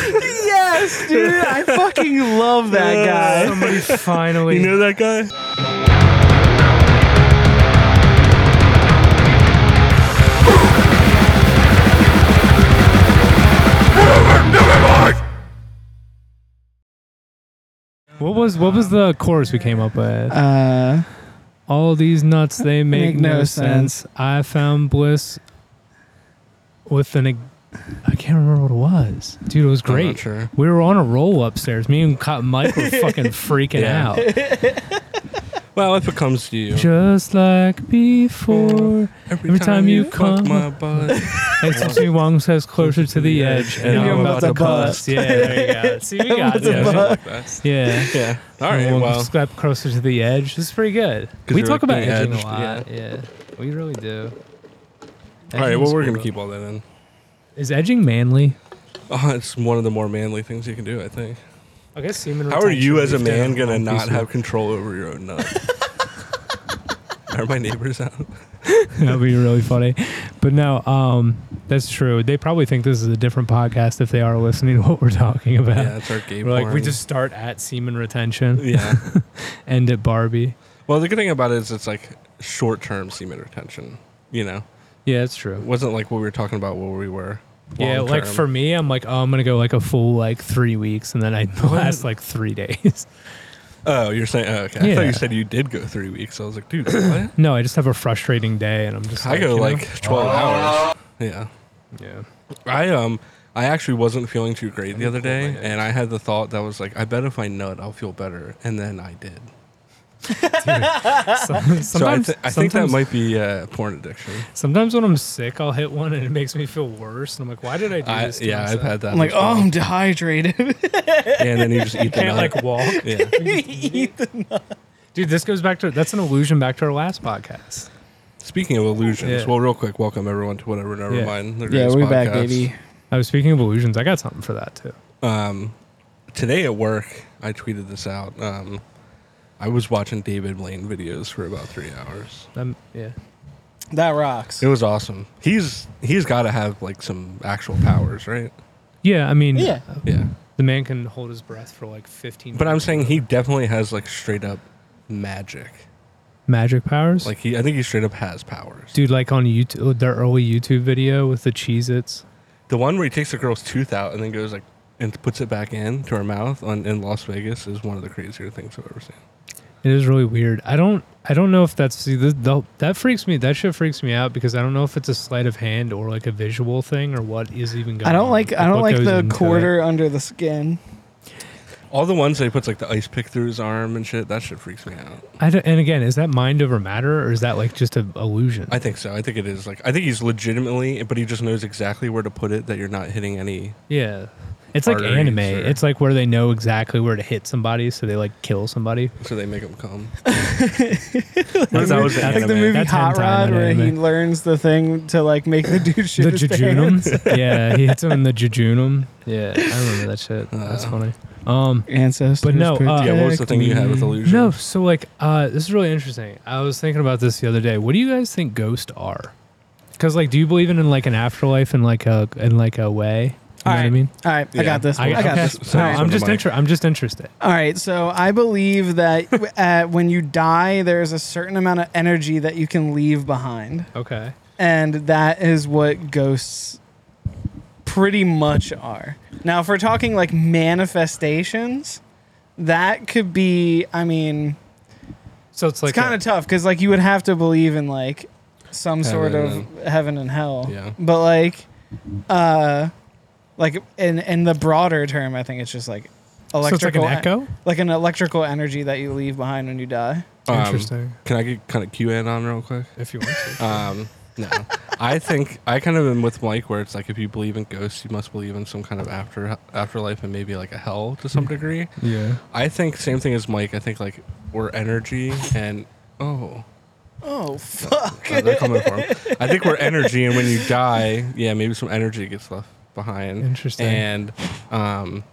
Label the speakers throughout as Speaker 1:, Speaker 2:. Speaker 1: yes, dude. I fucking love that guy.
Speaker 2: Somebody finally.
Speaker 3: You know that guy?
Speaker 2: what was what was the chorus we came up with?
Speaker 1: Uh,
Speaker 2: All these nuts they make,
Speaker 1: Make
Speaker 2: no,
Speaker 1: no
Speaker 2: sense. I found bliss with an. ig- I can't remember what it was, dude. It was
Speaker 3: I'm not
Speaker 2: great.
Speaker 3: sure.
Speaker 2: We were on a roll upstairs. Me and Cotton Mike were fucking freaking
Speaker 3: Yeah.
Speaker 2: out.
Speaker 3: Well, if it comes to you.
Speaker 2: Just like before. Every time you
Speaker 3: fuck
Speaker 2: come-
Speaker 3: my butt.
Speaker 2: Exit Wong says closer to the edge.
Speaker 3: and I'm about to bust.
Speaker 2: Yeah, there you go. it. See, we got
Speaker 3: yeah,
Speaker 2: it.
Speaker 3: something like that.
Speaker 2: Yeah.
Speaker 3: yeah. All right.
Speaker 2: We'll
Speaker 3: Well,
Speaker 2: step closer to the edge. This is pretty good.
Speaker 3: 'Cause
Speaker 2: We
Speaker 3: you're
Speaker 2: talk
Speaker 3: at the
Speaker 2: about edging
Speaker 3: edge,
Speaker 2: a lot. Yeah. we really do.
Speaker 3: all right. Well,
Speaker 2: Edging's
Speaker 3: we're gonna
Speaker 2: cool.
Speaker 3: keep all that in.
Speaker 2: Is edging manly?
Speaker 3: Uh, it's one of the more manly things you can do, I think.
Speaker 2: I guess semen.
Speaker 3: How are you as a man
Speaker 2: going to
Speaker 3: gonna not have control over your own nut? are my neighbors out?
Speaker 2: That'd be really funny. But no, um, that's true. They probably think this is a different podcast if they are listening to what we're talking about.
Speaker 3: Yeah, it's our gay
Speaker 2: We're like, we
Speaker 3: porn.
Speaker 2: just start at semen retention,
Speaker 3: Yeah.
Speaker 2: end at Barbie.
Speaker 3: Well, the good thing about it is it's like short-term semen retention. You know,
Speaker 2: Yeah, that's
Speaker 3: it
Speaker 2: true.
Speaker 3: wasn't like what we were talking about where we were.
Speaker 2: Yeah, like
Speaker 3: long-term.
Speaker 2: for me, I'm like, oh, I'm gonna go like a full like three weeks, and then I last like three days.
Speaker 3: Oh, you're saying? Oh, okay. I thought
Speaker 2: Yeah.
Speaker 3: you said you did go three weeks. I was like, dude, what?
Speaker 2: no, I just have a frustrating day, and I'm just
Speaker 3: I
Speaker 2: like,
Speaker 3: go
Speaker 2: you know?
Speaker 3: like 12 hours. Yeah.
Speaker 2: yeah,
Speaker 3: I um I actually wasn't feeling too great the other day, and I had the thought that was like, I bet if I nut, I'll feel better, and then I did.
Speaker 2: Some- sometimes,
Speaker 3: So I, th- I think that
Speaker 2: sometimes-
Speaker 3: might be uh, porn addiction.
Speaker 2: Sometimes when I'm sick, I'll hit one, and it makes me feel worse, and I'm like, why did I do
Speaker 3: I,
Speaker 2: this? to
Speaker 3: yeah, I've
Speaker 2: myself?
Speaker 3: had that.
Speaker 1: I'm like,
Speaker 3: as
Speaker 1: oh,
Speaker 3: well.
Speaker 1: I'm dehydrated.
Speaker 3: and then you just eat the
Speaker 2: Can't
Speaker 3: nut.
Speaker 2: like walk,
Speaker 3: yeah.
Speaker 1: Ethan.
Speaker 2: dude. This goes back to that's an illusion back to our last podcast.
Speaker 3: Speaking of illusions,
Speaker 2: Yeah.
Speaker 3: well, real quick, welcome everyone to whatever. Never
Speaker 2: Yeah.
Speaker 3: mind. the
Speaker 1: Yeah,
Speaker 3: greatest
Speaker 1: we're back,
Speaker 3: podcast.
Speaker 1: baby.
Speaker 2: I was speaking of illusions. I got something for that too.
Speaker 3: Um, today at work, I tweeted this out. Um, I was watching David Blaine videos for about three hours.
Speaker 2: Um, yeah,
Speaker 1: That rocks.
Speaker 3: It was awesome. He's he's got to have like some actual powers, right?
Speaker 2: yeah. I mean,
Speaker 1: Yeah.
Speaker 3: Yeah.
Speaker 2: the man can hold his breath for like 15.
Speaker 3: But I'm
Speaker 2: minutes.
Speaker 3: saying he definitely has like straight up magic.
Speaker 2: magic powers,
Speaker 3: Like he, I think he straight up has powers.
Speaker 2: dude, like on YouTube, their early YouTube video with the Cheez-Its.
Speaker 3: The one where he takes the girl's tooth out and then goes like and puts it back in to her mouth on in Las Vegas is one of the crazier things I've ever seen.
Speaker 2: It is really weird. I don't. I don't know if that's see the, the that freaks me. That shit freaks me out because I don't know if it's a sleight of hand or like a visual thing or what is even going.
Speaker 1: I don't like. I don't
Speaker 2: what
Speaker 1: like
Speaker 2: goes
Speaker 1: the
Speaker 2: into it.
Speaker 1: quarter under the skin.
Speaker 3: All the ones that he puts like the ice pick through his arm and shit, that shit freaks me out.
Speaker 2: I don't, and again, is that mind over matter or is that like just an illusion?
Speaker 3: I think so. I think it is like I think he's legitimately, but he just knows exactly where to put it that you're not hitting any.
Speaker 2: yeah, it's like
Speaker 3: Arteries
Speaker 2: anime.
Speaker 3: or-
Speaker 2: It's like where they know exactly where to hit somebody, so they like kill somebody.
Speaker 3: So they make him come.
Speaker 2: That's
Speaker 3: that was the
Speaker 2: that's-
Speaker 1: like the
Speaker 3: anime.
Speaker 1: movie
Speaker 2: that's
Speaker 1: Hot
Speaker 2: hentai,
Speaker 1: Rod,
Speaker 2: not
Speaker 1: where he
Speaker 2: anime.
Speaker 1: learns the thing to like make the dude shit
Speaker 2: the
Speaker 1: his pants.
Speaker 2: jejunum. yeah, he hits him in the jejunum. Yeah, I remember that shit. That's
Speaker 3: Uh.
Speaker 2: funny. Um,
Speaker 1: Ancestors,
Speaker 2: But no, uh,
Speaker 3: Yeah, what was the thing you had with illusion?
Speaker 2: No, so like uh, this is really interesting. I was thinking about this the other day. What do you guys think ghosts are? Because like, do you believe in, in like an afterlife in like a in like a way? You know what I
Speaker 1: Alright.
Speaker 2: mean?
Speaker 1: All right, I got this. One. I, got
Speaker 2: okay.
Speaker 1: this.
Speaker 3: So-
Speaker 2: No,
Speaker 3: Sorry.
Speaker 2: I'm just inter- I'm just interested.
Speaker 1: All right, so I believe that uh, when you die, there's a certain amount of energy that you can leave behind,
Speaker 2: Okay.
Speaker 1: and that is what ghosts pretty much are. Now, if we're talking like manifestations, that could be. I mean,
Speaker 2: So it's like
Speaker 1: it's kind
Speaker 2: a-
Speaker 1: of tough because like you would have to believe in like some sort of
Speaker 3: Heaven
Speaker 1: heaven and hell
Speaker 3: Yeah.
Speaker 1: but like uh like in in the broader term i think it's just like
Speaker 2: so it's like an
Speaker 1: electrical e-,
Speaker 2: echo.
Speaker 1: like an electrical energy that you leave behind when you die
Speaker 3: Um,
Speaker 2: interesting.
Speaker 3: Can I get kind of QN on real quick?
Speaker 2: If you want to.
Speaker 3: Um, no, I think I kind of am with Mike, where it's like if you believe in ghosts, you must believe in some kind of after afterlife and maybe like a hell to
Speaker 2: Mm-hmm.
Speaker 3: some degree.
Speaker 2: yeah.
Speaker 3: I think same thing as Mike. I think like we're energy and oh,
Speaker 1: oh fuck
Speaker 3: oh, they're coming for him. I think we're energy, and when you die, yeah, maybe some energy gets left behind.
Speaker 2: Interesting.
Speaker 3: And um,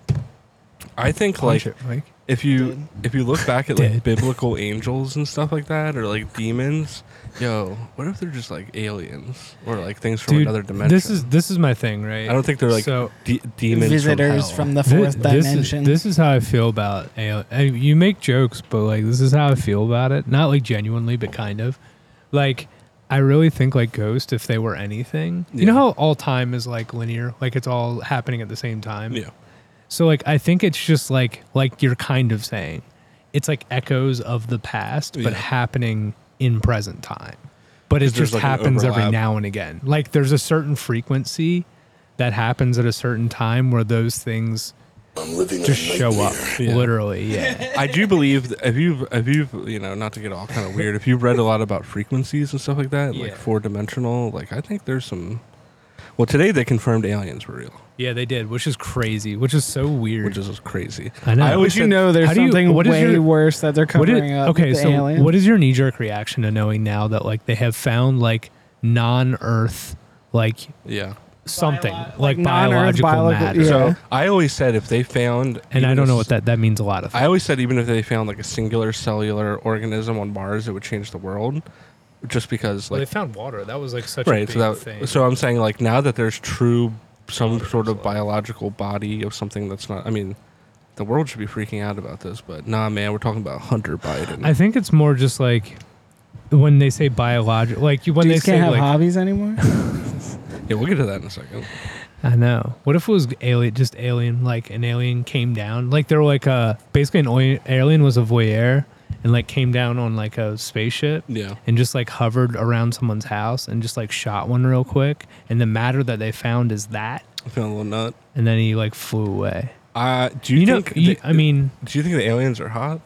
Speaker 3: I think
Speaker 2: Punch it,
Speaker 3: like
Speaker 2: Mike.
Speaker 3: if you
Speaker 1: Dead.
Speaker 3: if you look back at like
Speaker 2: Dead.
Speaker 3: biblical angels and stuff like that, or like demons, yo, what if they're just like aliens or like things from
Speaker 2: Dude,
Speaker 3: another dimension?
Speaker 2: This is this is my thing, right?
Speaker 3: I don't think they're like
Speaker 2: so.
Speaker 3: de- demons
Speaker 1: Visitors from,
Speaker 3: from, hell.
Speaker 1: the
Speaker 2: thi-
Speaker 1: fourth
Speaker 2: this is,
Speaker 1: dimension.
Speaker 2: this is how I feel about al- I- you make jokes, but like this is how I feel about it. Not like genuinely, but kind of. Like I really think like ghosts, if they were anything, you know
Speaker 3: Yeah.
Speaker 2: how all time is like linear, like it's all happening at the same time.
Speaker 3: yeah.
Speaker 2: So like I think it's just like like you're kind of saying, it's like echoes of the past, but
Speaker 3: Yeah.
Speaker 2: happening in present time. But it
Speaker 3: Because there's,
Speaker 2: just
Speaker 3: like, an
Speaker 2: happens every
Speaker 3: overlap.
Speaker 2: now and again. Like there's a certain frequency that happens at a certain time where those things
Speaker 4: I'm living in
Speaker 2: just
Speaker 4: a
Speaker 2: show up.
Speaker 4: nightmare.
Speaker 3: Yeah.
Speaker 2: Literally, yeah.
Speaker 3: I do believe that if you've if you've you know not to get all kind of weird if you've read a lot about frequencies and stuff like that
Speaker 2: Yeah.
Speaker 3: like four dimensional like I think there's some well today they confirmed aliens were real
Speaker 2: yeah, they did, which is crazy, which is so weird.
Speaker 3: which is crazy
Speaker 2: I know.
Speaker 3: I
Speaker 1: Would
Speaker 3: always
Speaker 1: you
Speaker 3: said-
Speaker 1: know there's
Speaker 2: How do you-
Speaker 1: something
Speaker 2: what is
Speaker 1: way
Speaker 2: your-
Speaker 1: worse that they're
Speaker 2: What
Speaker 1: covering
Speaker 2: did-
Speaker 1: up?
Speaker 2: okay,
Speaker 1: the
Speaker 2: so
Speaker 1: aliens?
Speaker 2: what is your knee jerk reaction to knowing now that like they have found like non earth like
Speaker 3: yeah
Speaker 2: something
Speaker 1: Biolo-
Speaker 2: like,
Speaker 1: like non-Earth
Speaker 2: biological,
Speaker 1: biological-
Speaker 2: matter.
Speaker 1: yeah.
Speaker 3: so I always said if they found
Speaker 2: And I
Speaker 3: even
Speaker 2: don't know
Speaker 3: a
Speaker 2: what that that means. A lot of
Speaker 3: I
Speaker 2: things.
Speaker 3: always said even if they found like a singular cellular organism on Mars, it would change the world, just because like
Speaker 2: found water. That was like such
Speaker 3: right. So that so I'm saying like now that there's true some sort of biological body of something that's not. I mean, the world should be freaking out about this, but nah, man, we're talking about Hunter Biden.
Speaker 2: I think it's more just like when they say biological, like you- when
Speaker 1: Dudes
Speaker 2: they say
Speaker 1: can't have
Speaker 2: like
Speaker 1: hobbies anymore.
Speaker 3: yeah, we'll get to that in a second.
Speaker 2: I know. What if it was alien? Just alien, like an alien came down. Like they were like a basically an oi- alien was a voyeur and like came down on like a spaceship.
Speaker 3: Yeah,
Speaker 2: and just like hovered around someone's house and just like shot one real quick. And the matter that they found is that.
Speaker 3: I feel a little nut.
Speaker 2: And then he like flew away.
Speaker 3: Uh, do you,
Speaker 2: You, know,
Speaker 3: think?
Speaker 2: you-
Speaker 3: the-
Speaker 2: I mean,
Speaker 3: do you think the aliens are hot?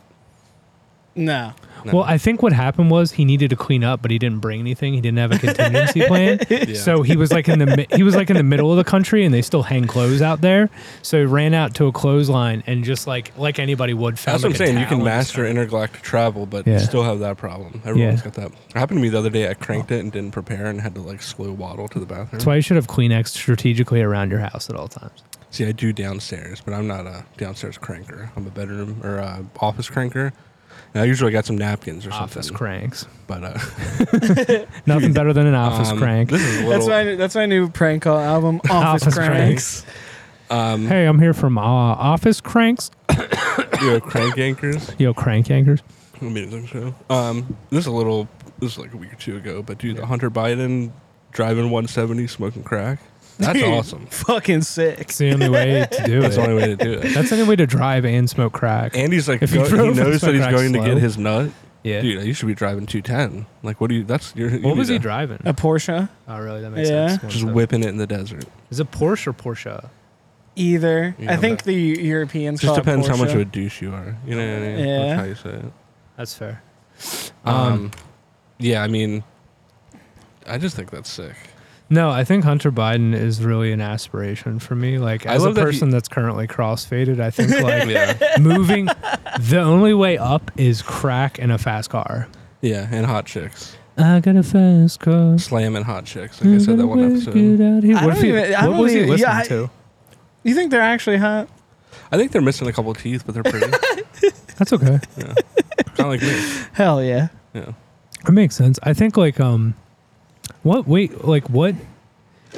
Speaker 1: No.
Speaker 3: No.
Speaker 2: well, I think what happened was he needed to clean up, but he didn't bring anything. He didn't have a contingency plan.
Speaker 3: Yeah.
Speaker 2: So he was like in the mi- he was like in the middle of the country, and they still hang clothes out there. So he ran out to a clothesline and just like like anybody would. Found
Speaker 3: That's what I'm
Speaker 2: like, a
Speaker 3: saying. You
Speaker 2: towel
Speaker 3: can
Speaker 2: and
Speaker 3: master
Speaker 2: stuff.
Speaker 3: intergalactic travel, but
Speaker 2: Yeah.
Speaker 3: still have that problem. Everyone's got that. It happened to me the other day. I cranked it and didn't prepare and had to like slow waddle to the bathroom.
Speaker 2: That's why you should have Kleenex strategically around your house at all times.
Speaker 3: See, I do downstairs, but I'm not a downstairs cranker. I'm a bedroom or uh office cranker. And I usually got some napkins or
Speaker 2: Office
Speaker 3: something.
Speaker 2: cranks.
Speaker 3: but uh,
Speaker 2: Nothing better than an office
Speaker 3: um,
Speaker 2: crank.
Speaker 3: This is a
Speaker 1: That's
Speaker 3: little,
Speaker 1: my that's my new prank call album. Office,
Speaker 2: Office
Speaker 1: cranks.
Speaker 3: um,
Speaker 2: Hey, I'm here from uh, Office Cranks.
Speaker 3: you know, crank anchors.
Speaker 2: Yo, Crank Anchors.
Speaker 3: I mean, it's a show. Um, this is a little. This is like a week or two ago, but dude, the Hunter Biden driving 170, smoking crack. That's
Speaker 1: Dude,
Speaker 3: awesome.
Speaker 1: Fucking sick.
Speaker 2: It's the only way to do
Speaker 3: That's the
Speaker 2: it.
Speaker 3: only way to do it.
Speaker 2: That's the only way to drive and smoke crack.
Speaker 3: And he's like,
Speaker 2: If you
Speaker 3: go-
Speaker 2: drove
Speaker 3: he
Speaker 2: and
Speaker 3: knows that he's
Speaker 2: smoke crack
Speaker 3: going to
Speaker 2: slow.
Speaker 3: get his nut.
Speaker 2: yeah.
Speaker 3: Dude, you should be driving 210. Like, what do you? That's your. you
Speaker 2: what was
Speaker 3: need
Speaker 2: he
Speaker 3: to-
Speaker 2: driving?
Speaker 1: A Porsche,
Speaker 2: Oh, really? That makes
Speaker 1: Yeah.
Speaker 2: sense. One
Speaker 3: Just
Speaker 2: sec.
Speaker 3: whipping it in the desert.
Speaker 2: Is it Porsche or Porsche?
Speaker 1: either.
Speaker 3: Yeah,
Speaker 1: I think
Speaker 3: but-
Speaker 1: the Europeans.
Speaker 3: just
Speaker 1: call it
Speaker 3: depends how much
Speaker 1: Porsche.
Speaker 3: of a douche you are. You know what I mean?
Speaker 1: Yeah.
Speaker 3: That's how you say it.
Speaker 2: That's fair.
Speaker 3: Um,
Speaker 2: Um,
Speaker 3: yeah, I mean, I just think that's sick.
Speaker 2: No, I think Hunter Biden is really an aspiration for me. Like,
Speaker 3: I
Speaker 2: as a
Speaker 3: love that he-
Speaker 2: person that's currently crossfaded, I think like
Speaker 3: Yeah,
Speaker 2: moving, the only way up is crack and a fast car.
Speaker 3: yeah, and hot chicks,
Speaker 2: I got a fast car.
Speaker 3: slamming hot chicks. Like I said, that one episode.
Speaker 1: I
Speaker 2: What,
Speaker 1: don't
Speaker 2: if he,
Speaker 1: even- I
Speaker 2: what
Speaker 1: don't
Speaker 2: was he
Speaker 1: even-
Speaker 2: listening
Speaker 1: yeah, I-
Speaker 2: to?
Speaker 1: You think they're actually hot?
Speaker 3: I think they're missing a couple of teeth, but they're pretty.
Speaker 2: That's okay.
Speaker 3: yeah, kind of like me.
Speaker 1: Hell yeah.
Speaker 3: Yeah,
Speaker 2: That makes sense. I think like um, what wait like what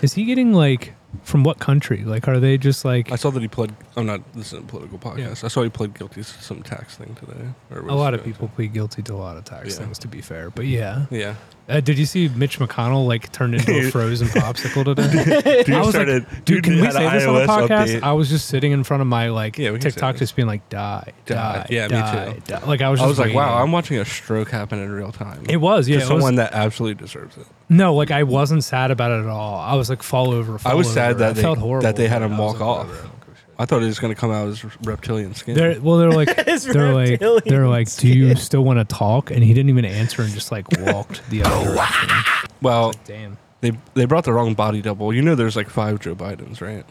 Speaker 2: is he getting like from what country? Like are they just like
Speaker 3: I saw that he pled. I'm not. This isn't a political podcast. I saw he pled guilty to some tax thing today. Or
Speaker 2: a
Speaker 3: was
Speaker 2: lot of
Speaker 3: going to.
Speaker 2: people plead guilty to a lot of tax
Speaker 3: Yeah.
Speaker 2: things to be fair, but yeah.
Speaker 3: Yeah,
Speaker 2: Uh, did you see Mitch McConnell like turned into a
Speaker 3: Dude.
Speaker 2: frozen popsicle today?
Speaker 3: dude
Speaker 2: I was like, dude, can we
Speaker 3: had
Speaker 2: say
Speaker 3: an
Speaker 2: this on the
Speaker 3: iOS
Speaker 2: podcast?
Speaker 3: update.
Speaker 2: I was just sitting in front of my like
Speaker 3: Yeah, we can say
Speaker 2: TikTok,
Speaker 3: this.
Speaker 2: just being like, die,
Speaker 3: Die.
Speaker 2: die,
Speaker 3: Yeah, me
Speaker 2: die,
Speaker 3: too.
Speaker 2: die." Like I was,
Speaker 3: I
Speaker 2: just
Speaker 3: was like, wow,
Speaker 2: waiting.
Speaker 3: I'm watching a stroke happen in real time.
Speaker 2: It was, yeah.
Speaker 3: to
Speaker 2: it was-
Speaker 3: someone that absolutely deserves it.
Speaker 2: No, like I wasn't sad about it at all. I was like, fall over. Fall
Speaker 3: I was sad
Speaker 2: over.
Speaker 3: that
Speaker 2: I
Speaker 3: they-
Speaker 2: felt horrible
Speaker 3: that they had him
Speaker 2: I was
Speaker 3: walk
Speaker 2: like,
Speaker 3: off.
Speaker 2: whatever, I don't give a shit.
Speaker 3: I thought it was going to come out as reptilian skin.
Speaker 2: They're, well, they're like,
Speaker 1: It's
Speaker 2: they're like, they're
Speaker 1: reptilian
Speaker 2: like, do you still want to talk? And he didn't even answer and just like walked the other direction.
Speaker 3: well,
Speaker 2: Damn.
Speaker 3: they they brought the wrong body double. You know, there's like five Joe Bidens, right?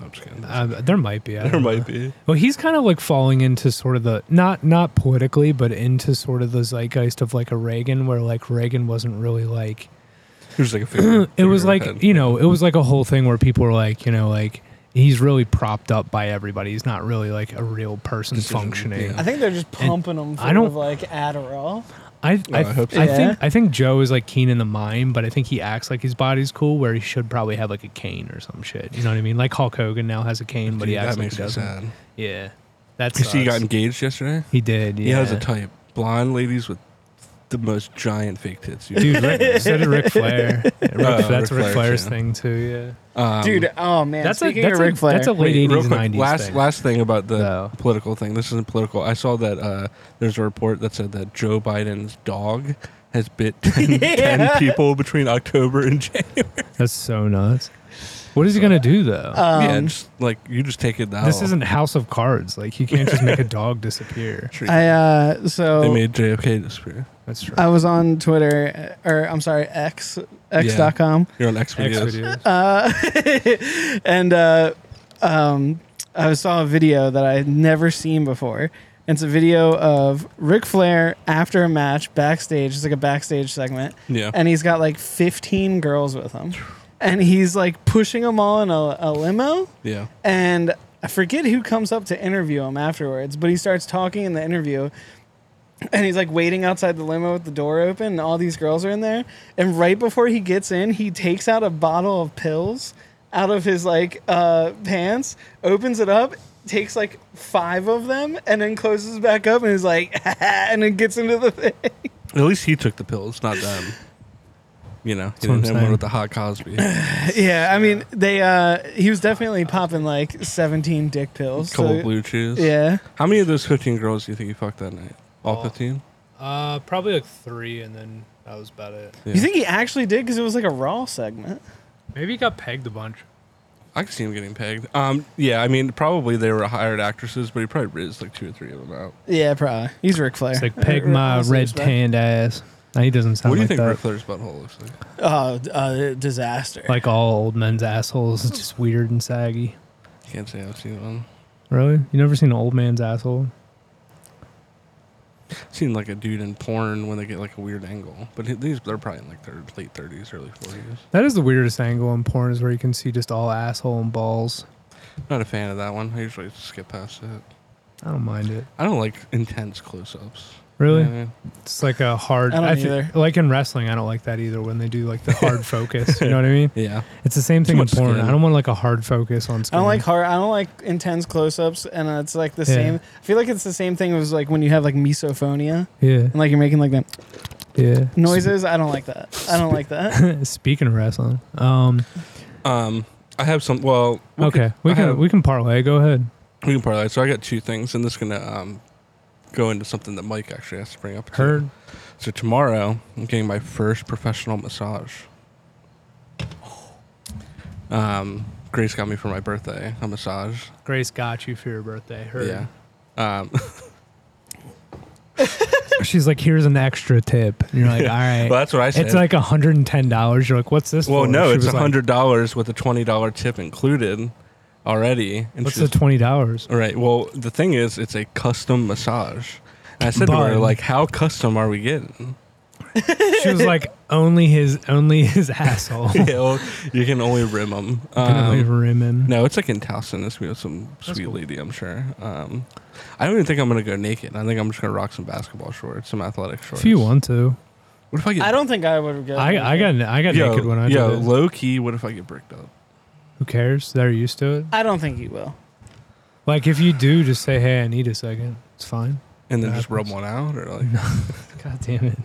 Speaker 3: I'm just kidding.
Speaker 2: Uh, there might be. I
Speaker 3: there
Speaker 2: don't know.
Speaker 3: might be.
Speaker 2: Well, he's kind of like falling into sort of the not not politically, but into sort of the zeitgeist of like a Reagan, where like Reagan wasn't really like
Speaker 3: There's like a figure.
Speaker 2: it was like
Speaker 3: figurehead.
Speaker 2: you know it was like a whole thing where people were like you know like he's really propped up by everybody. He's not really like a real person
Speaker 3: This is-
Speaker 2: functioning.
Speaker 3: yeah.
Speaker 1: I think they're just pumping them.
Speaker 2: I don't-
Speaker 1: of like Adderall.
Speaker 2: I, I,
Speaker 3: Oh, I hope so.
Speaker 2: I
Speaker 1: Yeah.
Speaker 2: think I think Joe is like keen in the mind, but I think he acts like his body's cool, where he should probably have like a cane or some shit. You know what I mean? Like Hulk Hogan now has a cane, but he
Speaker 3: Dude,
Speaker 2: acts
Speaker 3: that
Speaker 2: like
Speaker 3: makes
Speaker 2: he
Speaker 3: me
Speaker 2: doesn't.
Speaker 3: sad.
Speaker 2: Yeah, that's
Speaker 3: You see, he got engaged yesterday.
Speaker 2: he did.
Speaker 3: He
Speaker 2: Yeah,
Speaker 3: has a type: blonde ladies with the most giant fake tits. you know?
Speaker 2: dude. Rick, so did Ric Flair. Yeah, Ric-
Speaker 3: Oh,
Speaker 2: that's
Speaker 3: Ric
Speaker 2: Ric
Speaker 3: Flair,
Speaker 2: Flair's
Speaker 3: yeah.
Speaker 2: thing too. Yeah,
Speaker 3: Um,
Speaker 1: Dude, oh man.
Speaker 2: that's a
Speaker 1: Speaking
Speaker 2: that's
Speaker 1: of
Speaker 2: a,
Speaker 1: Ric Flair.
Speaker 2: that's a late
Speaker 3: wait, real
Speaker 2: eighties
Speaker 3: quick,
Speaker 2: nineties
Speaker 3: Last
Speaker 2: thing.
Speaker 3: last thing about the
Speaker 2: No.
Speaker 3: political thing. This isn't political. I saw that uh, there's a report that said that Joe Biden's dog has bit 10, 10 people between October and January.
Speaker 2: That's so nuts. What is he gonna do though?
Speaker 1: Um,
Speaker 3: yeah, just like you just take it out.
Speaker 2: this isn't House of Cards. Like you can't just make a dog disappear.
Speaker 1: I uh so
Speaker 3: They made JFK disappear.
Speaker 2: That's true.
Speaker 1: I was on Twitter uh, or I'm sorry, X X.com.
Speaker 3: You're on X
Speaker 2: X
Speaker 3: videos.
Speaker 2: videos.
Speaker 1: Uh and uh um I saw a video that I had never seen before. It's a video of Ric Flair after a match backstage. It's like a backstage segment.
Speaker 3: Yeah.
Speaker 1: and he's got like 15 girls with him and he's like pushing them all in a, a limo
Speaker 3: Yeah.
Speaker 1: and i forget who comes up to interview him afterwards but he starts talking in the interview and he's like waiting outside the limo with the door open and all these girls are in there and right before he gets in he takes out a bottle of pills out of his like uh, pants opens it up takes like five of them and then closes back up and is like and then gets into the thing
Speaker 3: At least he took the pills, not them. You know, he
Speaker 2: what I'm
Speaker 3: didn't have one
Speaker 2: saying.
Speaker 3: with the hot Cosby.
Speaker 1: Yeah, I mean, they uh he was definitely popping like 17 dick pills.
Speaker 3: couple
Speaker 1: so-
Speaker 3: blue chews.
Speaker 1: Yeah.
Speaker 3: How many of those 15 girls do you think he fucked that night? All 15?
Speaker 2: Uh, probably like three, and then that was about it.
Speaker 3: Yeah.
Speaker 1: You think he actually did cuz it was like a raw segment?
Speaker 2: Maybe he got pegged a bunch.
Speaker 3: I could see him getting pegged. Um, yeah, I mean, probably they were hired actresses, but he probably rizzed like two or three of them out.
Speaker 1: Yeah, probably. He's Ric Flair.
Speaker 2: It's like peg
Speaker 1: Uh,
Speaker 2: my
Speaker 1: honestly,
Speaker 2: red
Speaker 1: respect.
Speaker 2: tanned ass. No, he doesn't sound
Speaker 3: what do you
Speaker 2: like
Speaker 3: think
Speaker 2: that.
Speaker 3: Ric Flair's butthole looks like?
Speaker 1: Oh, d- uh, disaster.
Speaker 2: Like all old men's assholes, it's just weird and saggy.
Speaker 3: Can't say I've seen one.
Speaker 2: Really? You never seen an old man's asshole?
Speaker 3: Seen like a dude in porn when they get like a weird angle, but he- these they're probably in like their late 30s, early 40s.
Speaker 2: That is the weirdest angle in porn is where you can see just all asshole and balls.
Speaker 3: Not a fan of that one. I usually skip past it.
Speaker 2: I don't mind it.
Speaker 3: I don't like intense close-ups.
Speaker 2: Really?
Speaker 3: You know what I mean?
Speaker 2: It's like a hard.
Speaker 1: I don't
Speaker 2: thi-
Speaker 1: either.
Speaker 2: Like in wrestling, I don't like that either when they do like the hard focus. You know what I mean?
Speaker 3: Yeah.
Speaker 2: It's the same thing in
Speaker 3: much
Speaker 2: porn.
Speaker 3: skin.
Speaker 2: I don't want like a hard focus on
Speaker 1: I
Speaker 2: screen.
Speaker 1: don't like hard. I don't like intense close-ups, and uh, it's like the
Speaker 2: Yeah.
Speaker 1: same. I feel like it's the same thing as like when you have like misophonia
Speaker 2: Yeah.
Speaker 1: and like you're making like that
Speaker 2: Yeah.
Speaker 1: noises. I don't like that. I don't like that.
Speaker 2: Speaking of wrestling, um,
Speaker 3: Um, I have some. Well, we could-
Speaker 2: okay, we
Speaker 3: I
Speaker 2: can
Speaker 3: have-
Speaker 2: we can parlay. Go ahead.
Speaker 3: we can parlay. So I got two things, and this is gonna um, go into something that Mike actually has to bring up. too.
Speaker 2: Heard.
Speaker 3: So tomorrow, I'm getting my first professional massage. Um, Grace got me for my birthday a massage.
Speaker 2: Grace got you for your birthday. Heard.
Speaker 3: Yeah. Um,
Speaker 2: She's like, here's an extra tip. And you're like, all right.
Speaker 3: well, that's what I said.
Speaker 2: it's like $110. You're like, what's this
Speaker 3: well,
Speaker 2: for?
Speaker 3: no,
Speaker 2: She
Speaker 3: it's
Speaker 2: was like,
Speaker 3: hundred dollars with a twenty dollar tip included already. And
Speaker 2: What's
Speaker 3: she
Speaker 2: the
Speaker 3: was-
Speaker 2: $20?
Speaker 3: All right. Well, the thing is, it's a custom massage. And I said to her,
Speaker 2: Bun.
Speaker 3: like, how custom are we getting?
Speaker 2: She was like, only his only his asshole.
Speaker 3: you, know, you can only rim Um, them.
Speaker 2: Definitely rim him.
Speaker 3: No, it's like in Towson. This we have some
Speaker 2: That's
Speaker 3: sweet
Speaker 2: cool.
Speaker 3: lady, I'm sure. Um, I don't even think I'm gonna go naked. I think I'm just gonna rock some basketball shorts, some athletic shorts.
Speaker 2: If you want to.
Speaker 3: What if I get?
Speaker 1: I don't think I would have.
Speaker 2: I, I got I got
Speaker 3: yo,
Speaker 2: naked when I
Speaker 3: yo,
Speaker 2: did it.
Speaker 3: low key. What if I get bricked up?
Speaker 2: Who cares? They're used to it.
Speaker 1: I don't think you will.
Speaker 2: Like if you do, just say, hey, I need a second. It's fine.
Speaker 3: And then
Speaker 2: That
Speaker 3: just rub
Speaker 2: happens.
Speaker 3: one out, or like,
Speaker 2: God damn it.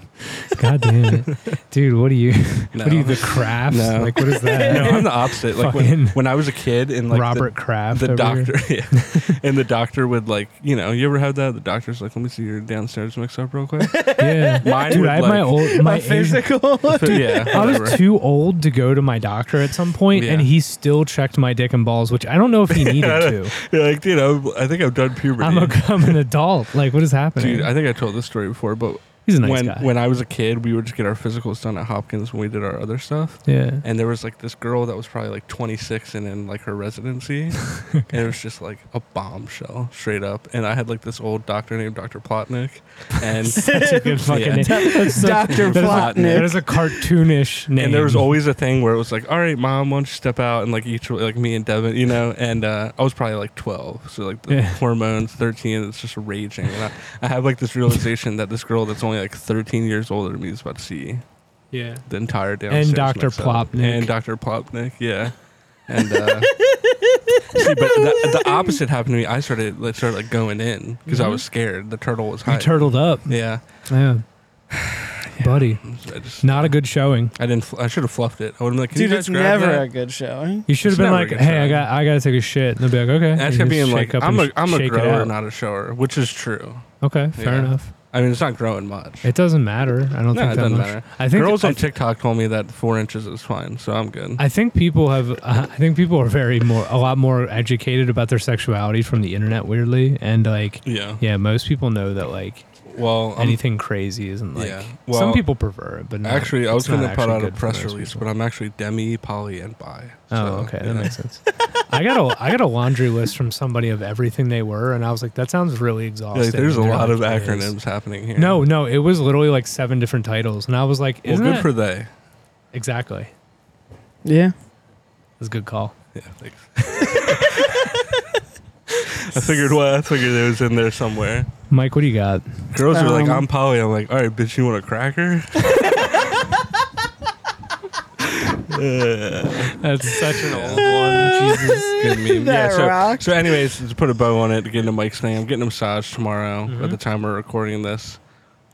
Speaker 2: God damn it. Dude, what are you?
Speaker 3: no.
Speaker 2: What are you, the Kraft?
Speaker 3: No.
Speaker 2: Like, what is that?
Speaker 3: no, I'm the opposite. Like when,
Speaker 2: Fucking
Speaker 3: when I was a kid, and like the-
Speaker 2: Robert Kraft.
Speaker 3: the
Speaker 2: over
Speaker 3: doctor
Speaker 2: here.
Speaker 3: yeah. and the doctor would like you know you ever have that the doctor's like let me see your downstairs mix up real quick
Speaker 2: Yeah.
Speaker 3: Mine
Speaker 2: Dude,
Speaker 3: would,
Speaker 2: I had my
Speaker 3: like-
Speaker 2: old. My
Speaker 1: My
Speaker 2: Asian,
Speaker 1: physical.
Speaker 3: So, yeah
Speaker 2: I was
Speaker 3: whatever.
Speaker 2: too old to go to my doctor at some point, and
Speaker 3: Yeah.
Speaker 2: he still checked my dick and balls, which I don't know if he needed to.
Speaker 3: Yeah, like you know i think i've done puberty
Speaker 2: I'm a, I'm an adult. Like, what is happening?
Speaker 3: dude i think i told this story before but
Speaker 2: He's a nice
Speaker 3: when
Speaker 2: guy.
Speaker 3: when I was a kid, we would just get our physicals done at Hopkins when we did our other stuff.
Speaker 2: yeah.
Speaker 3: And there was like this girl that was probably like 26 and in like her residency. And it was just like a bombshell, straight up. And I had like this old doctor named Dr. Plotnick. And
Speaker 2: That's a good fucking
Speaker 3: Yeah.
Speaker 2: name. That's such-
Speaker 1: Dr.
Speaker 2: that is a-
Speaker 1: Plotnick.
Speaker 2: That is a cartoonish name.
Speaker 3: And there was always a thing where it was like, all right, mom, why don't you step out and like each, like me and Devin, you know? And uh, I was probably like 12. So like the
Speaker 2: Yeah.
Speaker 3: hormones, 13, it's just raging. And I, I have like this realization that this girl that's only like 13 years older than me is about to see
Speaker 2: Yeah.
Speaker 3: the entire downstairs.
Speaker 2: Dr.
Speaker 3: mix up.
Speaker 2: Plopnik.
Speaker 3: And Dr. Plopnik, yeah. And uh, see, but the, the opposite happened to me. I started, like, started like going in because I
Speaker 2: Mhm.
Speaker 3: was scared. The turtle was
Speaker 2: You
Speaker 3: high.
Speaker 2: turtled up.
Speaker 3: yeah,
Speaker 2: Yeah. Buddy.
Speaker 3: I just
Speaker 2: Not a good showing.
Speaker 3: I didn't. Fl- I should have fluffed it. I would have been like, Can
Speaker 1: Dude,
Speaker 3: you guys
Speaker 1: it's
Speaker 3: grab
Speaker 1: never a
Speaker 3: That?
Speaker 1: good show.
Speaker 2: You should have
Speaker 3: It's
Speaker 2: been
Speaker 3: never a
Speaker 2: like,
Speaker 3: good
Speaker 2: "Hey, I
Speaker 3: showing.
Speaker 2: got, I got to take a shit," and they'll be like, "Okay."
Speaker 3: That's
Speaker 2: And
Speaker 3: kept
Speaker 2: just
Speaker 3: being
Speaker 2: shake
Speaker 3: like,
Speaker 2: up
Speaker 3: I'm
Speaker 2: and
Speaker 3: a
Speaker 2: sh-
Speaker 3: I'm a
Speaker 2: shake it
Speaker 3: grower,
Speaker 2: out.
Speaker 3: not a shower, which is true.
Speaker 2: Okay, fair
Speaker 3: Yeah.
Speaker 2: enough.
Speaker 3: I mean, it's not growing much.
Speaker 2: It doesn't matter. I don't
Speaker 3: No,
Speaker 2: think
Speaker 3: it
Speaker 2: that
Speaker 3: doesn't
Speaker 2: much.
Speaker 3: matter.
Speaker 2: I think
Speaker 3: Girls
Speaker 2: I,
Speaker 3: on TikTok told me that four inches is fine, so I'm good.
Speaker 2: I think people have. Uh, I think people are very more, a lot more educated about their sexuality from the internet, weirdly, and like,
Speaker 3: yeah.
Speaker 2: yeah, most people know that like
Speaker 3: Well, I'm
Speaker 2: anything crazy isn't like.
Speaker 3: yeah.
Speaker 2: some
Speaker 3: Well,
Speaker 2: people prefer it, but not,
Speaker 3: Actually, I
Speaker 2: it's
Speaker 3: was going
Speaker 2: not
Speaker 3: to put
Speaker 2: actually
Speaker 3: out a
Speaker 2: good for
Speaker 3: press
Speaker 2: most
Speaker 3: release,
Speaker 2: people.
Speaker 3: but I'm actually demi, poly, and bi.
Speaker 2: Oh, okay, that makes sense. I got a I got a laundry list from somebody of everything they were, and I was like, that sounds really exhausting.
Speaker 3: Like, there's a
Speaker 2: And they're
Speaker 3: lot
Speaker 2: like,
Speaker 3: of
Speaker 2: "It is."
Speaker 3: acronyms happening here.
Speaker 2: No, no, it was literally like seven different titles, and I was like,
Speaker 3: well,
Speaker 2: isn't
Speaker 3: good
Speaker 2: that-
Speaker 3: for they.
Speaker 2: exactly?
Speaker 1: Yeah.
Speaker 2: That's a good call.
Speaker 3: Yeah, thanks. I figured what I figured it was in there somewhere.
Speaker 2: Mike, what do you got?
Speaker 3: Girls are like,
Speaker 1: Um,
Speaker 3: "I'm poly." I'm like, "All right, bitch, you want a cracker?"
Speaker 2: That's such an old one. Jesus.
Speaker 3: Good meme.
Speaker 1: That
Speaker 3: so,
Speaker 1: rocked.
Speaker 3: so, anyways, to put a bow on it, to get into Mike's thing, I'm getting a massage tomorrow.
Speaker 2: Mm-hmm.
Speaker 3: By the time we're recording this,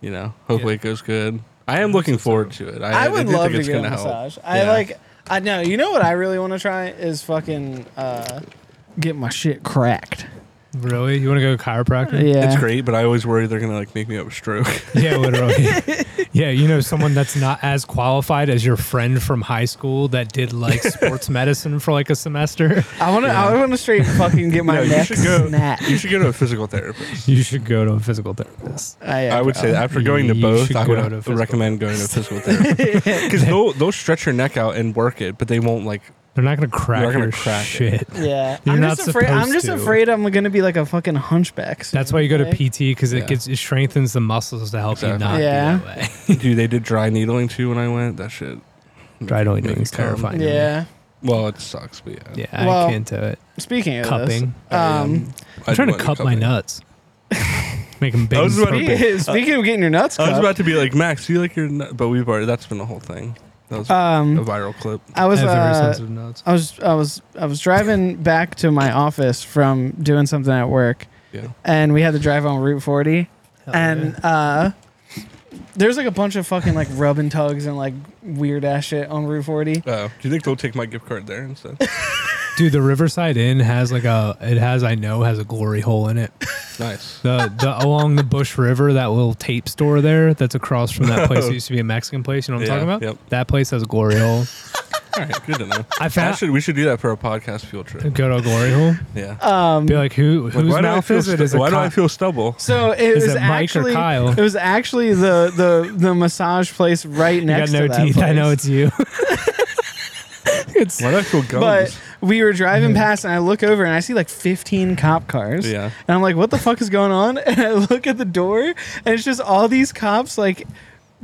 Speaker 3: you know, hopefully it goes good. I am looking forward to it. I,
Speaker 1: I would
Speaker 3: do
Speaker 1: love
Speaker 3: think
Speaker 1: to
Speaker 3: it's
Speaker 1: get a
Speaker 3: gonna help.
Speaker 1: massage. I
Speaker 3: Yeah.
Speaker 1: like. I know. You know what I really want to try is fucking uh, get my shit cracked.
Speaker 2: Really? You want to go chiropractor?
Speaker 1: Yeah.
Speaker 3: It's great, but I always worry they're gonna like make me have a stroke.
Speaker 2: Yeah, literally. yeah, you know, someone that's not as qualified as your friend from high school that did like sports medicine for like a semester.
Speaker 1: I want to. I want to straight fucking get my
Speaker 3: No, you
Speaker 1: neck
Speaker 3: should go-
Speaker 1: snapped.
Speaker 3: you should go to a physical therapist.
Speaker 2: You should go to a physical therapist.
Speaker 3: I would say that after going to
Speaker 2: You
Speaker 3: both,
Speaker 2: should
Speaker 3: I
Speaker 2: go to
Speaker 3: would
Speaker 2: physical
Speaker 3: recommend going to a physical therapist because they'll they'll stretch your neck out and work it, but they won't like.
Speaker 2: They're not gonna crack
Speaker 3: You're not gonna
Speaker 2: your
Speaker 3: crack it.
Speaker 2: shit.
Speaker 1: Yeah.
Speaker 2: You're
Speaker 1: I'm
Speaker 2: not
Speaker 1: just afraid. I'm
Speaker 2: supposed
Speaker 1: just
Speaker 2: to.
Speaker 1: afraid I'm gonna be like a fucking hunchback. soon,
Speaker 2: That's why you go to
Speaker 1: okay?
Speaker 2: PT because
Speaker 3: Yeah.
Speaker 2: it gets it strengthens the muscles to help you
Speaker 3: Exactly.
Speaker 2: not
Speaker 1: Yeah.
Speaker 2: be that way.
Speaker 3: Dude, they did dry needling too when I went. That shit.
Speaker 2: Dry needling
Speaker 3: Make
Speaker 2: is
Speaker 3: it come.
Speaker 2: terrifying. to me.
Speaker 1: Yeah.
Speaker 3: Well, it sucks, but yeah.
Speaker 2: Yeah,
Speaker 1: Well,
Speaker 2: I can't do it.
Speaker 1: Speaking of this,
Speaker 2: Cupping.
Speaker 1: Um,
Speaker 2: I'm
Speaker 3: I'd
Speaker 2: trying to
Speaker 3: want
Speaker 2: cup my
Speaker 3: it.
Speaker 2: nuts. Make them big.
Speaker 3: I was
Speaker 2: and
Speaker 3: about to-
Speaker 2: purple.
Speaker 1: yeah, speaking of getting your nuts
Speaker 3: I was
Speaker 1: cupped,
Speaker 3: about to be like Max, do you like your, nut? but we've already. That's been the whole thing. That was a
Speaker 1: um,
Speaker 3: viral clip.
Speaker 1: I
Speaker 2: I
Speaker 1: was
Speaker 2: have very
Speaker 1: uh,
Speaker 2: sensitive nuts.
Speaker 1: I was I was I was driving back to my office from doing something at work,
Speaker 3: Yeah.
Speaker 1: and we had to drive on Route 40,
Speaker 2: Hell
Speaker 1: and
Speaker 2: yeah.
Speaker 1: uh, there's like a bunch of fucking like rub and tugs and like weird ass shit on Route 40.
Speaker 3: Oh, do you think they'll take my gift card there instead?
Speaker 2: dude, the Riverside Inn has like a it has I know has a glory hole in it.
Speaker 3: nice.
Speaker 2: The the along the Bush River that little tape store there that's across from that place that used to be a Mexican place. You know what I'm
Speaker 3: Oh. Yeah,
Speaker 2: talking about?
Speaker 3: yep.
Speaker 2: That place has a glory hole.
Speaker 3: All right, good to know.
Speaker 2: I
Speaker 3: That
Speaker 2: found
Speaker 3: should, we should do that for a podcast field trip.
Speaker 2: go to a glory hole.
Speaker 3: Yeah.
Speaker 1: Um,
Speaker 2: Be like who
Speaker 3: Like,
Speaker 2: whose
Speaker 3: why do I
Speaker 2: mouth
Speaker 3: feel
Speaker 2: is it?
Speaker 3: stu-
Speaker 2: Is it
Speaker 3: why do
Speaker 2: Ky-
Speaker 3: I feel stubble?
Speaker 1: so it
Speaker 2: Is
Speaker 1: was
Speaker 2: it Mike or
Speaker 1: actually
Speaker 2: Kyle?
Speaker 1: it was actually the the the massage place right
Speaker 2: You got
Speaker 1: next
Speaker 2: no
Speaker 1: to that
Speaker 2: teeth. I know
Speaker 1: place.
Speaker 2: it's you. it's
Speaker 3: Why do I feel gums?
Speaker 1: But we were driving
Speaker 2: Mm-hmm.
Speaker 1: past, and I look over and I see like 15 cop cars.
Speaker 3: yeah.
Speaker 1: And I'm like, what the fuck is going on? And I look at the door, and it's just all these cops like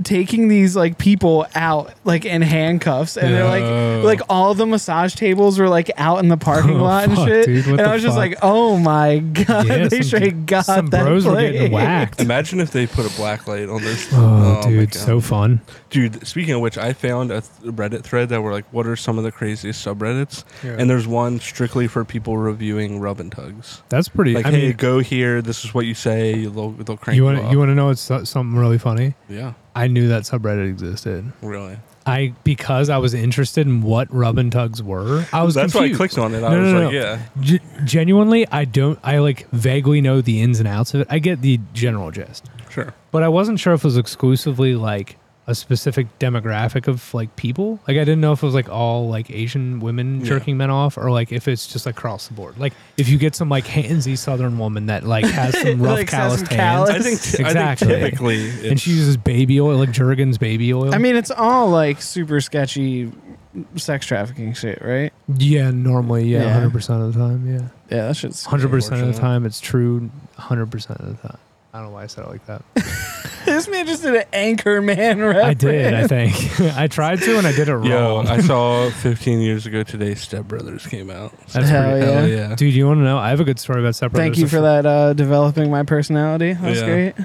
Speaker 1: taking these like people out like in handcuffs and they're
Speaker 3: Oh.
Speaker 1: like like all the massage tables were like out in the parking
Speaker 2: Oh,
Speaker 1: lot and
Speaker 2: fuck,
Speaker 1: shit
Speaker 2: dude, what
Speaker 1: and
Speaker 2: the
Speaker 1: i was just
Speaker 2: fuck?
Speaker 1: like oh my god
Speaker 2: Yeah,
Speaker 1: they
Speaker 2: some-
Speaker 1: straight got
Speaker 2: some
Speaker 1: that
Speaker 2: bros were
Speaker 1: place.
Speaker 2: getting whacked.
Speaker 3: Imagine if they put a black light on this.
Speaker 2: Oh,
Speaker 3: my
Speaker 2: dude,
Speaker 3: God.
Speaker 2: so fun.
Speaker 3: dude. Speaking of which, I found a th- Reddit thread that were like, "What are some of the craziest subreddits?"
Speaker 2: Yeah.
Speaker 3: And there's one strictly for people reviewing rub and tugs.
Speaker 2: That's pretty.
Speaker 3: Like,
Speaker 2: I
Speaker 3: hey,
Speaker 2: mean,
Speaker 3: go here. This is what you say. They'll, they'll crank
Speaker 2: you
Speaker 3: you,
Speaker 2: want
Speaker 3: up.
Speaker 2: you want to know it's so- something really funny?
Speaker 3: yeah,
Speaker 2: I knew that subreddit existed.
Speaker 3: really.
Speaker 2: I because I was interested in what rub and tugs were. I was
Speaker 3: That's why I
Speaker 2: confused.
Speaker 3: clicked on it. I
Speaker 2: No,
Speaker 3: was
Speaker 2: no,
Speaker 3: like,
Speaker 2: no.
Speaker 3: yeah,
Speaker 2: G- genuinely, I don't. I like vaguely know the ins and outs of it. I get the general gist,
Speaker 3: sure.
Speaker 2: but I wasn't sure if it was exclusively like a specific demographic of like people. Like I didn't know if it was like all like Asian women
Speaker 3: Yeah.
Speaker 2: jerking men off or like if it's just across the board. Like if you get some like handsy southern woman that like has some rough
Speaker 1: Like, has
Speaker 2: calloused
Speaker 1: some
Speaker 2: hands.
Speaker 1: callous-
Speaker 3: I think
Speaker 2: Exactly.
Speaker 3: I think typically
Speaker 2: And she uses baby oil, like Jergens baby oil.
Speaker 1: I mean, it's all like super sketchy sex trafficking shit, right?
Speaker 2: yeah, normally, yeah,
Speaker 1: Yeah.
Speaker 2: hundred percent of the time, yeah,
Speaker 1: Yeah, that shit's.
Speaker 2: hundred percent of the
Speaker 3: unfortunate.
Speaker 2: time, it's true, hundred percent of the time. I don't know why I said it like that.
Speaker 1: This man just did an anchor man reference.
Speaker 2: I did, I think. I tried to, and I did it wrong.
Speaker 3: Yo, I saw 15 years ago today Step Brothers came out.
Speaker 2: That's
Speaker 1: Hell
Speaker 2: pretty-
Speaker 1: yeah.
Speaker 3: Hell yeah.
Speaker 2: Dude, you want to know? I have a good story about separate.
Speaker 1: Thank you for that uh, developing my personality. That's
Speaker 3: Yeah.
Speaker 1: great.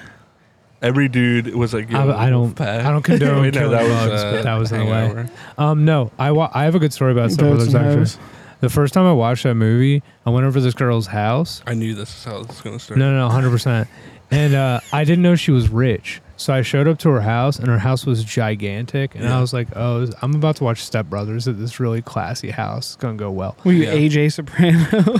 Speaker 3: Every dude was like, yo,
Speaker 2: I- I don't-
Speaker 3: Wolfpack.
Speaker 2: I don't condone
Speaker 3: Wait, no,
Speaker 2: killing dogs,
Speaker 3: uh,
Speaker 2: but that was uh, in a way.
Speaker 3: Hangover.
Speaker 2: Um, no, I wa- I have a good story about Step
Speaker 1: Boats
Speaker 2: Brothers.
Speaker 1: and
Speaker 2: Actually,
Speaker 1: hoes.
Speaker 2: the first time I watched that movie, I went over to this girl's house.
Speaker 3: I knew this is how this was going to start.
Speaker 2: No, no, no, hundred percent. And uh, I didn't know she was rich, so I showed up to her house, and her house was gigantic. And I
Speaker 3: Yeah.
Speaker 2: was like, "Oh, this- I'm about to watch Step Brothers at this really classy house. It's gonna go well."
Speaker 1: Were you
Speaker 3: Yeah.
Speaker 1: AJ Soprano?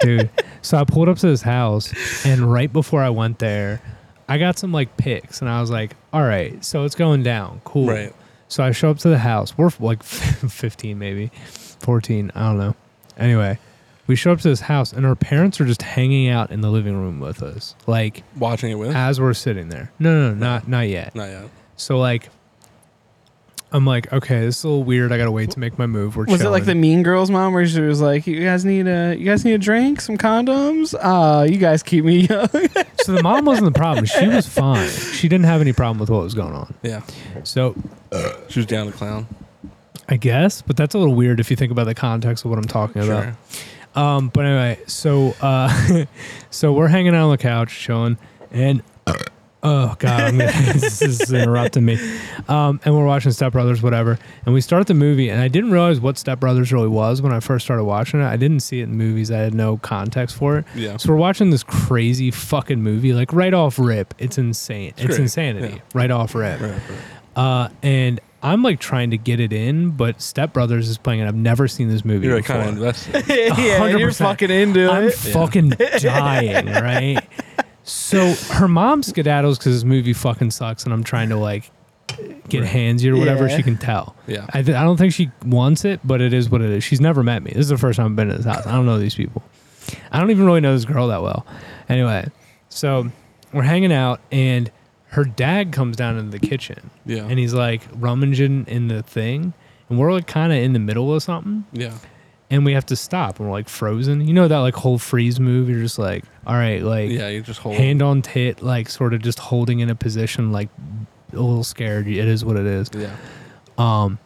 Speaker 2: dude. So I pulled up to this house, and right before I went there, I got some like pics, and I was like, "All right, so it's going down, cool."
Speaker 3: Right.
Speaker 2: So I show up to the house. We're like fifteen, maybe fourteen. I don't know. Anyway, we show up to this house, and our parents are just hanging out in the living room with us, like
Speaker 3: Watching it with?
Speaker 2: as we're sitting there. No, no, no not not yet.
Speaker 3: Not yet.
Speaker 2: So like. I'm like, okay, this is a little weird. I gotta wait to make my move. We're
Speaker 1: was it like the
Speaker 2: chilling.
Speaker 1: Mean Girls mom where she was like, "You guys need a, you guys need a drink, some condoms. Uh, you guys keep me young."
Speaker 2: so the mom wasn't the problem. She was fine. She didn't have any problem with what was going on.
Speaker 3: Yeah.
Speaker 2: So
Speaker 3: She was down to clown.
Speaker 2: I guess, but that's a little weird if you think about the context of what I'm talking about.
Speaker 3: Sure.
Speaker 2: Um, but anyway, so uh, so we're hanging out on the couch, chilling, and oh god, I'm gonna, this is interrupting me. Um, and we're watching Step Brothers, whatever, and we start the movie, and I didn't realize what Step Brothers really was when I first started watching it. I didn't see it in movies. I had no context for it.
Speaker 3: Yeah.
Speaker 2: So we're watching this crazy fucking movie, like right off rip. It's insane. It's,
Speaker 3: great.
Speaker 2: insanity.
Speaker 3: Yeah.
Speaker 2: Right off rip.
Speaker 3: Right, right.
Speaker 2: Uh, and I'm like trying to get it in, but Step Brothers is playing it. I've never seen this movie
Speaker 3: You're like,
Speaker 2: before.
Speaker 3: kind of invested.
Speaker 1: yeah, and you're
Speaker 2: 100%.
Speaker 1: fucking into
Speaker 2: I'm
Speaker 1: it.
Speaker 2: fucking dying, right? So her mom skedaddles because this movie fucking sucks, and I'm trying to like get handsy or whatever.
Speaker 1: Yeah.
Speaker 2: She can tell.
Speaker 3: Yeah.
Speaker 2: I, th- I don't think she wants it, but it is what it is. She's never met me. This is the first time I've been to this house. I don't know these people. I don't even really know this girl that well. Anyway, so we're hanging out, and her dad comes down into the kitchen,
Speaker 3: Yeah.
Speaker 2: and he's like rummaging in the thing, and we're like kind of in the middle of something
Speaker 3: yeah.
Speaker 2: and we have to stop and we're like frozen you know that like whole freeze move you're just like all right like
Speaker 3: Yeah. You just hold.
Speaker 2: hand on tit like sort of just holding in a position like a little scared it is what it is
Speaker 3: Yeah.
Speaker 2: um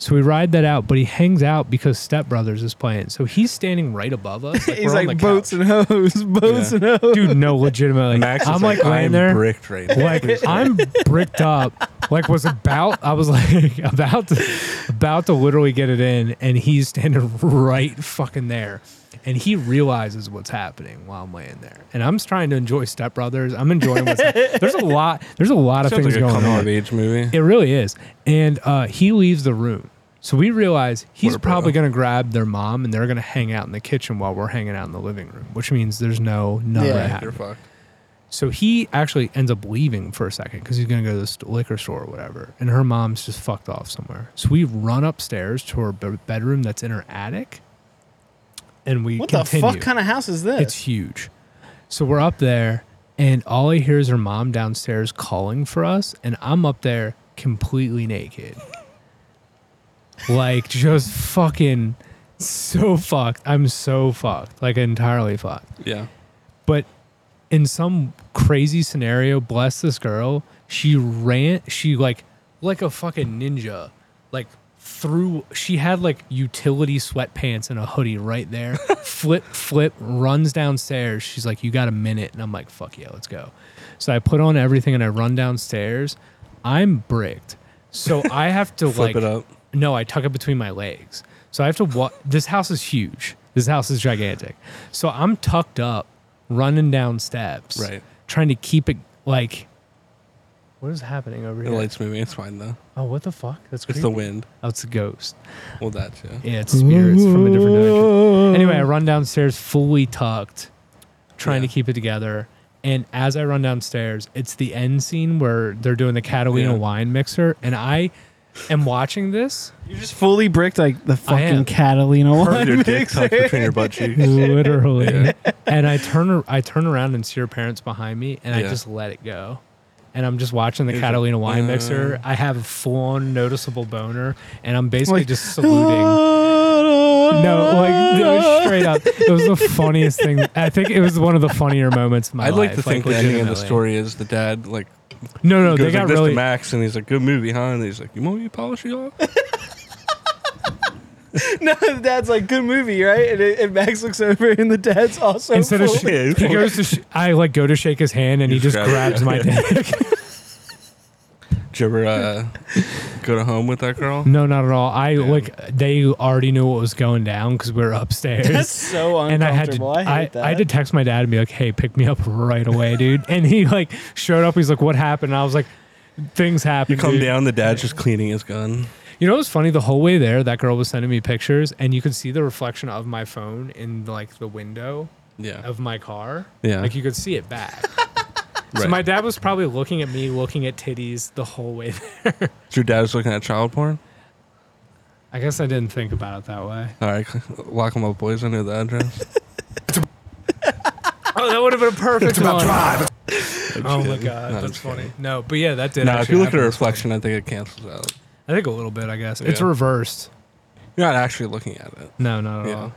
Speaker 2: so we ride that out but he hangs out because step brothers is playing so he's standing right above us like,
Speaker 1: He's
Speaker 2: we're on
Speaker 1: like
Speaker 2: the
Speaker 1: boats
Speaker 2: couch.
Speaker 1: and hoes, boats
Speaker 3: Yeah.
Speaker 1: and hoes.
Speaker 2: dude no legitimately
Speaker 3: Max is
Speaker 2: i'm like, laying
Speaker 3: I'm
Speaker 2: there
Speaker 3: bricked right now.
Speaker 2: like I'm bricked up. Like was about I was like about to about to literally get it in and he's standing right fucking there. And he realizes what's happening while I'm laying there. And I'm just trying to enjoy Step Brothers. I'm enjoying what's there's a lot there's a lot of
Speaker 3: Sounds
Speaker 2: things
Speaker 3: like a
Speaker 2: going
Speaker 3: coming of
Speaker 2: on.
Speaker 3: age movie.
Speaker 2: It really is. And uh, he leaves the room. So we realize he's
Speaker 3: What a bro.
Speaker 2: probably going to grab their mom and they're going to hang out in the kitchen while we're hanging out in the living room, which means there's no none of
Speaker 1: Yeah.
Speaker 2: that
Speaker 1: You're
Speaker 2: happening.
Speaker 3: You're fucked.
Speaker 2: So he actually ends up leaving for a second because he's going to go to the st- liquor store or whatever. And her mom's just fucked off somewhere. So we run upstairs to her be- bedroom that's in her attic. And we
Speaker 1: What
Speaker 2: continue.
Speaker 1: the fuck kind of house is this?
Speaker 2: It's huge. So we're up there, and all I hear is her mom downstairs calling for us, and I'm up there completely naked. like, just fucking so fucked. I'm so fucked. Like, entirely fucked
Speaker 3: Yeah.
Speaker 2: but in some crazy scenario, bless this girl, she ran, she like, like a fucking ninja, like through, she had like utility sweatpants and a hoodie right there, flip, flip, runs downstairs. She's like, you got a minute. And I'm like, fuck yeah, let's go. So I put on everything and I run downstairs. I'm bricked. So I have to
Speaker 3: Flip
Speaker 2: like,
Speaker 3: it up.
Speaker 2: no, I tuck it between my legs. So I have to walk. This house is huge. This house is gigantic. So I'm tucked up, running down steps,
Speaker 3: Right.
Speaker 2: Trying to keep it like. What is happening over
Speaker 3: The
Speaker 2: here?
Speaker 3: light's moving. It's fine though.
Speaker 2: oh, what the fuck? That's
Speaker 3: It's
Speaker 2: creepy.
Speaker 3: the wind.
Speaker 2: Oh, it's a ghost.
Speaker 3: Well, that yeah.
Speaker 2: Yeah, it's spirits from a different dimension. Anyway, I run downstairs fully tucked, trying
Speaker 3: Yeah.
Speaker 2: to keep it together, And as I run downstairs, it's the end scene where they're doing the Catalina
Speaker 3: Yeah.
Speaker 2: wine mixer, and I am watching this
Speaker 1: You're just fully bricked like the fucking
Speaker 2: am.
Speaker 1: Catalina
Speaker 3: With
Speaker 1: one.
Speaker 3: your dick tucked between your butt cheeks.
Speaker 2: literally, and I turn ar- I turn around and see her parents behind me, and I
Speaker 3: Yeah.
Speaker 2: just let it go. And I'm just watching the
Speaker 3: You're
Speaker 2: Catalina
Speaker 3: just,
Speaker 2: wine
Speaker 3: uh,
Speaker 2: mixer. I have a full on noticeable boner, and I'm basically
Speaker 1: Like,
Speaker 2: just saluting. No, like no, straight up, it was the funniest thing. I think it was one of the funnier moments. Of my
Speaker 3: I'd like to
Speaker 2: life,
Speaker 3: think the ending of the
Speaker 2: legitimately.
Speaker 3: story is the dad like
Speaker 2: No, no,
Speaker 3: goes
Speaker 2: Oh, they
Speaker 3: like
Speaker 2: got
Speaker 3: this
Speaker 2: really.
Speaker 3: to Max and he's like, "Good movie, huh?" And he's like, "You want me to polish you off?"
Speaker 1: No, the dad's like, good movie, right? And, it- and Max looks over, and the dad's also.
Speaker 2: Instead of
Speaker 3: Oh,
Speaker 1: full-
Speaker 2: sh- he goes to, sh- I like go to shake his hand, and
Speaker 3: You
Speaker 2: he just
Speaker 3: grab it.
Speaker 2: grabs my dick.
Speaker 3: Did you ever uh, go to home with that girl?
Speaker 2: No, not at all. I like they already knew what was going down because we were upstairs.
Speaker 1: that's so
Speaker 2: and I had to,
Speaker 1: uncomfortable. I, hate
Speaker 2: I,
Speaker 1: that.
Speaker 2: I had to text my dad and be like, "Hey, pick me up right away, dude." And he like showed up. He's like, "What happened?" And I was like, "Things
Speaker 3: You
Speaker 2: happened."
Speaker 3: come
Speaker 2: dude."
Speaker 3: down, the dad's just cleaning his gun.
Speaker 2: You know what's funny? The whole way there, that girl was sending me pictures, and you could see the reflection of my phone in like the window
Speaker 3: Yeah,
Speaker 2: of my car.
Speaker 3: yeah.
Speaker 2: Like you could see it back.
Speaker 3: right.
Speaker 2: So my dad was probably looking at me, looking at titties the whole way there.
Speaker 3: So your dad was looking at child porn.
Speaker 2: I guess I didn't think about it that way.
Speaker 3: All right, lock them up, boys. I know the address.
Speaker 2: Oh, that would have been a perfect one. Oh my
Speaker 3: kidding.
Speaker 2: god,
Speaker 3: No, I'm
Speaker 2: that's
Speaker 3: just
Speaker 2: funny.
Speaker 3: kidding.
Speaker 2: No, but yeah, that did.
Speaker 3: Now, if
Speaker 2: actually
Speaker 3: you look at a
Speaker 2: happen.
Speaker 3: reflection, I think it cancels out.
Speaker 2: I think a little bit. I guess it's
Speaker 3: Yeah.
Speaker 2: reversed.
Speaker 3: You're not actually looking at it.
Speaker 2: No, not at
Speaker 3: Yeah.
Speaker 2: all.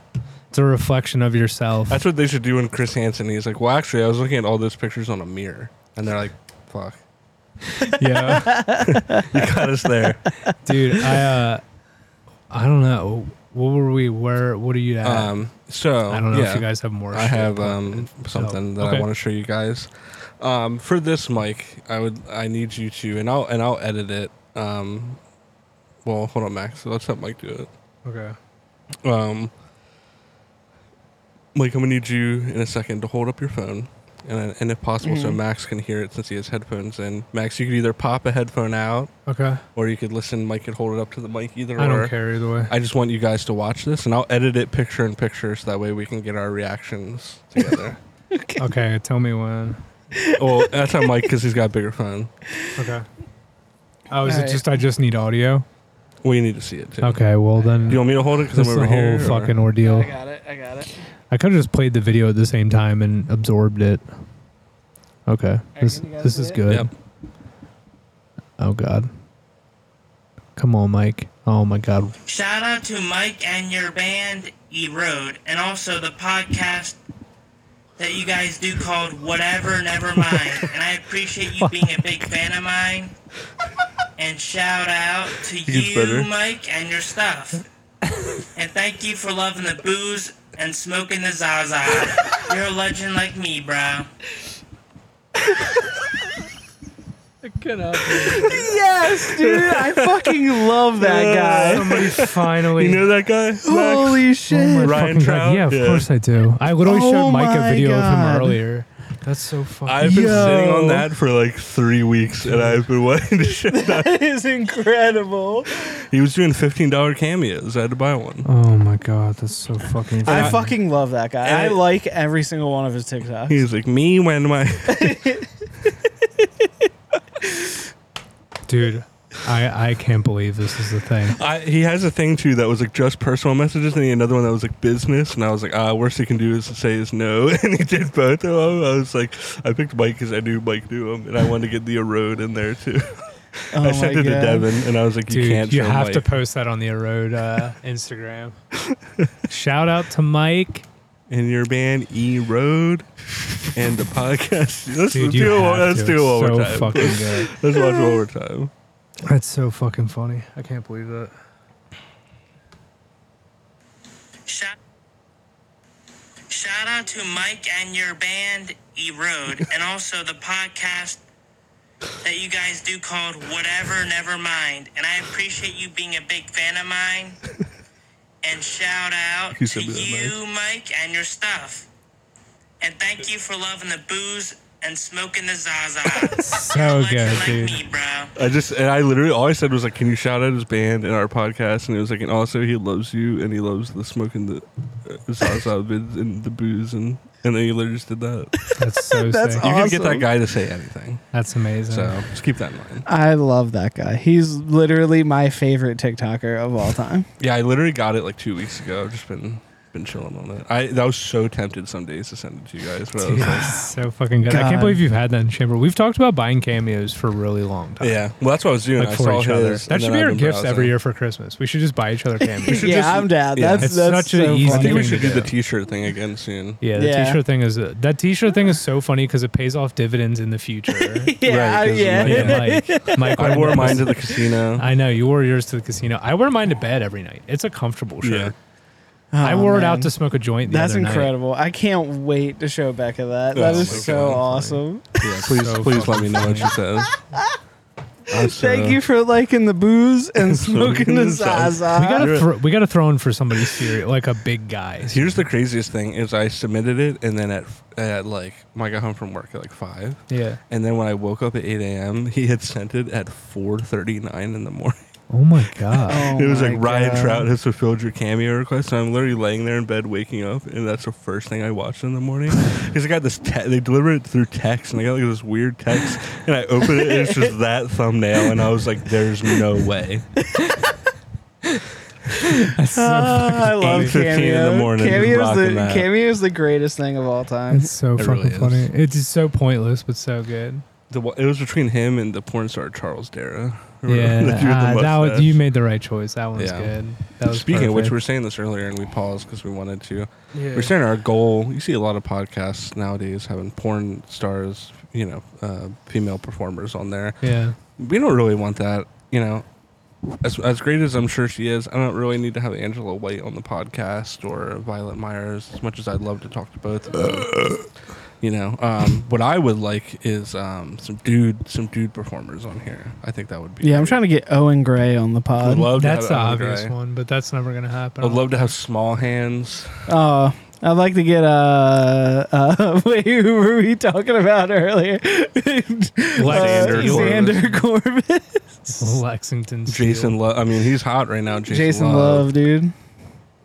Speaker 2: It's a reflection of yourself.
Speaker 3: That's what they should do in Chris Hansen. He's like, well, actually, I was looking at all those pictures on a mirror, and they're like, fuck,
Speaker 2: yeah,
Speaker 3: you got us there.
Speaker 2: dude. I uh, I don't know. What were we? Where? What are you at?
Speaker 3: Um, so
Speaker 2: I don't know
Speaker 3: yeah.
Speaker 2: if you guys have more.
Speaker 3: I
Speaker 2: shit,
Speaker 3: have
Speaker 2: but-
Speaker 3: um, something that
Speaker 2: okay.
Speaker 3: I want to show you guys. Um, for this mic, I would I need you to and I'll and I'll edit it. Um, well, hold on, Max. Let's have Mike do
Speaker 2: okay.
Speaker 3: it. Um, Mike, I'm gonna need you in a second to hold up your phone, and and if possible, so
Speaker 2: Mm-hmm.
Speaker 1: Mhm.
Speaker 3: Max can hear it since he has headphones in. Max, you could either pop a headphone out,
Speaker 2: Okay.
Speaker 3: or you could listen. Mike could hold it up to the mic either.
Speaker 2: I
Speaker 3: or
Speaker 2: don't care either way.
Speaker 3: I just want you guys to watch this, and I'll edit it picture in picture, so that way we can get our reactions together.
Speaker 2: Okay, tell me when.
Speaker 3: well, that's not Mike because he's got a bigger phone.
Speaker 2: Okay. Oh, is it
Speaker 1: Alright.
Speaker 2: just I just need audio?
Speaker 3: We need to see it too.
Speaker 2: Okay, well then.
Speaker 3: Do you want me to hold it because
Speaker 2: This
Speaker 3: I'm
Speaker 2: is the
Speaker 3: over
Speaker 2: whole
Speaker 3: here? or-
Speaker 2: fucking
Speaker 1: I
Speaker 2: ordeal.
Speaker 1: got it. I got it.
Speaker 2: I could have just played the video at the same time and absorbed it. Okay, this
Speaker 1: can you guys
Speaker 2: this
Speaker 1: see
Speaker 2: is
Speaker 1: it?
Speaker 2: good.
Speaker 3: Yep.
Speaker 2: Oh God, come on, Mike. Oh my God,
Speaker 4: Shout out to Mike and your band Erode, and also the podcast that you guys do called Whatever Never Mind. and I appreciate you being a big fan of mine. And shout out to
Speaker 3: gets
Speaker 4: you,
Speaker 3: better.
Speaker 4: Mike, and your stuff. and thank you for loving the booze and smoking the Zaza. You're a legend like me, bro.
Speaker 1: Yes, dude. I fucking love that guy.
Speaker 2: somebody finally.
Speaker 3: You know that guy? Max?
Speaker 1: Holy shit.
Speaker 3: Ryan
Speaker 2: Oh fucking
Speaker 3: Trout?
Speaker 2: God. Yeah, of
Speaker 3: Yeah.
Speaker 2: course I do. I literally
Speaker 1: Oh
Speaker 2: showed Mike
Speaker 1: my
Speaker 2: a video of
Speaker 1: God.
Speaker 2: him earlier. That's so fucking.
Speaker 3: I've been sitting
Speaker 1: Yo.
Speaker 3: on that for like three weeks, and I've been waiting to show that.
Speaker 1: That is incredible.
Speaker 3: He was doing fifteen dollar cameos. I had to buy one.
Speaker 2: oh my God, that's so fucking.
Speaker 1: I
Speaker 2: funny.
Speaker 1: fucking love that guy.
Speaker 3: And
Speaker 1: I
Speaker 3: it-
Speaker 1: like every single one of his TikToks.
Speaker 3: He's like me when my
Speaker 2: dude. I I can't believe this is the thing.
Speaker 3: I, he has a thing too that was like just personal messages, and he had another one that was like business. And I was like, ah, worst he can do is say is no, and he did both of them. I was like, I picked Mike because I knew Mike knew him, and I wanted to get the erode in there too.
Speaker 1: Oh
Speaker 3: I sent
Speaker 1: my
Speaker 3: it to
Speaker 1: God.
Speaker 3: Devin, and I was like, you
Speaker 2: Dude,
Speaker 3: can't.
Speaker 2: you
Speaker 3: show
Speaker 2: have to
Speaker 3: Mike.
Speaker 2: post that on the Erode uh, Instagram. Shout out to Mike.
Speaker 3: and your band E Road and the podcast. Let's
Speaker 2: Dude, you
Speaker 3: do it.
Speaker 2: have
Speaker 3: one- Let's
Speaker 2: to.
Speaker 3: do it one
Speaker 2: so
Speaker 3: more time.
Speaker 2: fucking good.
Speaker 3: Let's watch it one more time.
Speaker 2: That's so fucking funny. I can't believe that.
Speaker 4: Shout, shout out to Mike and your band Erode, and also the podcast that you guys do called Whatever Never Mind. And I appreciate you being a big fan of mine. And shout out
Speaker 3: You
Speaker 4: to
Speaker 3: said that, Mike.
Speaker 4: you, Mike, and your stuff. And thank you for loving the booze and smoking the Zaza.
Speaker 2: So good,
Speaker 4: like
Speaker 2: dude.
Speaker 4: me, bro.
Speaker 3: I just and I literally all I said was like, "Can you shout out his band and our podcast?" And it was like, "And also he loves you and he loves the smoking the uh, salsa and the booze and And then you literally just did that.
Speaker 2: That's so
Speaker 1: That's
Speaker 2: sick.
Speaker 3: You can get
Speaker 1: Awesome.
Speaker 3: that guy to say anything.
Speaker 2: That's amazing.
Speaker 3: So just keep that in mind.
Speaker 1: I love that guy. He's literally my favorite TikToker of all time.
Speaker 3: Yeah, I literally got it like two weeks ago. I've just been been chilling on it. I that was so tempted some days to send it to you guys, but I
Speaker 2: Dude,
Speaker 3: was like,
Speaker 2: that's so fucking good. I
Speaker 1: God.
Speaker 2: can't believe you've had that in chamber. We've talked about buying cameos for a really long time.
Speaker 3: yeah. Well, that's what I was doing.
Speaker 2: Like
Speaker 3: I
Speaker 2: for
Speaker 3: saw
Speaker 2: each other.
Speaker 3: his,
Speaker 2: That
Speaker 3: and
Speaker 2: should
Speaker 3: then
Speaker 2: be
Speaker 3: I've
Speaker 2: our
Speaker 3: been
Speaker 2: gifts
Speaker 3: browsing.
Speaker 2: every year for Christmas. We should just buy each other cameos.
Speaker 3: should
Speaker 1: yeah,
Speaker 3: just-
Speaker 1: I'm down.
Speaker 3: yeah.
Speaker 1: That's
Speaker 2: It's
Speaker 1: that's
Speaker 2: such an
Speaker 1: so
Speaker 2: easy
Speaker 3: I
Speaker 1: funny.
Speaker 3: think we
Speaker 2: thing
Speaker 3: should
Speaker 2: to
Speaker 3: do the
Speaker 2: do.
Speaker 3: T-shirt thing again soon.
Speaker 2: yeah, the
Speaker 1: Yeah.
Speaker 2: t-shirt thing is that t-shirt thing is so funny because it pays off dividends in the future.
Speaker 1: Yeah,
Speaker 3: Right, 'cause
Speaker 1: yeah.
Speaker 3: like-
Speaker 2: Like, Mike, Mike
Speaker 3: I
Speaker 2: went
Speaker 3: wore
Speaker 2: to-
Speaker 3: mine to the casino.
Speaker 2: I know you wore yours to the casino. I wear mine to bed every night. It's a comfortable shirt.
Speaker 3: Yeah.
Speaker 2: I
Speaker 1: Oh,
Speaker 2: wore it
Speaker 1: man.
Speaker 2: out to smoke a joint. The
Speaker 1: That's
Speaker 2: other night.
Speaker 1: incredible. I can't wait to show Becca that. That
Speaker 3: Oh
Speaker 1: is
Speaker 3: my
Speaker 1: so
Speaker 3: God.
Speaker 1: awesome.
Speaker 3: Yeah, please,
Speaker 2: So
Speaker 3: please let me know what she
Speaker 2: fucking
Speaker 3: says. I'm so-
Speaker 1: Thank you for liking the booze and smoking the Zaza.
Speaker 2: We gotta
Speaker 3: You're-
Speaker 2: throw, we gotta throw in for somebody serious, like a big guy.
Speaker 3: Here's the craziest thing: is I submitted it, and then at at like when I got home from work at like five,
Speaker 2: Yeah.
Speaker 3: and then when I woke up at eight a.m., he had sent it at four thirty nine in the morning.
Speaker 2: Oh my god.
Speaker 1: Oh
Speaker 3: it was
Speaker 1: my
Speaker 3: like Ryan
Speaker 1: God.
Speaker 3: Trout has fulfilled your cameo request. So I'm literally laying there in bed, waking up, and that's the first thing I watched in the morning. Because I got this, te- they deliver it through text, and I got like this weird text, and I open it, and it's just that thumbnail, and I was like, "There's no way."
Speaker 2: That's so
Speaker 1: Ah, I love
Speaker 3: 8:15 in the
Speaker 1: cameo.
Speaker 3: morning, just
Speaker 1: Cameo's
Speaker 3: rocking
Speaker 1: the
Speaker 3: that.
Speaker 1: cameo's the greatest thing of all time.
Speaker 2: It's so
Speaker 3: It
Speaker 2: fucking
Speaker 3: really is.
Speaker 2: funny. It's just so pointless, but so good.
Speaker 3: The, wa- it was between him and the porn star Charles Dara.
Speaker 2: Yeah,
Speaker 3: The dude with the
Speaker 2: ah, that was,
Speaker 3: mustache.
Speaker 2: you made the right choice. That one's
Speaker 3: Yeah.
Speaker 2: good. That was
Speaker 3: Speaking of which, we were
Speaker 2: perfect.
Speaker 3: saying this earlier, and we paused because we wanted to.
Speaker 2: yeah.
Speaker 3: We're saying our goal. You see a lot of podcasts nowadays having porn stars, you know, uh, female performers on there.
Speaker 2: yeah,
Speaker 3: we don't really want that, you know. As, as great as I'm sure she is, I don't really need to have Angela White on the podcast or Violet Myers as much as I'd love to talk to both. Of them. you know, um, what I would like is um, some dude, some dude performers on here. I think that would be.
Speaker 1: Yeah, I'm trying to get Owen Gray on the pod.
Speaker 3: I'd love to
Speaker 2: that's
Speaker 3: have
Speaker 2: the
Speaker 3: Adam
Speaker 2: obvious
Speaker 3: Gray.
Speaker 2: one, but that's never gonna happen.
Speaker 3: I'd love to have small hands.
Speaker 1: Oh, I'd like to get uh, uh wait, who were we talking about earlier?
Speaker 3: Xander
Speaker 1: Uh,
Speaker 3: Corvus.
Speaker 1: Xander Corbett,
Speaker 2: Lexington. Steel.
Speaker 3: Jason Love. I mean, he's hot right now. Jason,
Speaker 1: Jason
Speaker 3: Love.
Speaker 1: Love, dude.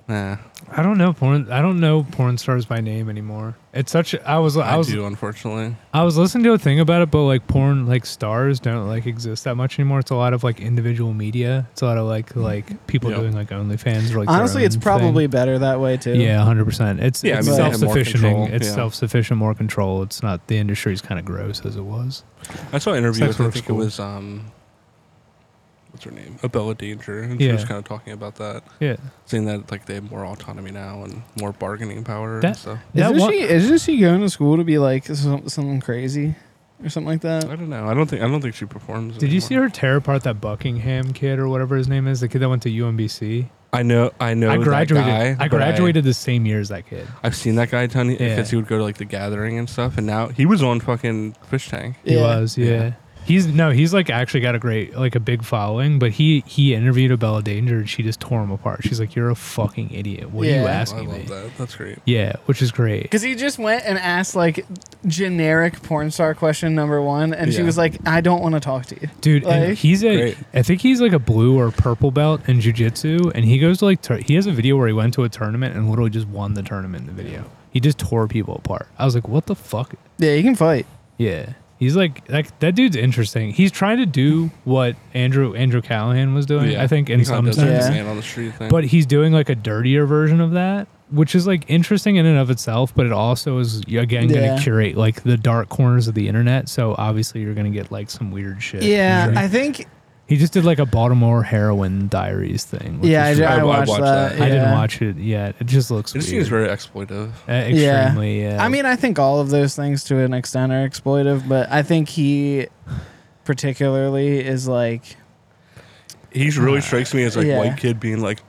Speaker 3: Nah,
Speaker 2: I don't know porn. I don't know porn stars by name anymore. It's such. a- I was. I,
Speaker 3: I,
Speaker 2: was.
Speaker 3: do, unfortunately.
Speaker 2: I was listening to a thing about it, but like porn, like stars don't like exist that much anymore. It's a lot of like individual media. It's a lot of like like people
Speaker 3: Hmm. Yeah.
Speaker 2: doing like OnlyFans. Or, like, their
Speaker 1: Honestly, it's
Speaker 2: own
Speaker 1: probably
Speaker 2: thing.
Speaker 1: better that way too.
Speaker 2: Yeah, hundred percent. It's,
Speaker 3: Yeah, I
Speaker 2: it's
Speaker 1: mean, they have
Speaker 2: self
Speaker 1: more
Speaker 2: sufficient.
Speaker 3: control,
Speaker 2: It's
Speaker 3: yeah.
Speaker 2: self sufficient, more control. It's not the industry's kind of gross as it was.
Speaker 3: I saw an interview
Speaker 2: Sex
Speaker 3: with, I
Speaker 2: work's
Speaker 3: think
Speaker 2: cool.
Speaker 3: it was, um, what's her name? Abella Danger. And she
Speaker 2: Yeah.
Speaker 3: was kind of talking about that.
Speaker 2: Yeah,
Speaker 3: Seeing that like they have more autonomy now and more bargaining power
Speaker 2: That-
Speaker 3: and stuff.
Speaker 2: That
Speaker 1: Isn't
Speaker 2: one-
Speaker 1: she isn't she going to school to be like some, something crazy or something like that?
Speaker 3: I don't know. I don't think I don't think she performs.
Speaker 2: Did you see
Speaker 3: anymore.
Speaker 2: her tear apart that Buckingham kid or whatever his name is? The kid that went to UMBC.
Speaker 3: I know. I know.
Speaker 2: I graduated.
Speaker 3: That guy,
Speaker 2: I
Speaker 3: but
Speaker 2: graduated the same year as that kid.
Speaker 3: I, have seen that guy a ton
Speaker 2: Yeah.
Speaker 3: because he would go to like the gathering and stuff, and now he was on fucking Fish Tank.
Speaker 2: He
Speaker 1: Yeah.
Speaker 2: was, yeah.
Speaker 3: Yeah.
Speaker 2: He's no, he's like actually got a great, like a big following. But he he interviewed Abella Danger and she just tore him apart. She's like, "You're a fucking idiot. What are you
Speaker 1: Yeah. I
Speaker 3: Oh, I
Speaker 2: asking
Speaker 3: love
Speaker 2: me?"
Speaker 3: that. That's great.
Speaker 2: Yeah, which is great.
Speaker 1: Because he just went and asked like generic porn star question number one, and she
Speaker 3: Yeah.
Speaker 1: was like, "I don't want to talk to you."
Speaker 2: dude and
Speaker 1: Like-
Speaker 2: he's a I
Speaker 3: Great.
Speaker 2: think he's like a blue or purple belt in jiu-jitsu and he goes to like tur- he has a video where he went to a tournament and literally just won the tournament in the video he just tore people apart i was like what the fuck
Speaker 1: Yeah, you can fight.
Speaker 2: yeah he's like like that dude's interesting he's trying to do what andrew andrew callahan was doing i think in
Speaker 3: He
Speaker 2: some
Speaker 3: kinda does
Speaker 2: sense
Speaker 3: that
Speaker 1: Yeah.
Speaker 3: man on the street thing.
Speaker 2: but he's doing like a dirtier version of that which is like interesting in and of itself but it also is again
Speaker 1: Yeah.
Speaker 2: gonna curate like the dark corners of the internet so obviously you're gonna get like some weird shit
Speaker 1: Yeah,
Speaker 2: Sure.
Speaker 1: I think.
Speaker 2: he just did like a Baltimore heroin diaries thing. which
Speaker 1: Yeah, I,
Speaker 2: is
Speaker 1: did-
Speaker 2: really-
Speaker 1: I
Speaker 3: I
Speaker 1: watched,
Speaker 3: watched
Speaker 1: that.
Speaker 3: that.
Speaker 2: I didn't
Speaker 1: yeah.
Speaker 2: watch it yet. It just looks.
Speaker 3: it
Speaker 2: weird.
Speaker 3: seems very exploitive.
Speaker 2: Uh, extremely. Yeah.
Speaker 1: I mean, I think all of those things to an extent are exploitive, but I think he particularly is like,
Speaker 3: He really strikes me as like
Speaker 1: Yeah.
Speaker 3: white kid being like,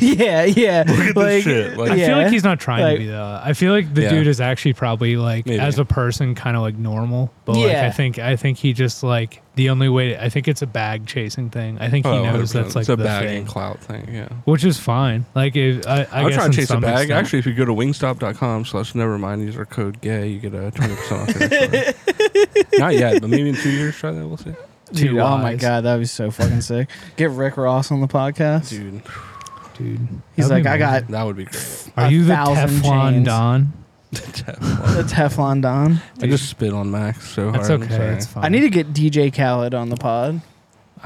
Speaker 1: yeah, yeah,
Speaker 3: Look at this shit, like-
Speaker 2: I feel like he's not trying
Speaker 1: Like-
Speaker 2: to be though. I feel like the
Speaker 3: Yeah.
Speaker 2: dude is actually probably like
Speaker 3: Maybe.
Speaker 2: as a person kind of like normal, but like
Speaker 1: Yeah.
Speaker 2: I think I think he just like the only way. I think it's a bag chasing thing. I think he
Speaker 3: oh,
Speaker 2: knows
Speaker 3: 100%.
Speaker 2: that's like
Speaker 3: it's a
Speaker 2: the
Speaker 3: bag
Speaker 2: thing,
Speaker 3: and clout thing. Yeah.
Speaker 2: which is fine. Like if I, I
Speaker 3: I am
Speaker 2: guess
Speaker 3: trying to
Speaker 2: in
Speaker 3: chase a
Speaker 2: some
Speaker 3: bag.
Speaker 2: extent-
Speaker 3: Actually, if you go to wingstop.com slash nevermind, use our code gay, you get a 20% off. your order. Not yet, but maybe in two years, try that. We'll see.
Speaker 1: Dude,
Speaker 2: Two
Speaker 1: oh my
Speaker 2: Ys.
Speaker 1: god, that'd be so fucking sick. Get Rick Ross on the podcast.
Speaker 3: Dude,
Speaker 2: dude,
Speaker 1: He's
Speaker 2: that'd
Speaker 1: like,
Speaker 2: be
Speaker 1: I got-
Speaker 2: amazing.
Speaker 3: that would be great.
Speaker 2: Are you the
Speaker 1: a thousand
Speaker 2: Teflon
Speaker 1: chains.
Speaker 2: Don?
Speaker 1: The Teflon Don.
Speaker 3: I just spit on Max so hard.
Speaker 2: That's
Speaker 3: I'm
Speaker 2: okay.
Speaker 3: sorry.
Speaker 2: It's fine.
Speaker 1: I need to get DJ Khaled on the pod.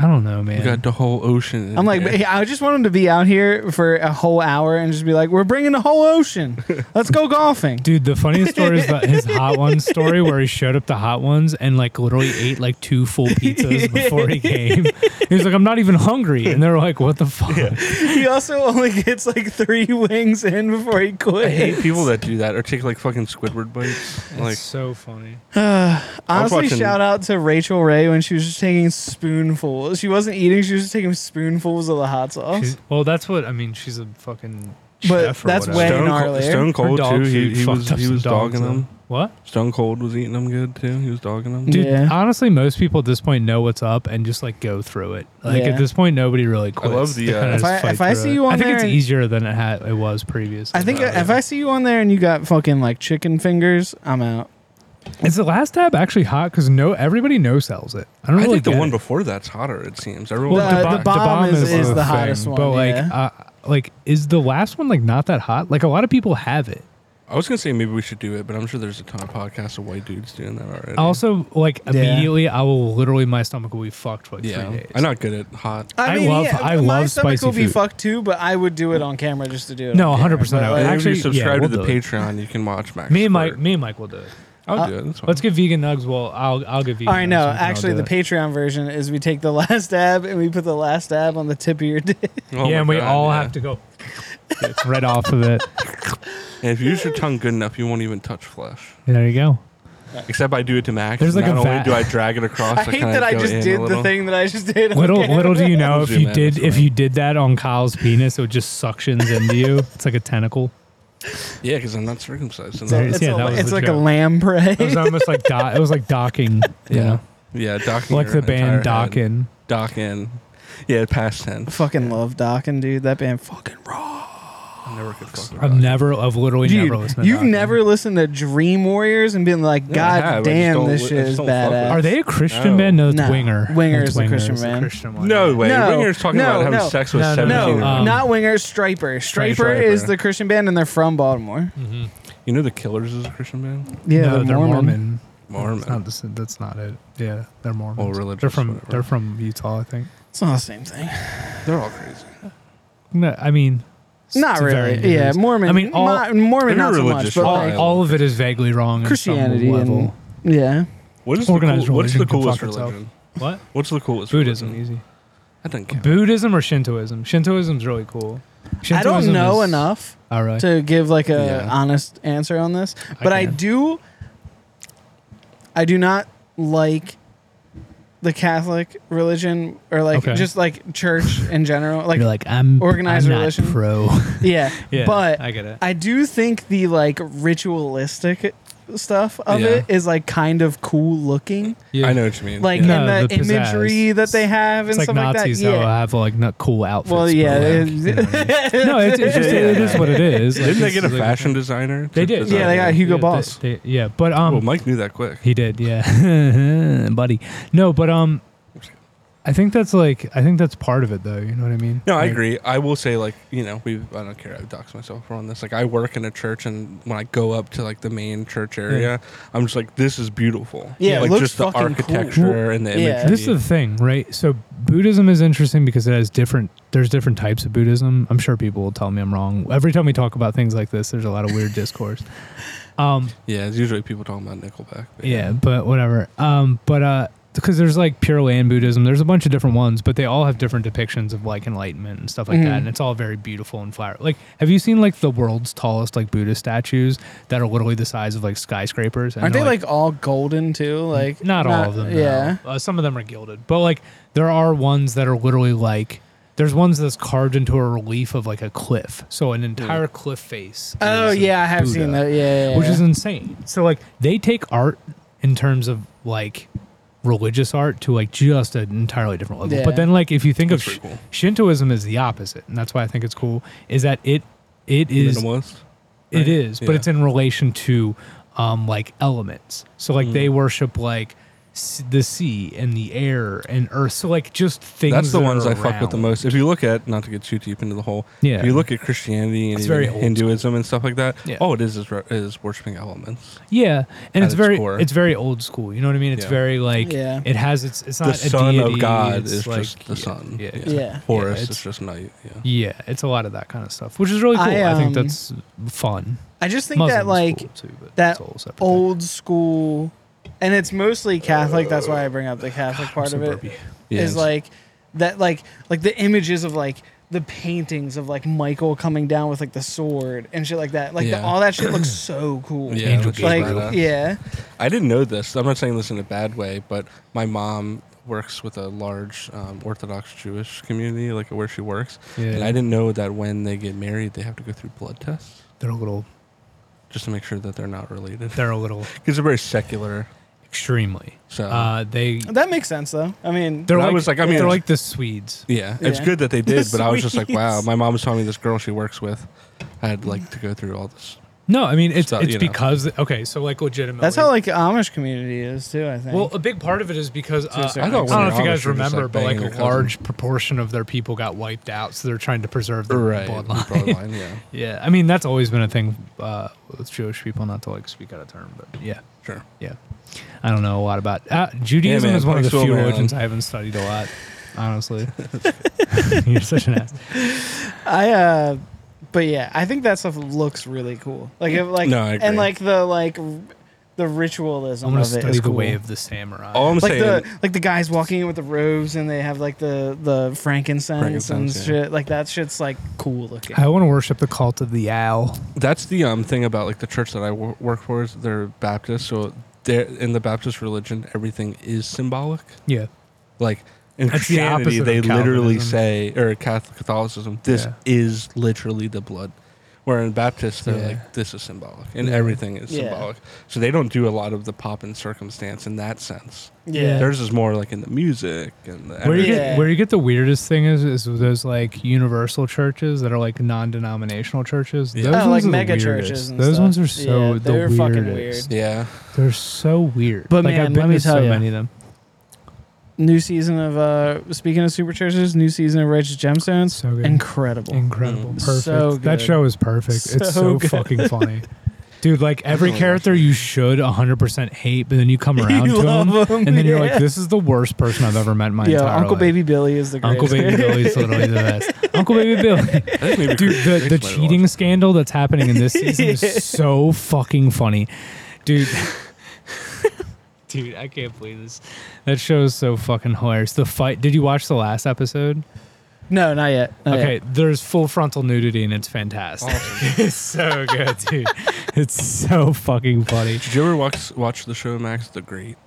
Speaker 2: I don't know,
Speaker 3: We
Speaker 2: man.
Speaker 3: got the whole ocean. in
Speaker 1: I'm like,
Speaker 3: here.
Speaker 1: hey, I just want him to be out here for a whole hour and just be like, we're bringing the whole ocean. Let's go golfing.
Speaker 2: Dude, the funniest story is about his hot ones story where he showed up to hot ones and like literally ate like two full pizzas before he came. He was like, I'm not even hungry. And they were like, What the fuck?
Speaker 1: He also only gets like three wings in before he
Speaker 3: I hate
Speaker 1: quits.
Speaker 3: people that do that or take like fucking Squidward bites.
Speaker 2: It's
Speaker 3: Like,
Speaker 2: so funny.
Speaker 1: Honestly,
Speaker 3: watching-
Speaker 1: shout out to Rachel Ray when she was just taking spoonfuls. She wasn't eating; she was just taking spoonfuls of the hot sauce.
Speaker 2: She's- well, that's what I mean. She's a fucking.
Speaker 1: But
Speaker 2: chef or
Speaker 1: that's
Speaker 2: whatever.
Speaker 1: way- gnarlier.
Speaker 3: Stone, Cold, Stone
Speaker 2: Her
Speaker 3: Cold
Speaker 2: dog
Speaker 3: too. He,
Speaker 2: food
Speaker 3: he
Speaker 2: fucked
Speaker 3: was
Speaker 2: up
Speaker 3: he
Speaker 2: some
Speaker 3: was
Speaker 2: dogs,
Speaker 3: dogging
Speaker 2: though.
Speaker 3: them.
Speaker 2: What?
Speaker 3: Stone Cold was eating them good too. He was dogging them.
Speaker 2: Dude,
Speaker 1: Yeah.
Speaker 2: honestly, most people at this point know what's up and just like go through it. Like
Speaker 1: Yeah.
Speaker 2: at this point, nobody really quits.
Speaker 3: love the,
Speaker 2: They
Speaker 3: uh,
Speaker 2: kinda
Speaker 3: If
Speaker 2: just
Speaker 1: I-
Speaker 2: fight
Speaker 1: if I
Speaker 2: through
Speaker 1: see
Speaker 2: it.
Speaker 1: you on
Speaker 2: I think it's
Speaker 1: there and-
Speaker 2: easier than it had it was previously.
Speaker 1: I think
Speaker 2: but-
Speaker 1: if I see you on there and you got fucking like chicken fingers, I'm out.
Speaker 2: Is the last tab actually hot? Because no, everybody no sells it. I don't
Speaker 3: I
Speaker 2: really
Speaker 3: think the
Speaker 2: get
Speaker 3: one
Speaker 2: it.
Speaker 3: before that's hotter. It seems everyone.
Speaker 2: Well,
Speaker 1: Uh,
Speaker 2: the, bo-
Speaker 1: the bomb
Speaker 2: bomb
Speaker 1: is-
Speaker 2: is,
Speaker 1: is
Speaker 2: the
Speaker 1: the
Speaker 2: thing,
Speaker 1: hottest one,
Speaker 2: But like,
Speaker 1: yeah.
Speaker 2: uh, like is the last one like not that hot? Like a lot of people have it.
Speaker 3: I was gonna say maybe we should do it, but I'm sure there's a ton of podcasts of white dudes doing that already.
Speaker 2: Also, like
Speaker 1: Yeah.
Speaker 2: immediately, I will literally my stomach will be fucked for like
Speaker 3: yeah,
Speaker 2: three days.
Speaker 3: I'm not good at hot.
Speaker 1: Uh,
Speaker 2: I love- I
Speaker 1: my
Speaker 2: love
Speaker 1: stomach
Speaker 2: spicy
Speaker 1: will be
Speaker 2: food.
Speaker 1: fucked too, but I would do it on camera just to do it.
Speaker 2: No,
Speaker 1: on camera.
Speaker 2: 100% I
Speaker 1: But,
Speaker 2: would.
Speaker 1: like,
Speaker 3: And
Speaker 2: actually,
Speaker 3: if you
Speaker 2: yeah,
Speaker 3: subscribe
Speaker 2: we'll
Speaker 3: to the
Speaker 2: do it.
Speaker 3: Patreon, you can watch Max.
Speaker 2: Me and
Speaker 3: squirt.
Speaker 2: Mike, me and Mike will do it.
Speaker 3: I'll
Speaker 1: Uh,
Speaker 3: do it. That's fine.
Speaker 2: Let's get vegan nugs. Well, I'll I'll get vegan.
Speaker 1: All right,
Speaker 2: nugs
Speaker 1: no,
Speaker 2: and we can all
Speaker 1: actually,
Speaker 2: do
Speaker 1: the
Speaker 2: it.
Speaker 1: Patreon version is we take the last dab and we put the last dab on the tip of your dick.
Speaker 3: Oh
Speaker 2: yeah,
Speaker 3: my
Speaker 2: and we
Speaker 3: God,
Speaker 2: all
Speaker 3: yeah.
Speaker 2: have to go right off of it.
Speaker 3: And if you use your tongue good enough, you won't even touch flesh.
Speaker 2: There you go.
Speaker 3: Except I do it to Max.
Speaker 2: There's like
Speaker 3: Not
Speaker 2: a
Speaker 3: only
Speaker 2: va-
Speaker 3: do I drag it across,
Speaker 1: I hate
Speaker 3: kinda
Speaker 1: that I
Speaker 3: go in
Speaker 1: just
Speaker 3: a
Speaker 1: did the
Speaker 3: little.
Speaker 1: thing that I just did. on
Speaker 2: Little
Speaker 1: camera.
Speaker 2: little do you know
Speaker 3: I'll
Speaker 2: if
Speaker 3: zoom
Speaker 2: you
Speaker 3: in,
Speaker 2: did
Speaker 3: that's
Speaker 2: if
Speaker 3: fine.
Speaker 2: you did that on Kyle's penis, it would just suctions into you. It's like a tentacle.
Speaker 3: Yeah, because I'm not circumcised. and
Speaker 2: There
Speaker 3: that-
Speaker 1: It's,
Speaker 2: Yeah,
Speaker 1: a-
Speaker 2: that was
Speaker 1: it's
Speaker 2: the
Speaker 1: like a
Speaker 2: joke.
Speaker 1: lamb prey.
Speaker 2: It was almost like do- it was like docking. You
Speaker 3: Yeah.
Speaker 2: know?
Speaker 3: yeah, docking.
Speaker 2: like the
Speaker 3: your
Speaker 2: band
Speaker 3: entire head.
Speaker 2: Dockin.
Speaker 3: Docking. Yeah, past ten.
Speaker 1: fucking love docking, dude. That band fucking raw.
Speaker 3: I never could fuck with
Speaker 2: I've
Speaker 3: Doc.
Speaker 2: never, I've literally
Speaker 1: Dude,
Speaker 2: never listened. to
Speaker 1: you've
Speaker 2: Dockin.
Speaker 1: never listened to Dream Warriors and been like,
Speaker 3: No, I
Speaker 1: God
Speaker 3: have. I just
Speaker 1: damn,
Speaker 3: don't
Speaker 1: this
Speaker 3: li- I
Speaker 1: shit
Speaker 3: just
Speaker 1: is
Speaker 3: don't fuck with
Speaker 1: badass.
Speaker 3: it.
Speaker 2: Are they a Christian
Speaker 3: No.
Speaker 2: band? No, it's
Speaker 1: No.
Speaker 2: Winger.
Speaker 1: Winger
Speaker 2: It's
Speaker 1: is a Christian
Speaker 2: it's
Speaker 1: band.
Speaker 2: Christian one.
Speaker 3: No way.
Speaker 1: No,
Speaker 3: Ringer's talking
Speaker 1: no,
Speaker 3: about having
Speaker 1: no.
Speaker 3: sex with
Speaker 2: No, no, no.
Speaker 1: No,
Speaker 3: seventeen.
Speaker 2: Um,
Speaker 1: not Winger, Striper. Striper.
Speaker 3: Striper.
Speaker 1: is the Christian band, and they're from Baltimore.
Speaker 2: Mm-hmm.
Speaker 3: you know the Killers is a Christian band.
Speaker 1: Yeah,
Speaker 2: No,
Speaker 1: they're,
Speaker 2: they're
Speaker 1: Mormon.
Speaker 2: Mormon.
Speaker 3: Mormon.
Speaker 2: It's not the s- that's not it. Yeah, they're Mormon.
Speaker 3: Well, religious,
Speaker 2: They're from
Speaker 3: whatever.
Speaker 2: they're from Utah, I think.
Speaker 1: It's not the same thing.
Speaker 3: They're all crazy.
Speaker 2: No, I mean, s-
Speaker 1: Not
Speaker 2: to varying
Speaker 1: really. Yeah,
Speaker 2: degrees.
Speaker 1: Mormon.
Speaker 2: I mean, all
Speaker 1: Mo- Mormon,
Speaker 3: they're
Speaker 1: not so much,
Speaker 3: religious,
Speaker 1: but
Speaker 3: all-
Speaker 1: like,
Speaker 2: all of it is vaguely wrong.
Speaker 1: Christianity
Speaker 2: in some level.
Speaker 1: and yeah.
Speaker 3: What is
Speaker 2: Organized
Speaker 3: the cool, what's
Speaker 2: religion
Speaker 3: the
Speaker 2: can
Speaker 3: coolest
Speaker 2: fuck itself.
Speaker 3: religion?
Speaker 2: what
Speaker 3: What's the coolest?
Speaker 2: Buddhism
Speaker 3: Religion?
Speaker 2: easy.
Speaker 3: That doesn't count.
Speaker 2: Buddhism or Shintoism? Shintoism's really cool.
Speaker 1: I don't
Speaker 2: Shintoism
Speaker 1: know
Speaker 2: is-
Speaker 1: enough
Speaker 2: All right.
Speaker 1: to give like a
Speaker 3: Yeah.
Speaker 1: honest answer on this, but I,
Speaker 2: can.
Speaker 1: do. I do not like the Catholic religion or like
Speaker 2: Okay.
Speaker 1: just like church in general. Like,
Speaker 2: You're like I'm
Speaker 1: organized
Speaker 2: I'm not
Speaker 1: religion.
Speaker 2: pro.
Speaker 1: yeah.
Speaker 2: yeah,
Speaker 1: but
Speaker 2: I get it.
Speaker 1: I do think the like ritualistic stuff of
Speaker 3: Yeah.
Speaker 1: it is like kind of cool looking.
Speaker 2: Yeah.
Speaker 3: I know what you mean.
Speaker 1: Like
Speaker 3: yeah.
Speaker 2: No,
Speaker 1: and the,
Speaker 2: the pizzazz.
Speaker 1: imagery that they have and
Speaker 2: it's like
Speaker 1: stuff like that.
Speaker 2: Nazis that will
Speaker 1: Yeah.
Speaker 2: have like not cool outfits.
Speaker 1: Well,
Speaker 2: but,
Speaker 1: yeah.
Speaker 2: like,
Speaker 1: it-
Speaker 2: you know what I mean? no, it's, it's just
Speaker 3: Yeah,
Speaker 2: it
Speaker 3: yeah,
Speaker 2: is
Speaker 3: yeah.
Speaker 2: what it is. Like,
Speaker 3: Didn't they
Speaker 2: it's
Speaker 3: get a
Speaker 2: like-
Speaker 3: fashion designer?
Speaker 2: They
Speaker 3: to
Speaker 2: did.
Speaker 3: design
Speaker 1: Yeah, they got
Speaker 3: it?
Speaker 1: Hugo
Speaker 2: yeah,
Speaker 1: Boss.
Speaker 2: they- they- yeah, but um,
Speaker 3: Well, Mike knew that quick.
Speaker 2: he did. Yeah, buddy. No, but um, I think that's like I think that's part of it though. You know what I mean?
Speaker 3: No, I
Speaker 2: Like,
Speaker 3: agree. I will say, like, you know, we I don't care. I dox myself on this. Like, I work in a church, and when I go up to like the main church area, I'm just like, this is beautiful.
Speaker 1: Yeah, it
Speaker 3: like
Speaker 1: looks
Speaker 3: just the
Speaker 1: fucking
Speaker 3: architecture
Speaker 2: cool.
Speaker 3: and the
Speaker 1: Yeah.
Speaker 3: imagery.
Speaker 2: This is the thing, right? So Buddhism is interesting because it has different. There's different types of Buddhism. I'm sure people will tell me I'm wrong. Every time we talk about things like this, there's a lot of weird discourse. Um,
Speaker 3: yeah, it's usually people talking about Nickelback. but
Speaker 2: yeah, but whatever. Um, but uh, because there's like Pure Land Buddhism, there's a bunch of different ones, but they all have different depictions of like enlightenment and stuff like
Speaker 1: Mhm.
Speaker 2: that, and it's all very beautiful and flower. Like, have you seen like the world's tallest like Buddha statues that are literally the size of like skyscrapers? And
Speaker 1: Aren't they
Speaker 2: they're,
Speaker 1: like, all golden too? Like
Speaker 2: not, all of them.
Speaker 1: Yeah.
Speaker 2: Yeah, uh, some of them are gilded, but like there are ones that are literally like there's ones that's carved into a relief of like a cliff, so an entire cliff face.
Speaker 1: Mm. Oh
Speaker 2: is a
Speaker 1: yeah, I have
Speaker 2: Buddha,
Speaker 1: seen that. Yeah, yeah,
Speaker 2: which
Speaker 1: yeah.
Speaker 2: is insane. So like they take art in terms of like religious art to like just an entirely different level.
Speaker 1: Yeah.
Speaker 2: But then like if you think
Speaker 3: That's
Speaker 2: of sh-
Speaker 3: pretty cool.
Speaker 2: Shintoism is the opposite, and that's why I think it's cool. Is that it? It is
Speaker 3: minimalist.
Speaker 2: it
Speaker 3: right?
Speaker 2: is, but
Speaker 3: Yeah. Mm.
Speaker 2: it's in relation to um like elements. So like they worship like s- the sea and the air and earth. So like just things.
Speaker 3: That's the
Speaker 2: that
Speaker 3: ones
Speaker 2: are
Speaker 3: I fuck with the
Speaker 2: around.
Speaker 3: most. If you look at, not to get too deep into the whole,
Speaker 2: Yeah.
Speaker 3: if you look at Christianity and
Speaker 2: It's very
Speaker 3: even
Speaker 2: old
Speaker 3: Hinduism and stuff like that,
Speaker 2: Yeah.
Speaker 3: all it is is, re- is worshiping elements.
Speaker 2: Yeah, and
Speaker 3: At
Speaker 2: it's
Speaker 3: its
Speaker 2: very
Speaker 3: core.
Speaker 2: it's very old school. You know what I mean? It's
Speaker 3: Yeah.
Speaker 2: very like
Speaker 1: Yeah.
Speaker 2: it has its it's
Speaker 3: The
Speaker 2: not a
Speaker 3: Son
Speaker 2: deity,
Speaker 3: of God
Speaker 2: it's
Speaker 3: is
Speaker 2: like,
Speaker 3: just the
Speaker 2: yeah,
Speaker 3: Son.
Speaker 2: Yeah,
Speaker 3: Yeah.
Speaker 2: yeah.
Speaker 1: Yeah.
Speaker 3: For
Speaker 2: Yeah,
Speaker 3: us, it's,
Speaker 2: it's-
Speaker 3: just night. Yeah.
Speaker 2: it's a lot of that kind of stuff, which is really cool.
Speaker 1: I,
Speaker 2: I, think
Speaker 1: um,
Speaker 2: that's fun.
Speaker 1: I just think
Speaker 2: Muslims
Speaker 1: that like
Speaker 2: cool too, but
Speaker 1: that
Speaker 2: it's a whole separate thing.
Speaker 1: old school, and it's mostly Catholic. That's why I bring up the Catholic part
Speaker 2: so
Speaker 1: of it.
Speaker 2: burpy.
Speaker 3: Yeah,
Speaker 1: is
Speaker 3: it's-
Speaker 1: like that like like the images of like the paintings of like Michael coming down with like the sword and shit like that. Like the,
Speaker 3: Yeah.
Speaker 1: all that shit looks so cool.
Speaker 3: Yeah,
Speaker 2: Angel
Speaker 3: which is
Speaker 1: Like
Speaker 3: badass.
Speaker 1: yeah.
Speaker 3: I didn't know this. I'm not saying this in a bad way, but my mom works with a large um, Orthodox Jewish community, like where she works. And
Speaker 2: Yeah.
Speaker 3: I didn't know that when they get married, they have to go through blood tests
Speaker 2: They're a little
Speaker 3: just to make sure that they're not related.
Speaker 2: they're a little
Speaker 3: Because they're very secular.
Speaker 2: extremely.
Speaker 3: So
Speaker 2: Uh, they
Speaker 1: That makes sense though. I mean
Speaker 2: they're
Speaker 3: I
Speaker 2: like,
Speaker 3: was like, I mean,
Speaker 2: they're
Speaker 3: it's-
Speaker 2: like the Swedes.
Speaker 3: Yeah, it's
Speaker 1: Yeah.
Speaker 3: good that they did, but I was just like, wow.
Speaker 1: Swedes.
Speaker 3: My mom was telling me this girl she works with had like to go through all this.
Speaker 2: No, I mean it's
Speaker 3: So,
Speaker 2: it's
Speaker 3: you know.
Speaker 2: because okay, so like legitimately
Speaker 1: that's how like the Amish community is too, I think.
Speaker 2: Well, a big part of it is because uh,
Speaker 1: a
Speaker 2: I,
Speaker 1: certain
Speaker 2: don't
Speaker 1: extent.
Speaker 2: know if you
Speaker 3: Amish
Speaker 2: guys
Speaker 3: were just,
Speaker 2: remember,
Speaker 3: like,
Speaker 2: but like
Speaker 3: banging
Speaker 2: a
Speaker 3: their
Speaker 2: large proportion of their people got wiped out, so they're trying to preserve their bloodline.
Speaker 3: Bloodline, yeah.
Speaker 2: Yeah, I mean that's always been a thing uh, with Jewish people, not to like speak out of turn, but yeah,
Speaker 3: Sure.
Speaker 2: yeah. I don't know a lot about uh, Judaism
Speaker 3: Yeah, man,
Speaker 2: is one of the
Speaker 3: punks
Speaker 2: few
Speaker 3: will, man.
Speaker 2: religions I haven't studied a lot, honestly. You're such an ass.
Speaker 1: I uh but yeah, I think that stuff looks really cool. Like if like
Speaker 3: No, I agree.
Speaker 1: and like the like r- the ritualism
Speaker 2: I'm gonna
Speaker 1: of it
Speaker 2: study
Speaker 1: is
Speaker 2: the
Speaker 1: cool.
Speaker 2: way of the samurai.
Speaker 3: All I'm
Speaker 1: like
Speaker 3: saying,
Speaker 1: the like the guys walking in with the robes and they have like the the frankincense, and
Speaker 3: Frankincense, yeah.
Speaker 1: shit like that shit's like cool looking.
Speaker 2: I want to worship the cult of the owl.
Speaker 3: that's the um thing about like the church that I wo- work for is they're Baptist, so they're in the Baptist religion, everything is symbolic.
Speaker 2: Yeah,
Speaker 3: Like in
Speaker 2: That's the
Speaker 3: Christianity,
Speaker 2: opposite of
Speaker 3: they literally
Speaker 2: Calvinism.
Speaker 3: say or Catholic Catholicism, this
Speaker 2: Yeah.
Speaker 3: is literally the blood. Where in Baptist, they're
Speaker 2: Yeah.
Speaker 3: like, this is symbolic, and
Speaker 2: Yeah.
Speaker 3: everything is
Speaker 1: Yeah.
Speaker 3: symbolic. So they don't do a lot of the pop and circumstance in that sense.
Speaker 1: yeah.
Speaker 3: Theirs is more like in the music and the
Speaker 2: Where you
Speaker 1: Yeah.
Speaker 2: get where you get the weirdest thing is is those like universal churches that are like non-denominational churches.
Speaker 3: Yeah.
Speaker 2: Those
Speaker 1: Oh, like
Speaker 2: ones are the
Speaker 1: mega
Speaker 2: weirdest.
Speaker 1: churches and
Speaker 2: Those
Speaker 1: stuff.
Speaker 2: ones are so
Speaker 1: Yeah,
Speaker 2: the
Speaker 1: they're
Speaker 2: weirdest.
Speaker 1: fucking weird.
Speaker 3: yeah.
Speaker 2: They're so weird.
Speaker 1: But
Speaker 2: like
Speaker 1: man,
Speaker 2: I've been
Speaker 1: let me
Speaker 2: to
Speaker 1: tell
Speaker 2: so
Speaker 1: ya.
Speaker 2: many of them.
Speaker 1: New season of uh speaking of super churches, new season of Righteous Gemstones,
Speaker 2: So good.
Speaker 1: incredible.
Speaker 2: Incredible,
Speaker 3: Mm.
Speaker 2: perfect.
Speaker 1: So
Speaker 2: That
Speaker 1: good.
Speaker 2: show is perfect. it's so
Speaker 1: So good.
Speaker 2: fucking funny. Dude, like every
Speaker 3: really
Speaker 2: character you should 100% hate, but then you come around
Speaker 1: You
Speaker 2: to
Speaker 1: love
Speaker 2: them,
Speaker 1: 'em,
Speaker 2: and then you're
Speaker 1: yeah.
Speaker 2: like, "This is the worst person I've ever met in my
Speaker 1: yeah,
Speaker 2: entire
Speaker 1: Uncle
Speaker 2: life."
Speaker 1: Baby Billy is the greatest.
Speaker 2: Uncle Baby Billy's literally the best. Uncle Baby Billy.
Speaker 3: I think maybe
Speaker 2: Dude, the,
Speaker 3: Chris- Chris
Speaker 2: the
Speaker 3: might have
Speaker 2: cheating
Speaker 3: watched
Speaker 2: scandal that's happening in this season is so fucking funny. Dude. Dude, I can't believe this. That show is so fucking hilarious. The fight. Did you watch the last episode?
Speaker 1: no, not yet.
Speaker 3: Oh,
Speaker 1: not
Speaker 2: okay,
Speaker 1: yet.
Speaker 2: there's full frontal nudity and it's fantastic. it's so good, dude. It's so fucking funny.
Speaker 3: it. Did you ever watch watch the show Max the Great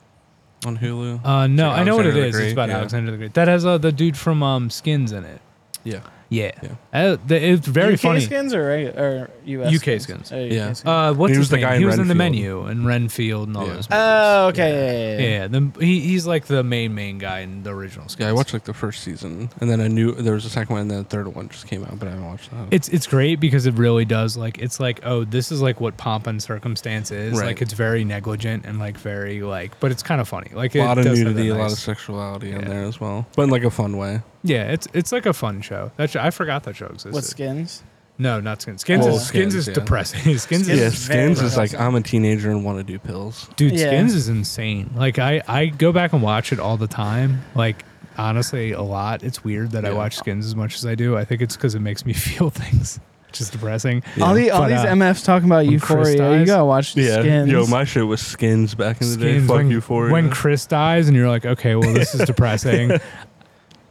Speaker 3: on Hulu?
Speaker 2: Uh, no,
Speaker 3: Like
Speaker 2: I know what it
Speaker 3: Alexander the
Speaker 2: is.
Speaker 3: Great,
Speaker 2: It's about
Speaker 3: yeah.
Speaker 2: Alexander the Great. That has uh, the dude from um, Skins in it.
Speaker 3: yeah.
Speaker 2: Yeah,
Speaker 3: Yeah.
Speaker 2: Uh, the, it's very
Speaker 1: UK
Speaker 2: funny.
Speaker 1: skins or, regu- or US
Speaker 2: UK
Speaker 1: skins?
Speaker 2: skins.
Speaker 1: Oh, UK
Speaker 3: Yeah.
Speaker 1: skins.
Speaker 2: Uh, what's
Speaker 3: He was
Speaker 2: his
Speaker 3: the
Speaker 2: name?
Speaker 3: guy in
Speaker 2: he was in the
Speaker 3: Renfield.
Speaker 2: menu and Renfield and all
Speaker 3: Yeah.
Speaker 2: those. Movies.
Speaker 1: Oh, okay.
Speaker 2: Yeah,
Speaker 1: Yeah, yeah, yeah.
Speaker 2: the, he, he's like the main main guy in the original. Skins.
Speaker 3: Yeah, I watched like the first season, and then I knew there was a second one, and then the third one just came out, but I haven't watched that.
Speaker 2: It's it's great because it really does like it's like oh this is like what pomp and circumstance is
Speaker 3: Right.
Speaker 2: like it's very negligent and like very like but it's kind of funny like
Speaker 3: a lot
Speaker 2: it
Speaker 3: of
Speaker 2: does have
Speaker 3: nudity,
Speaker 2: that
Speaker 3: a lot
Speaker 2: nice-
Speaker 3: of sexuality in
Speaker 2: Yeah.
Speaker 3: there as well, but in like a fun way.
Speaker 2: yeah it's it's like a fun show that show, I forgot that show existed
Speaker 1: What skins?
Speaker 2: no not skins skins
Speaker 3: Well,
Speaker 2: is, skins, is
Speaker 3: Skins, yeah.
Speaker 2: depressing skins
Speaker 1: Skins
Speaker 3: yeah,
Speaker 2: is
Speaker 1: is very
Speaker 3: Skins is like
Speaker 1: depressing.
Speaker 3: I'm a teenager and want to do pills.
Speaker 2: dude
Speaker 1: Yeah.
Speaker 2: skins is insane like I I go back and watch it all the time like honestly a lot it's weird that I
Speaker 3: Yeah.
Speaker 2: watch skins as much as I do I think it's because it makes me feel things which is depressing
Speaker 1: All, the, all
Speaker 2: But,
Speaker 1: these
Speaker 2: uh,
Speaker 1: MFs talking about
Speaker 2: when Chris
Speaker 1: Euphoria. you
Speaker 2: dies-
Speaker 1: gotta watch skins.
Speaker 3: yo, my shit was Skins back in the day.
Speaker 2: Skins,
Speaker 3: Fuck
Speaker 2: when,
Speaker 3: you for it.
Speaker 2: when Chris dies and you're like, okay, well, this is depressing.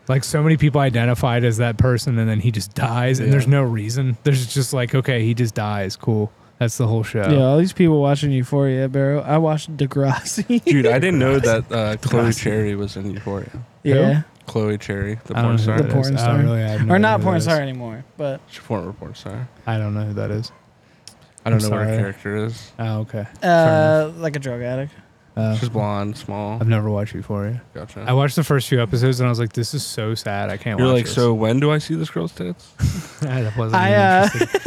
Speaker 2: like so many people identified as that person, and then he just dies, and
Speaker 3: Yeah.
Speaker 2: there's no reason. There's just like, okay, he just dies. Cool. That's the whole show.
Speaker 1: yeah, all these people watching Euphoria, Barrow. I watched Degrassi.
Speaker 3: Dude, I didn't know that uh, Chloe
Speaker 2: Classic.
Speaker 3: Cherry was in Euphoria.
Speaker 1: yeah.
Speaker 3: Chloe Cherry, the
Speaker 2: I don't
Speaker 3: porn
Speaker 2: know who
Speaker 3: star,
Speaker 1: The
Speaker 2: that
Speaker 1: porn
Speaker 2: is. I
Speaker 1: star.
Speaker 2: don't really have no
Speaker 1: Or
Speaker 2: idea
Speaker 1: not
Speaker 2: who
Speaker 1: porn
Speaker 2: that is.
Speaker 1: star anymore, but
Speaker 3: She's a former porn star.
Speaker 2: I don't know who that is.
Speaker 3: I don't
Speaker 2: I'm
Speaker 3: know what her
Speaker 2: sorry.
Speaker 3: character is.
Speaker 2: Oh, okay. Fair
Speaker 1: uh, like a drug addict.
Speaker 2: Uh,
Speaker 3: She's blonde, small.
Speaker 2: I've never watched Euphoria.
Speaker 3: Gotcha.
Speaker 2: I watched the first few episodes, and I was like, this is so sad. I can't
Speaker 3: You're
Speaker 2: watch
Speaker 3: like,
Speaker 2: this.
Speaker 3: so when do I see this girl's tits?
Speaker 2: that wasn't
Speaker 1: I,
Speaker 2: even
Speaker 1: uh,
Speaker 2: interesting.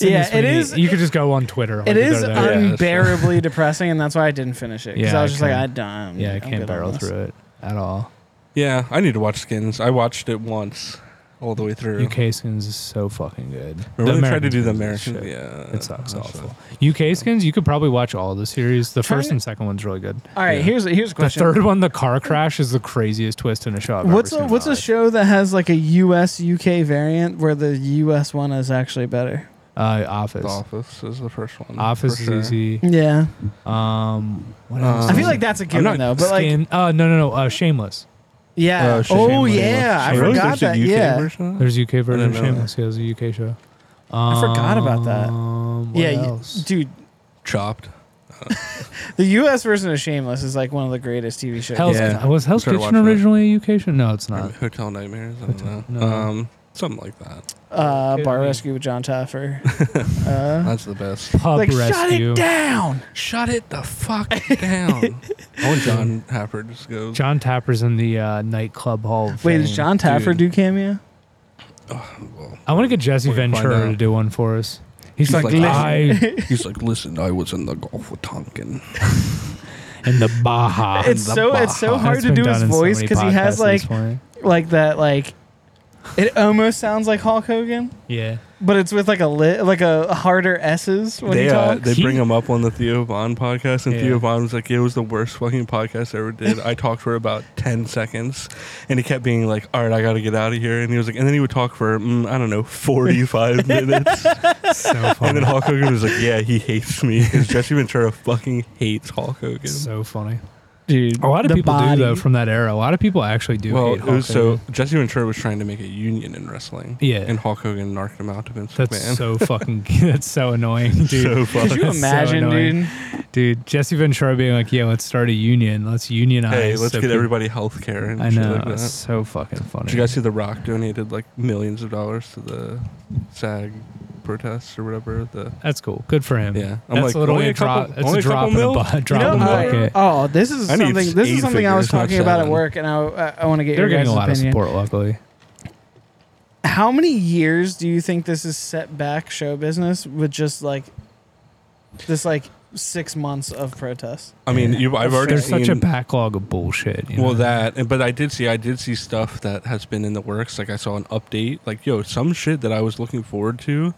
Speaker 2: depressing.
Speaker 1: Yeah,
Speaker 2: is what
Speaker 1: it
Speaker 2: you
Speaker 1: is-
Speaker 2: need. You could just go on Twitter.
Speaker 1: It
Speaker 2: like,
Speaker 1: is
Speaker 2: they're there.
Speaker 3: Yeah, that's
Speaker 1: unbearably depressing, and that's why I didn't finish it. Because
Speaker 2: Yeah,
Speaker 1: I was
Speaker 2: I
Speaker 1: just like, I
Speaker 2: can't-
Speaker 1: don't. I'm-
Speaker 2: Yeah, I
Speaker 1: I'm good
Speaker 2: can't
Speaker 1: on
Speaker 2: barrel
Speaker 1: this.
Speaker 2: through it at all.
Speaker 3: Yeah, I need to watch Skins. I watched it once, all the way through.
Speaker 2: UK skins is so fucking good.
Speaker 3: Remember they tried to do the
Speaker 2: American
Speaker 3: American?
Speaker 2: skins is
Speaker 3: Yeah,
Speaker 2: shit. It sucks
Speaker 3: that's
Speaker 2: awful. UK skins, you could probably watch all the series. The
Speaker 1: Trying
Speaker 2: first
Speaker 1: to-
Speaker 2: and second one's really good.
Speaker 1: All right, here's here's a
Speaker 2: The
Speaker 1: question.
Speaker 2: third one, the car crash, is the craziest twist in a show. I've ever
Speaker 1: what's
Speaker 2: seen
Speaker 1: a
Speaker 2: in my
Speaker 1: what's a
Speaker 2: life.
Speaker 1: show that has like a US UK variant where the US one is actually better?
Speaker 2: uh,
Speaker 3: The
Speaker 2: Office?
Speaker 3: Office is the first one.
Speaker 2: Office
Speaker 3: for
Speaker 2: is
Speaker 3: sure.
Speaker 2: easy.
Speaker 1: Yeah,
Speaker 2: Um, what
Speaker 3: Uh,
Speaker 2: else?
Speaker 1: I feel like that's a given
Speaker 3: not-
Speaker 1: though. But like,
Speaker 2: Skin. uh, no, no, no. Uh, Shameless.
Speaker 1: yeah.
Speaker 3: Uh,
Speaker 1: Oh,
Speaker 3: Shame on You.
Speaker 1: yeah, I
Speaker 3: Shame on You.
Speaker 1: forgot
Speaker 3: There's a
Speaker 1: that.
Speaker 3: UK
Speaker 1: Yeah,
Speaker 3: version of that?
Speaker 2: There's a UK version of
Speaker 3: know that.
Speaker 2: Shameless. Yeah, it was a UK show.
Speaker 1: I forgot about that.
Speaker 2: Um, what
Speaker 1: yeah, y-
Speaker 2: else?
Speaker 1: dude.
Speaker 3: Chopped.
Speaker 1: The US version of Shameless is like one of the greatest TV shows.
Speaker 2: Hell's,
Speaker 3: Yeah.
Speaker 2: Was Hell's
Speaker 3: Started
Speaker 2: Kitchen
Speaker 3: watching it.
Speaker 2: originally a UK show? No, it's
Speaker 3: Or
Speaker 2: not.
Speaker 3: Hotel Nightmares. I don't
Speaker 2: Hotel-
Speaker 3: know.
Speaker 2: no.
Speaker 3: Um, something like that.
Speaker 1: Uh,
Speaker 2: Kidding
Speaker 1: Bar
Speaker 2: me.
Speaker 1: Rescue with John Taffer. Uh,
Speaker 3: That's the best.
Speaker 2: Pub
Speaker 1: like shut
Speaker 2: Rescue.
Speaker 1: it down.
Speaker 3: Shut it the fuck down. I want John Happer to just go.
Speaker 2: John Tapper's in the uh, nightclub hall. of
Speaker 1: Wait,
Speaker 2: fame.
Speaker 1: does John Taffer
Speaker 3: dude.
Speaker 1: do cameo?
Speaker 3: well,
Speaker 2: I want to get Jesse
Speaker 3: We're gonna find
Speaker 2: Ventura to
Speaker 3: out.
Speaker 2: do one for us. He's,
Speaker 3: He's
Speaker 2: like,
Speaker 3: like,
Speaker 2: I
Speaker 3: he's like, listen, I was in the Gulf of Tonkin.
Speaker 2: in the Baja.
Speaker 1: It's
Speaker 3: the
Speaker 1: so it's so
Speaker 3: Baja.
Speaker 1: hard
Speaker 2: That's
Speaker 1: to
Speaker 2: been
Speaker 1: do
Speaker 2: done
Speaker 1: his
Speaker 2: in so
Speaker 1: voice
Speaker 2: many
Speaker 1: because he
Speaker 2: podcasts at
Speaker 1: has
Speaker 2: this
Speaker 1: like
Speaker 2: point.
Speaker 1: like that like it almost sounds like Hulk Hogan,
Speaker 2: yeah.
Speaker 1: but it's with like a li- like a harder S's when
Speaker 3: They
Speaker 1: he
Speaker 3: uh,
Speaker 1: talks.
Speaker 3: they
Speaker 2: He-
Speaker 3: bring him up on the Theo Vaughn podcast, and
Speaker 2: Yeah.
Speaker 3: Theo Vaughn was like, "It was the worst fucking podcast I ever did." I talked for about ten seconds, and he kept being like, "All right, I got to get out of here," and he was like, and then he would talk for mm, I don't know forty five minutes,
Speaker 2: So
Speaker 3: and then
Speaker 2: funny.
Speaker 3: Hulk Hogan was like, "Yeah, he hates me because Jesse Ventura fucking hates Hulk Hogan."
Speaker 2: so funny.
Speaker 1: Dude,
Speaker 2: A lot of
Speaker 1: the
Speaker 2: people
Speaker 1: body.
Speaker 2: do though from that era. A lot of people actually do.
Speaker 3: well,
Speaker 2: hate
Speaker 3: it
Speaker 2: Hulk
Speaker 3: was so
Speaker 2: Hogan.
Speaker 3: Jesse Ventura was trying to make a union in wrestling,
Speaker 2: Yeah.
Speaker 3: and Hulk Hogan narked him out to Vince
Speaker 2: That's
Speaker 3: McMahon.
Speaker 2: so fucking. That's so annoying, dude.
Speaker 3: So
Speaker 1: Could you
Speaker 3: fucking.
Speaker 2: That's so
Speaker 1: imagine,
Speaker 2: annoying.
Speaker 1: dude?
Speaker 2: dude, Jesse Ventura being like, "Yeah, let's start a union. Let's unionize."
Speaker 3: Hey, let's
Speaker 2: so
Speaker 3: get
Speaker 2: peop-
Speaker 3: everybody health care and
Speaker 2: I
Speaker 3: shit
Speaker 2: know.
Speaker 3: like that.
Speaker 2: it's so fucking funny.
Speaker 3: Did you guys see The Rock donated like millions of dollars to the SAG protests or whatever? The
Speaker 2: That's cool. Good for him.
Speaker 3: yeah,
Speaker 2: That's literally a drop. That's a drop in a bu- drop
Speaker 1: You know,
Speaker 2: in the
Speaker 1: I-
Speaker 2: bucket.
Speaker 1: oh, this is
Speaker 3: I need
Speaker 1: something. This
Speaker 3: eight
Speaker 1: is something I was
Speaker 3: figures, not
Speaker 1: talking about at
Speaker 3: seven.
Speaker 1: work, and I I, I want to get
Speaker 2: They're
Speaker 1: your
Speaker 2: getting
Speaker 1: guys'
Speaker 2: a lot
Speaker 1: opinion.
Speaker 2: of support, luckily.
Speaker 1: How many years do you think this is set back show business with just like this like six months of protests?
Speaker 3: I mean, you, I've already
Speaker 2: There's
Speaker 3: seen
Speaker 2: such a backlog of bullshit. you
Speaker 3: well
Speaker 2: know?
Speaker 3: that, and- but I did see I did see stuff that has been in the works. Like I saw an update, like yo, some shit that I was looking forward to.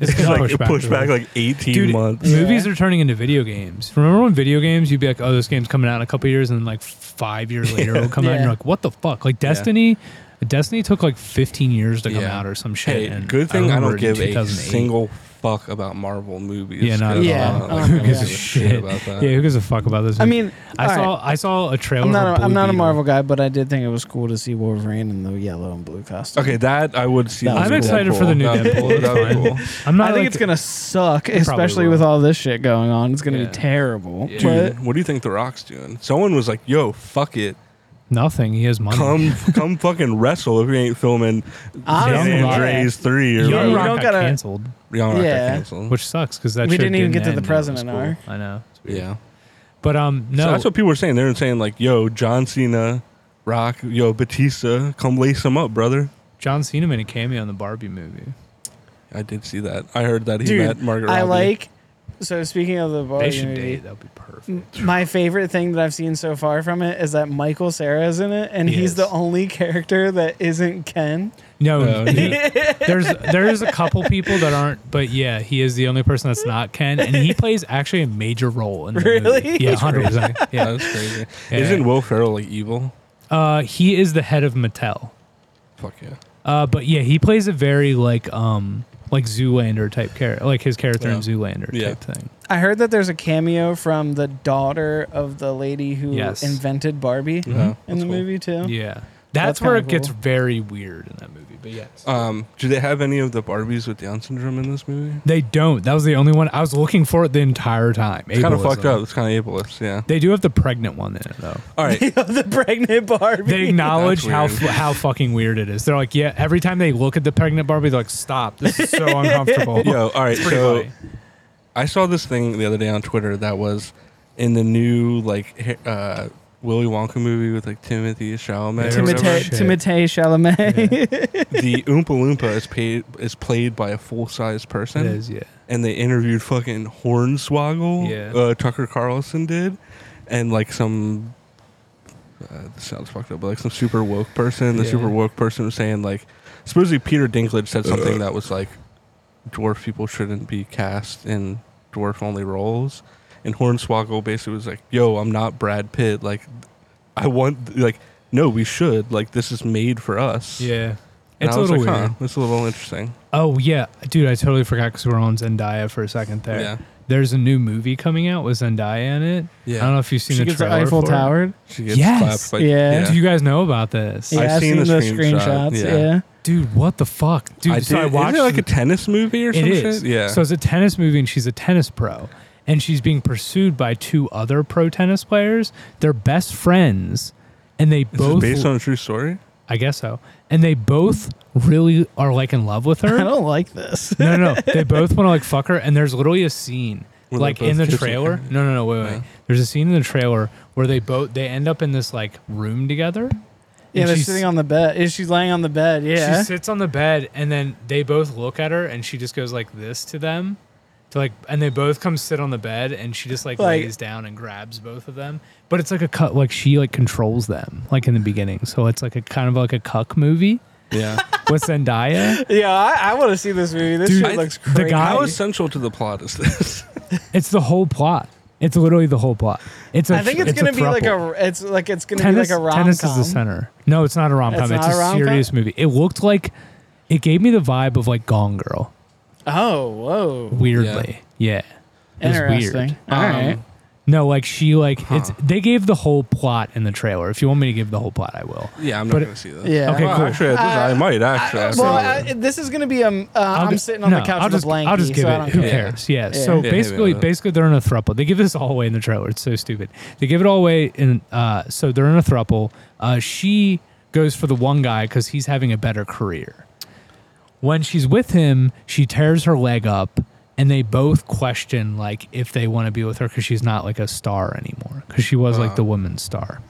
Speaker 2: it's
Speaker 3: It's
Speaker 2: gonna
Speaker 3: like
Speaker 2: push back.
Speaker 3: pushed
Speaker 2: the
Speaker 3: back
Speaker 2: road.
Speaker 3: like eighteen
Speaker 2: Dude,
Speaker 3: months.
Speaker 1: Yeah.
Speaker 2: Movies are turning into video games. Remember when video games, you'd be like, "Oh, this game's coming out in a couple years," and then like five years later, it'll come out, and
Speaker 1: Yeah.
Speaker 2: you're like, "What the fuck?" Like Destiny, Destiny took like 15 years to come
Speaker 3: Yeah.
Speaker 2: out or some shit.
Speaker 3: Hey,
Speaker 2: and
Speaker 3: good thing I,
Speaker 2: remember
Speaker 3: don't
Speaker 2: in
Speaker 3: give a
Speaker 2: 2008.
Speaker 3: single fuck about Marvel movies.
Speaker 2: Yeah, not
Speaker 3: 'cause
Speaker 1: at all. Yeah.
Speaker 3: I don't, like,
Speaker 1: Um,
Speaker 3: I don't
Speaker 1: gives a
Speaker 3: give a shit
Speaker 2: shit.
Speaker 3: about that.
Speaker 2: Yeah, who gives a fuck about this?
Speaker 1: I mean,
Speaker 2: I
Speaker 1: all
Speaker 2: saw I saw a trailer.
Speaker 1: I'm
Speaker 2: for
Speaker 1: not. A,
Speaker 2: Blue
Speaker 1: I'm not a
Speaker 2: Beetle.
Speaker 1: Marvel guy, but I did think it was cool to see Wolverine in the yellow and blue costume.
Speaker 3: Okay, that I would see.
Speaker 1: That
Speaker 3: as
Speaker 1: was
Speaker 2: I'm excited for the new
Speaker 3: That'd be cool.
Speaker 2: Deadpool.
Speaker 3: That'd be cool.
Speaker 2: I'm not.
Speaker 1: I think
Speaker 2: like-
Speaker 1: it's gonna suck,
Speaker 2: It probably
Speaker 1: especially
Speaker 2: will.
Speaker 1: with all this shit going on. It's gonna
Speaker 2: Yeah.
Speaker 1: be terrible.
Speaker 2: Yeah.
Speaker 1: But
Speaker 3: Dude, what do you think The Rock's doing? Someone was like, "Yo, fuck it,
Speaker 2: nothing. He has money.
Speaker 3: come, come, fucking wrestle if you ain't filming
Speaker 1: I
Speaker 2: don't
Speaker 3: San
Speaker 2: know.
Speaker 3: Andreas three or
Speaker 2: Young
Speaker 1: Yeah, you
Speaker 2: Rock
Speaker 1: don't
Speaker 2: got
Speaker 1: gotta-
Speaker 2: canceled,
Speaker 3: Young Rock
Speaker 1: Yeah.
Speaker 3: got canceled.
Speaker 2: which sucks because that
Speaker 1: We
Speaker 2: show
Speaker 1: didn't even get to
Speaker 2: end,
Speaker 1: the
Speaker 2: and it was
Speaker 1: president
Speaker 2: cool.
Speaker 1: hour.
Speaker 2: I know. It's weird.
Speaker 3: yeah,
Speaker 2: But um, no.
Speaker 3: so that's what people were saying. They were saying like, "Yo, John Cena, Rock, yo Batista, come lace him up, brother."
Speaker 2: John Cena made a cameo in the Barbie movie.
Speaker 3: I did see that. I heard that he met
Speaker 1: dude,
Speaker 3: Margaret.
Speaker 1: I
Speaker 3: Robbie.
Speaker 1: like. So speaking of the
Speaker 2: they
Speaker 1: Barbie
Speaker 2: should
Speaker 1: movie,
Speaker 2: date. That'd be perfect.
Speaker 1: my favorite thing that I've seen so far from it is that Michael Sarah's in it, and
Speaker 2: He
Speaker 1: he's
Speaker 2: is.
Speaker 1: the only character that isn't Ken.
Speaker 2: No,
Speaker 3: Oh,
Speaker 2: he- there's there is a couple people that aren't, but yeah, he is the only person that's not Ken, and he plays actually a major role in the
Speaker 1: Really?
Speaker 2: movie. Yeah, hundred percent. Yeah,
Speaker 3: That's crazy.
Speaker 2: Yeah.
Speaker 3: Isn't Will Ferrell like evil?
Speaker 2: uh, he is the head of Mattel.
Speaker 3: Fuck yeah.
Speaker 2: Uh, but yeah, he plays a very like um like Zoolander type character, like his character in
Speaker 3: Yeah.
Speaker 2: Zoolander
Speaker 3: Yeah.
Speaker 2: type thing.
Speaker 1: I heard that there's a cameo from the daughter of the lady who
Speaker 2: Yes.
Speaker 1: invented Barbie
Speaker 2: Mm-hmm.
Speaker 3: Yeah,
Speaker 1: in
Speaker 3: that's
Speaker 1: the
Speaker 3: cool.
Speaker 1: movie too.
Speaker 2: Yeah, that's,
Speaker 1: Oh. That's
Speaker 2: where it
Speaker 1: kinda
Speaker 2: gets
Speaker 1: cool.
Speaker 2: very weird in that movie. But yes,
Speaker 3: Um, do they have any of the Barbies with Down syndrome in this movie?
Speaker 2: they don't. That was the only one I was looking for it the entire time.
Speaker 3: It's kind of fucked
Speaker 2: Ableism.
Speaker 3: up. It's kind of ableist. Yeah.
Speaker 2: They do have the pregnant one in it though.
Speaker 3: All right.
Speaker 1: the pregnant Barbie.
Speaker 2: They acknowledge
Speaker 3: That's
Speaker 2: how
Speaker 3: weird.
Speaker 2: f- how fucking weird it is. They're like, yeah. Every time they look at the pregnant Barbie, they're like, stop. This is so uncomfortable.
Speaker 3: Yo, all right.
Speaker 2: Pretty
Speaker 3: So
Speaker 2: funny.
Speaker 3: I saw this thing the other day on Twitter that was in the new like ha- uh, Willy Wonka movie with like Timothy Chalamet. or whatever.
Speaker 1: Timothée
Speaker 2: Timotei-
Speaker 1: Timothée Chalamet.
Speaker 3: the Oompa Loompa is paid is played by a full size person.
Speaker 2: It is, yeah.
Speaker 3: and they interviewed fucking Hornswoggle.
Speaker 2: Yeah.
Speaker 3: Uh, Tucker Carlson did, and like some. Uh, this sounds fucked up, but like some super woke person. The
Speaker 2: Yeah.
Speaker 3: super woke person was saying like, supposedly Peter Dinklage said something that was like, dwarf people shouldn't be cast in dwarf only roles, and Hornswoggle basically was like, "Yo, I'm not Brad Pitt. Like, I want like." No, we should. Like, this is made for us.
Speaker 2: Yeah.
Speaker 3: And
Speaker 2: It's
Speaker 3: I
Speaker 2: a
Speaker 3: was
Speaker 2: little
Speaker 3: like,
Speaker 2: weird.
Speaker 3: Huh, it's a little interesting.
Speaker 2: Oh yeah, dude, I totally forgot because we were on Zendaya for a second there.
Speaker 3: Yeah.
Speaker 2: There's a new movie coming out with Zendaya in it.
Speaker 3: Yeah.
Speaker 2: I don't know if you've seen
Speaker 1: she
Speaker 2: the
Speaker 1: gets the
Speaker 2: trailer
Speaker 1: Eiffel
Speaker 2: for it.
Speaker 1: Tower.
Speaker 3: She gets
Speaker 2: Yes.
Speaker 3: slapped by
Speaker 1: Yeah.
Speaker 2: Do you guys know about this?
Speaker 1: Yeah,
Speaker 3: I've
Speaker 1: I've,
Speaker 3: seen
Speaker 1: seen,
Speaker 3: the
Speaker 1: the
Speaker 3: screenshot,
Speaker 1: screenshots.
Speaker 3: yeah.
Speaker 1: Yeah.
Speaker 2: Dude, what the fuck, dude?
Speaker 3: I
Speaker 2: so I
Speaker 3: did-
Speaker 2: watched
Speaker 3: Isn't it like a
Speaker 2: the-
Speaker 3: tennis movie or
Speaker 2: It
Speaker 3: some
Speaker 2: is.
Speaker 3: shit? Yeah.
Speaker 2: So it's a tennis movie, and she's a tennis pro, and she's being pursued by two other pro tennis players. They're best friends, and they
Speaker 3: this is
Speaker 2: both.
Speaker 3: based on a true story.
Speaker 2: I guess so. And they both really are like in love with her.
Speaker 1: I don't like this.
Speaker 2: no, no, no. They both want to like fuck her, and there's literally a scene
Speaker 3: Where they
Speaker 2: like in the
Speaker 3: both Uh-huh. kiss
Speaker 2: trailer.
Speaker 3: each
Speaker 2: No, no, no. Wait, wait.
Speaker 3: Yeah.
Speaker 2: There's a scene in the trailer where they both they end up in this like room together.
Speaker 1: Yeah,
Speaker 2: and
Speaker 1: they're
Speaker 2: she's-
Speaker 1: sitting on the bed. Yeah, She's laying on the bed. Yeah.
Speaker 2: She sits on the bed, and then they both look at her, and she just goes like this to them, to like, and they both come sit on the bed, and she just like,
Speaker 1: Like-
Speaker 2: lays down and grabs both of them. But it's like a cut, like she like controls them, like in the beginning. So it's like a kind of like a cuck movie
Speaker 3: Yeah.
Speaker 2: with Zendaya.
Speaker 1: Yeah, I, I want to see this movie. This
Speaker 2: Dude,
Speaker 1: shit
Speaker 2: I-
Speaker 1: looks
Speaker 2: the
Speaker 1: crazy.
Speaker 2: guy-
Speaker 3: How essential to the plot is this?
Speaker 2: it's the whole plot. It's literally the whole plot. It's a,
Speaker 1: I think it's,
Speaker 2: a
Speaker 1: gonna be like
Speaker 2: throuple.
Speaker 1: a. It's like it's gonna
Speaker 2: tennis,
Speaker 1: be like a rom com.
Speaker 2: tennis is the center. No, it's not a rom com.
Speaker 1: It's
Speaker 2: It's,
Speaker 1: not
Speaker 2: a,
Speaker 1: a rom-com?
Speaker 2: serious movie. It looked like it gave me the vibe of like Gone Girl.
Speaker 1: Oh, whoa!
Speaker 2: Weirdly, yeah. It was weird.
Speaker 1: Interesting. All
Speaker 3: Um,
Speaker 1: right.
Speaker 2: No, like she like it's they gave the whole plot in the trailer. If you want me to give the whole plot, I will.
Speaker 3: Yeah, I'm not
Speaker 2: But-
Speaker 3: gonna see that.
Speaker 1: yeah.
Speaker 2: Okay,
Speaker 3: Well,
Speaker 2: cool.
Speaker 3: Actually, I, think I might actually. after
Speaker 1: Well,
Speaker 3: that.
Speaker 1: I, this is gonna be um. Uh,
Speaker 2: I'll
Speaker 1: I'm
Speaker 2: ju-
Speaker 1: sitting on
Speaker 2: no,
Speaker 1: the couch
Speaker 2: I'll
Speaker 1: with
Speaker 2: just,
Speaker 1: a blanket.
Speaker 2: I'll just give
Speaker 1: so I
Speaker 2: it.
Speaker 1: don't
Speaker 2: Who
Speaker 1: care.
Speaker 2: cares? Yeah.
Speaker 1: Yeah.
Speaker 2: So
Speaker 1: Yeah,
Speaker 3: maybe
Speaker 2: basically,
Speaker 3: I'll-
Speaker 2: basically they're in a throuple. They give this all away in the trailer. It's so stupid. They give it all away in. Uh, so they're in a throuple. Uh, she goes for the one guy because he's having a better career. When she's with him, she tears her leg up, and they both question like if they want to be with her because she's not like a star anymore because she was like the woman's star.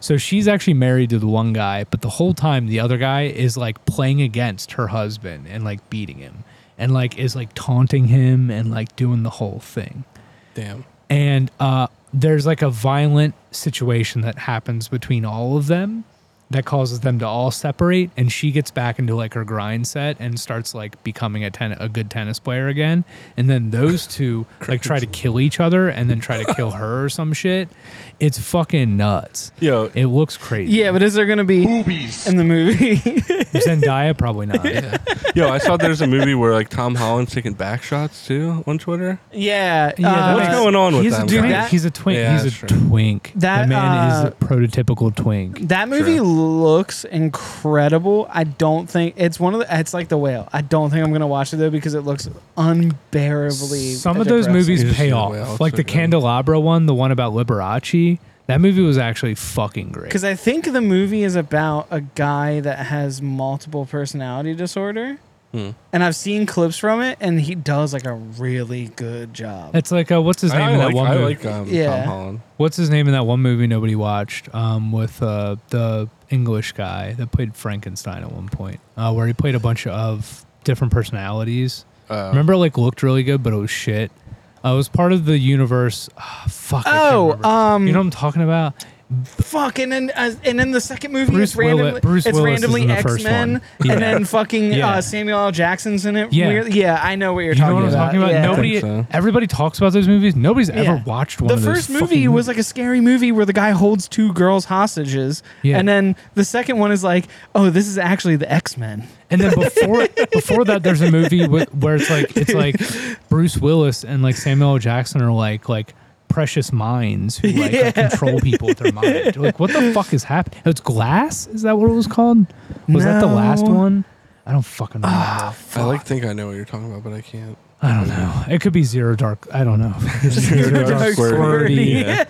Speaker 2: So she's actually married to the one guy, but the whole time the other guy is like playing against her husband and like beating him and like is like taunting him and like doing the whole thing.
Speaker 3: damn.
Speaker 2: And uh, there's like a violent situation that happens between all of them that causes them to all separate. And she gets back into like her grind set and starts like becoming a ten- a good tennis player again. And then those two like try to kill each other and then try to kill her or some shit. It's fucking nuts.
Speaker 3: Yo,
Speaker 2: It looks crazy.
Speaker 1: Yeah, but is there gonna be boobies in the movie?
Speaker 2: Zendaya probably not.
Speaker 3: yo, I saw there's a movie where like Tom Holland's taking back shots too on Twitter.
Speaker 1: yeah.
Speaker 2: Yeah,
Speaker 1: uh,
Speaker 2: that
Speaker 3: What's
Speaker 2: makes-
Speaker 3: going on with
Speaker 2: he's
Speaker 3: them?
Speaker 2: a twink.
Speaker 1: Dude, that-
Speaker 2: he's a twink.
Speaker 3: Yeah,
Speaker 2: he's a
Speaker 3: that's true.
Speaker 2: twink.
Speaker 1: That,
Speaker 2: the man is
Speaker 1: uh,
Speaker 2: a prototypical twink.
Speaker 1: That movie looks incredible. I don't think it's one of the. It's like the whale. I don't think I'm gonna watch it though because it looks unbearably.
Speaker 2: Some of those
Speaker 1: depressing.
Speaker 2: movies
Speaker 3: He's
Speaker 2: pay
Speaker 3: the way I'll
Speaker 2: off. Like the
Speaker 3: check it out.
Speaker 2: Candelabra one, the one about Liberace. That movie was actually fucking great.
Speaker 1: Because I think the movie is about a guy that has multiple personality disorder. And I've seen clips from it, and he does like a really good job.
Speaker 2: It's like uh, what's his name
Speaker 3: I,
Speaker 2: in that
Speaker 3: like,
Speaker 2: one
Speaker 3: I
Speaker 2: movie?
Speaker 3: like um, Tom
Speaker 1: Yeah.
Speaker 3: Holland.
Speaker 2: what's his name in that one movie nobody watched? Um, with uh, the English guy that played Frankenstein at one point, uh, where he played a bunch of different personalities.
Speaker 3: Uh,
Speaker 2: Remember, it, like looked really good, but it was shit. Uh, it was part of the universe. ah, fuck. I can't
Speaker 1: Oh,
Speaker 2: remember.
Speaker 1: um,
Speaker 2: you know what I'm talking about?
Speaker 1: Fuck, and then uh, and then the second movie
Speaker 2: Bruce
Speaker 1: is randomly
Speaker 2: Willis- Bruce
Speaker 1: it's
Speaker 2: Willis is
Speaker 1: randomly
Speaker 2: in the first
Speaker 1: X Men,
Speaker 2: one. Yeah.
Speaker 1: and then fucking
Speaker 2: Yeah.
Speaker 1: uh, Samuel L. Jackson's in it.
Speaker 2: Yeah.
Speaker 1: Weird- yeah, I know what you're
Speaker 2: You know
Speaker 1: talking
Speaker 2: what I'm
Speaker 1: about.
Speaker 2: talking about?
Speaker 1: Yeah.
Speaker 2: Nobody,
Speaker 3: I think so.
Speaker 2: everybody talks about those movies. Nobody's ever
Speaker 1: Yeah.
Speaker 2: watched one.
Speaker 1: The
Speaker 2: of those
Speaker 1: first movie
Speaker 2: fucking-
Speaker 1: was like a scary movie where the guy holds two girls hostages,
Speaker 2: Yeah.
Speaker 1: and then the second one is like, oh, this is actually the X Men.
Speaker 2: and then before before that, there's a movie with, where it's like it's like Bruce Willis and like Samuel L. Jackson are like like precious minds who like
Speaker 1: Yeah.
Speaker 2: control people with their mind. You're like, what the fuck is happening? It's Glass. Is that what it was called? Was that the last
Speaker 1: No. Ah,
Speaker 2: one? I don't fucking remember.
Speaker 3: I like think I know what you're talking about, but I can't.
Speaker 2: I don't know. It could be Zero Dark. I don't know.
Speaker 3: Zero Dark
Speaker 1: Thirty.
Speaker 3: Yeah.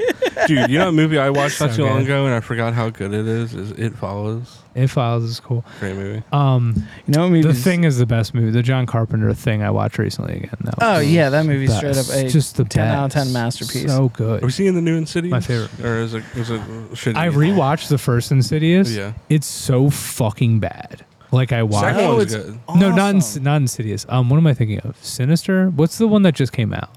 Speaker 3: Dude, you know a movie I watched not
Speaker 2: So
Speaker 3: too long
Speaker 2: good.
Speaker 3: ago and I forgot how good it is? Is It Follows?
Speaker 2: It Files is cool.
Speaker 3: Great movie.
Speaker 2: Um,
Speaker 1: You know what movie?
Speaker 2: the thing is the best movie. The John Carpenter thing I watched recently again. That
Speaker 1: Oh
Speaker 2: was
Speaker 1: yeah, that movie's
Speaker 2: best.
Speaker 1: straight up a
Speaker 2: just the
Speaker 1: 10 out of
Speaker 2: best.
Speaker 1: 10 masterpiece.
Speaker 2: So
Speaker 3: Are we
Speaker 2: good.
Speaker 3: seeing the new Insidious?
Speaker 2: My favorite.
Speaker 3: Or is it? Was it shitty?
Speaker 2: I rewatched the first Insidious.
Speaker 3: Yeah.
Speaker 2: it's so fucking bad. Like I watched.
Speaker 3: Second
Speaker 1: Oh,
Speaker 3: one's
Speaker 1: it's-
Speaker 3: good.
Speaker 2: No, not
Speaker 1: Awesome.
Speaker 2: in, not Insidious. Um, what am I thinking of? Sinister. What's the one that just came out?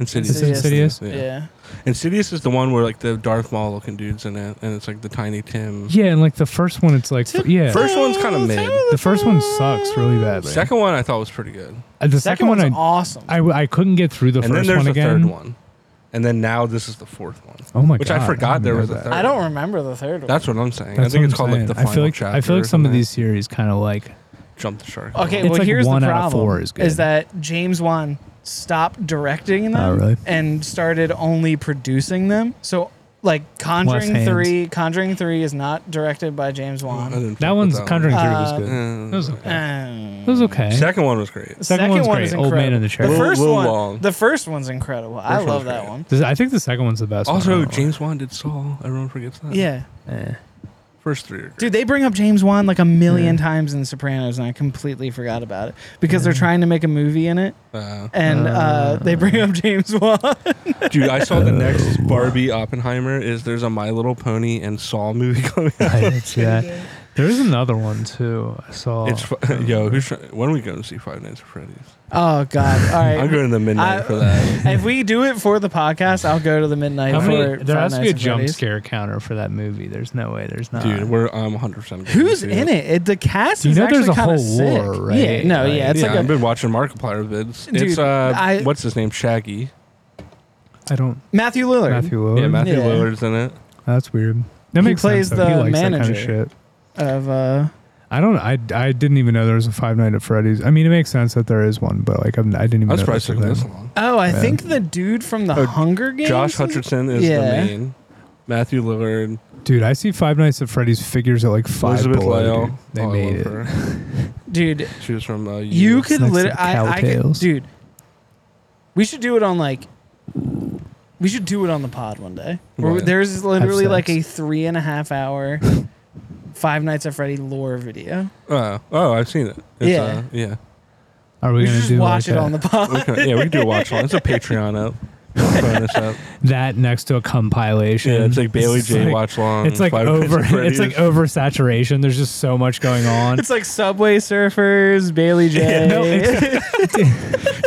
Speaker 3: Insidious.
Speaker 2: Is it Insidious?
Speaker 1: Yeah.
Speaker 3: Yeah. Insidious is the one where like the Darth Maul looking dudes in it, and it's like the Tiny Tim.
Speaker 2: Yeah, and like the first one, it's like f- yeah.
Speaker 3: First one's kind of mid.
Speaker 2: the first one sucks really badly.
Speaker 3: Second one I thought was pretty good,
Speaker 2: Uh, the second,
Speaker 1: Second
Speaker 2: one,
Speaker 1: one's
Speaker 2: I,
Speaker 1: awesome.
Speaker 2: I w- I couldn't get through the
Speaker 3: and then
Speaker 2: first
Speaker 3: there's
Speaker 2: one
Speaker 3: the
Speaker 2: again.
Speaker 3: third one, and then now this is the fourth one.
Speaker 2: Oh my
Speaker 3: Which
Speaker 2: god!
Speaker 3: I forgot
Speaker 2: didn't
Speaker 3: there was
Speaker 2: know
Speaker 3: a
Speaker 2: that.
Speaker 3: third.
Speaker 1: I don't remember the third one.
Speaker 3: That's what I'm saying. I
Speaker 2: That's
Speaker 3: think
Speaker 2: what
Speaker 3: it's
Speaker 2: I'm
Speaker 3: called like
Speaker 2: saying.
Speaker 3: the
Speaker 2: I
Speaker 3: final
Speaker 2: feel like
Speaker 3: chapter.
Speaker 2: I feel
Speaker 3: or
Speaker 2: like some of
Speaker 3: something.
Speaker 2: these series kind of like
Speaker 3: jump the shark.
Speaker 1: okay.
Speaker 2: It's
Speaker 1: Well,
Speaker 2: like
Speaker 1: here's
Speaker 2: one
Speaker 1: the
Speaker 2: out of
Speaker 1: problem:
Speaker 2: four is good.
Speaker 1: that James Wan stopped directing them
Speaker 2: Oh, really?
Speaker 1: and started only producing them. So, like Conjuring
Speaker 2: hands.
Speaker 1: Three, Conjuring Three is not directed by James
Speaker 3: I
Speaker 1: Wan.
Speaker 3: didn't fuck
Speaker 2: that
Speaker 3: with
Speaker 2: one's
Speaker 3: that
Speaker 2: Conjuring Three was
Speaker 1: Uh,
Speaker 2: good.
Speaker 3: one.
Speaker 2: That was
Speaker 3: Uh,
Speaker 2: okay.
Speaker 1: Um,
Speaker 2: That was okay.
Speaker 3: Second one was great.
Speaker 2: Second one's
Speaker 1: one
Speaker 2: great.
Speaker 1: is
Speaker 2: Old Man
Speaker 1: incredible.
Speaker 2: in the Chair.
Speaker 1: The
Speaker 3: Lil-
Speaker 1: first
Speaker 3: Lil
Speaker 1: one,
Speaker 3: Long.
Speaker 1: the first one's incredible. I
Speaker 3: First
Speaker 1: love
Speaker 3: one's
Speaker 1: that
Speaker 3: great.
Speaker 1: one.
Speaker 2: This- I think the second one's the best. one. I
Speaker 3: Also,
Speaker 2: don't know.
Speaker 3: James Wan did Saul. Everyone forgets that.
Speaker 1: Yeah,
Speaker 3: First three are great.
Speaker 1: dude, they bring up James Wan like a million times in Sopranos, and I completely forgot about it because they're trying to make a movie in it,
Speaker 3: Uh,
Speaker 1: and uh, they bring up James Wan.
Speaker 3: Dude, I saw the next
Speaker 2: Oh.
Speaker 3: Barbie Oppenheimer is there's a My Little Pony and Saw movie coming out.
Speaker 2: I didn't see that. There's another one too. I saw.
Speaker 3: It's fu- yo, who's try- when are we going to see Five Nights at Freddy's?
Speaker 1: oh God! All right.
Speaker 3: I'm going to the midnight
Speaker 1: I-
Speaker 3: for that.
Speaker 1: if we do it for the podcast, I'll go to the midnight.
Speaker 2: How
Speaker 1: for
Speaker 2: many, there
Speaker 1: Five
Speaker 2: has to be
Speaker 1: Nights
Speaker 2: a
Speaker 1: at
Speaker 2: jump
Speaker 1: Freddy's.
Speaker 2: scare counter for that movie. There's no way. There's not.
Speaker 3: Dude, we're I'm 100 percent
Speaker 1: Who's in it? it? The cast
Speaker 2: Do you
Speaker 1: is
Speaker 2: know there's
Speaker 1: actually
Speaker 2: a
Speaker 1: kinda
Speaker 2: whole
Speaker 1: sick.
Speaker 2: war, right?
Speaker 1: Yeah, no,
Speaker 2: Like-
Speaker 1: yeah, it's
Speaker 3: yeah,
Speaker 1: like
Speaker 3: I've
Speaker 1: a
Speaker 3: been watching Markiplier vids.
Speaker 1: Dude,
Speaker 3: it's uh,
Speaker 1: I-
Speaker 3: what's his name? Shaggy.
Speaker 2: I don't.
Speaker 1: Matthew Lillard.
Speaker 2: Matthew Lillard.
Speaker 3: Yeah, Matthew
Speaker 1: Yeah.
Speaker 3: Lillard's in it.
Speaker 2: That's weird. That
Speaker 1: He
Speaker 2: makes
Speaker 1: plays
Speaker 2: sense, though.
Speaker 1: the
Speaker 2: he likes that kind
Speaker 1: manager.
Speaker 2: of shit.
Speaker 1: of uh,
Speaker 2: I don't. I, I didn't even know there was a Five Night at Freddy's. I mean, it makes sense that there is one, but like I'm, I didn't even.
Speaker 3: I was
Speaker 2: know
Speaker 3: surprised
Speaker 2: this
Speaker 3: it took
Speaker 2: was
Speaker 3: this
Speaker 2: them.
Speaker 3: long.
Speaker 1: oh, I
Speaker 2: Yeah.
Speaker 1: think the dude from the
Speaker 3: Oh,
Speaker 1: Hunger Games.
Speaker 3: Josh
Speaker 1: is-
Speaker 3: Hutcherson is
Speaker 1: Yeah.
Speaker 3: the main. Matthew Lillard,
Speaker 2: Dude, I see Five Nights at Freddy's figures at like five.
Speaker 3: Elizabeth Oh,
Speaker 2: below,
Speaker 3: Lael.
Speaker 2: dude. They
Speaker 3: all
Speaker 2: made
Speaker 3: over.
Speaker 2: it.
Speaker 1: Dude,
Speaker 3: She was from uh,
Speaker 1: you
Speaker 3: you.
Speaker 1: could
Speaker 2: next to
Speaker 1: literally. I, I could,
Speaker 2: Cowtails.
Speaker 1: dude. We should do it on like. We should do it on the pod one day. Where
Speaker 3: What?
Speaker 1: There's literally
Speaker 2: Have
Speaker 1: like a
Speaker 2: sex.
Speaker 1: three and a half hour Five Nights at Freddy lore video.
Speaker 3: Oh, oh, I've seen it. It's,
Speaker 1: Yeah.
Speaker 3: uh, yeah.
Speaker 2: Are we,
Speaker 1: We
Speaker 2: gonna
Speaker 1: should just
Speaker 2: do
Speaker 1: watch
Speaker 2: like
Speaker 1: it
Speaker 2: a-
Speaker 1: on the pod.
Speaker 3: We can, yeah, we can do a watch along. It's a Patreon up. Bonus up.
Speaker 2: that next to a compilation?
Speaker 3: Yeah, it's like Bailey J
Speaker 2: like-
Speaker 3: watch long.
Speaker 2: It's like
Speaker 3: Five Nights at
Speaker 2: over. It's
Speaker 3: Freddy's.
Speaker 2: like oversaturation. There's just so much going on.
Speaker 1: It's like Subway Surfers, Bailey J.
Speaker 2: no,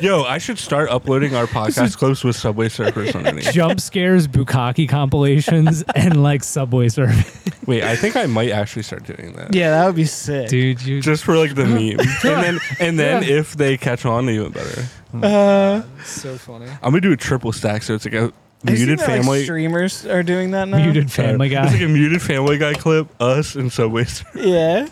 Speaker 3: Yo, I should start uploading our podcast close with Subway Surfers underneath.
Speaker 2: jump scares, bukkake compilations, and like Subway Surfers.
Speaker 3: Wait, I think I might actually start doing that.
Speaker 1: yeah, that would be sick.
Speaker 2: Dude, you
Speaker 3: Just for like the meme, and then and then if they catch on, even better.
Speaker 1: Uh,
Speaker 2: so funny.
Speaker 3: I'm gonna do a triple stack, so it's like a
Speaker 1: have you seen
Speaker 3: muted
Speaker 1: that, like,
Speaker 3: family.
Speaker 1: streamers are doing that now.
Speaker 2: Muted Family
Speaker 3: It's like
Speaker 2: Guy.
Speaker 3: a muted Family Guy clip, us and Subway. Surfers.
Speaker 1: Yeah.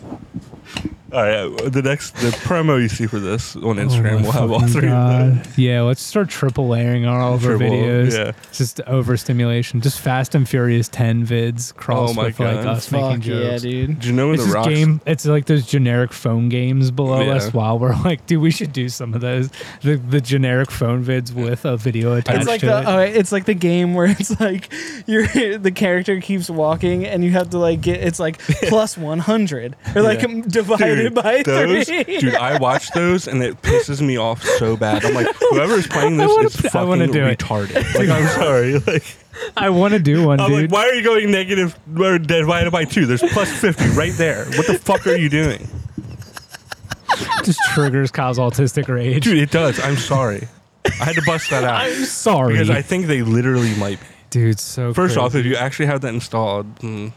Speaker 3: All right, uh, the next the promo you see for this on
Speaker 2: Oh
Speaker 3: Instagram,
Speaker 2: my
Speaker 3: we'll have all
Speaker 2: fucking
Speaker 3: three of them.
Speaker 2: God. Yeah, let's start triple layering on all of our
Speaker 3: Triple,
Speaker 2: videos.
Speaker 3: yeah.
Speaker 2: Just overstimulation. Just Fast and Furious 10 vids crossed
Speaker 3: Oh my
Speaker 2: with like
Speaker 3: God.
Speaker 2: us making
Speaker 1: Fuck yeah,
Speaker 2: jokes.
Speaker 1: dude.
Speaker 3: Do you know when
Speaker 2: It's
Speaker 3: the
Speaker 2: just
Speaker 3: Rock
Speaker 2: game. It's like those generic phone games below
Speaker 3: Yeah.
Speaker 2: us. While we're like, dude, we should do some of those. The the generic phone vids with a video attached
Speaker 1: It's like
Speaker 2: to it.
Speaker 3: uh,
Speaker 1: the oh, it's like the game where it's like you're the character keeps walking and you have to like get it's like plus one hundred or like
Speaker 3: Yeah.
Speaker 1: um, divided by
Speaker 3: those,
Speaker 1: three.
Speaker 3: Dude, I watch those and it pisses me off so bad. I'm like, whoever is playing this
Speaker 2: wanna
Speaker 3: is
Speaker 2: pl- I
Speaker 3: fucking
Speaker 2: wanna do it.
Speaker 3: retarded. Like, I'm sorry. Like,
Speaker 2: I want to do one,
Speaker 3: I'm
Speaker 2: dude.
Speaker 3: like, why are you going negative or divided by two? There's plus fifty right there. What the fuck are you doing,
Speaker 2: Just triggers Kyle's autistic rage.
Speaker 3: dude? It does. I'm sorry. I had to bust that out
Speaker 2: Sorry,
Speaker 3: because I think they literally might. be.
Speaker 2: dude. So
Speaker 3: First
Speaker 2: crazy.
Speaker 3: off, if you actually have that installed. hmm,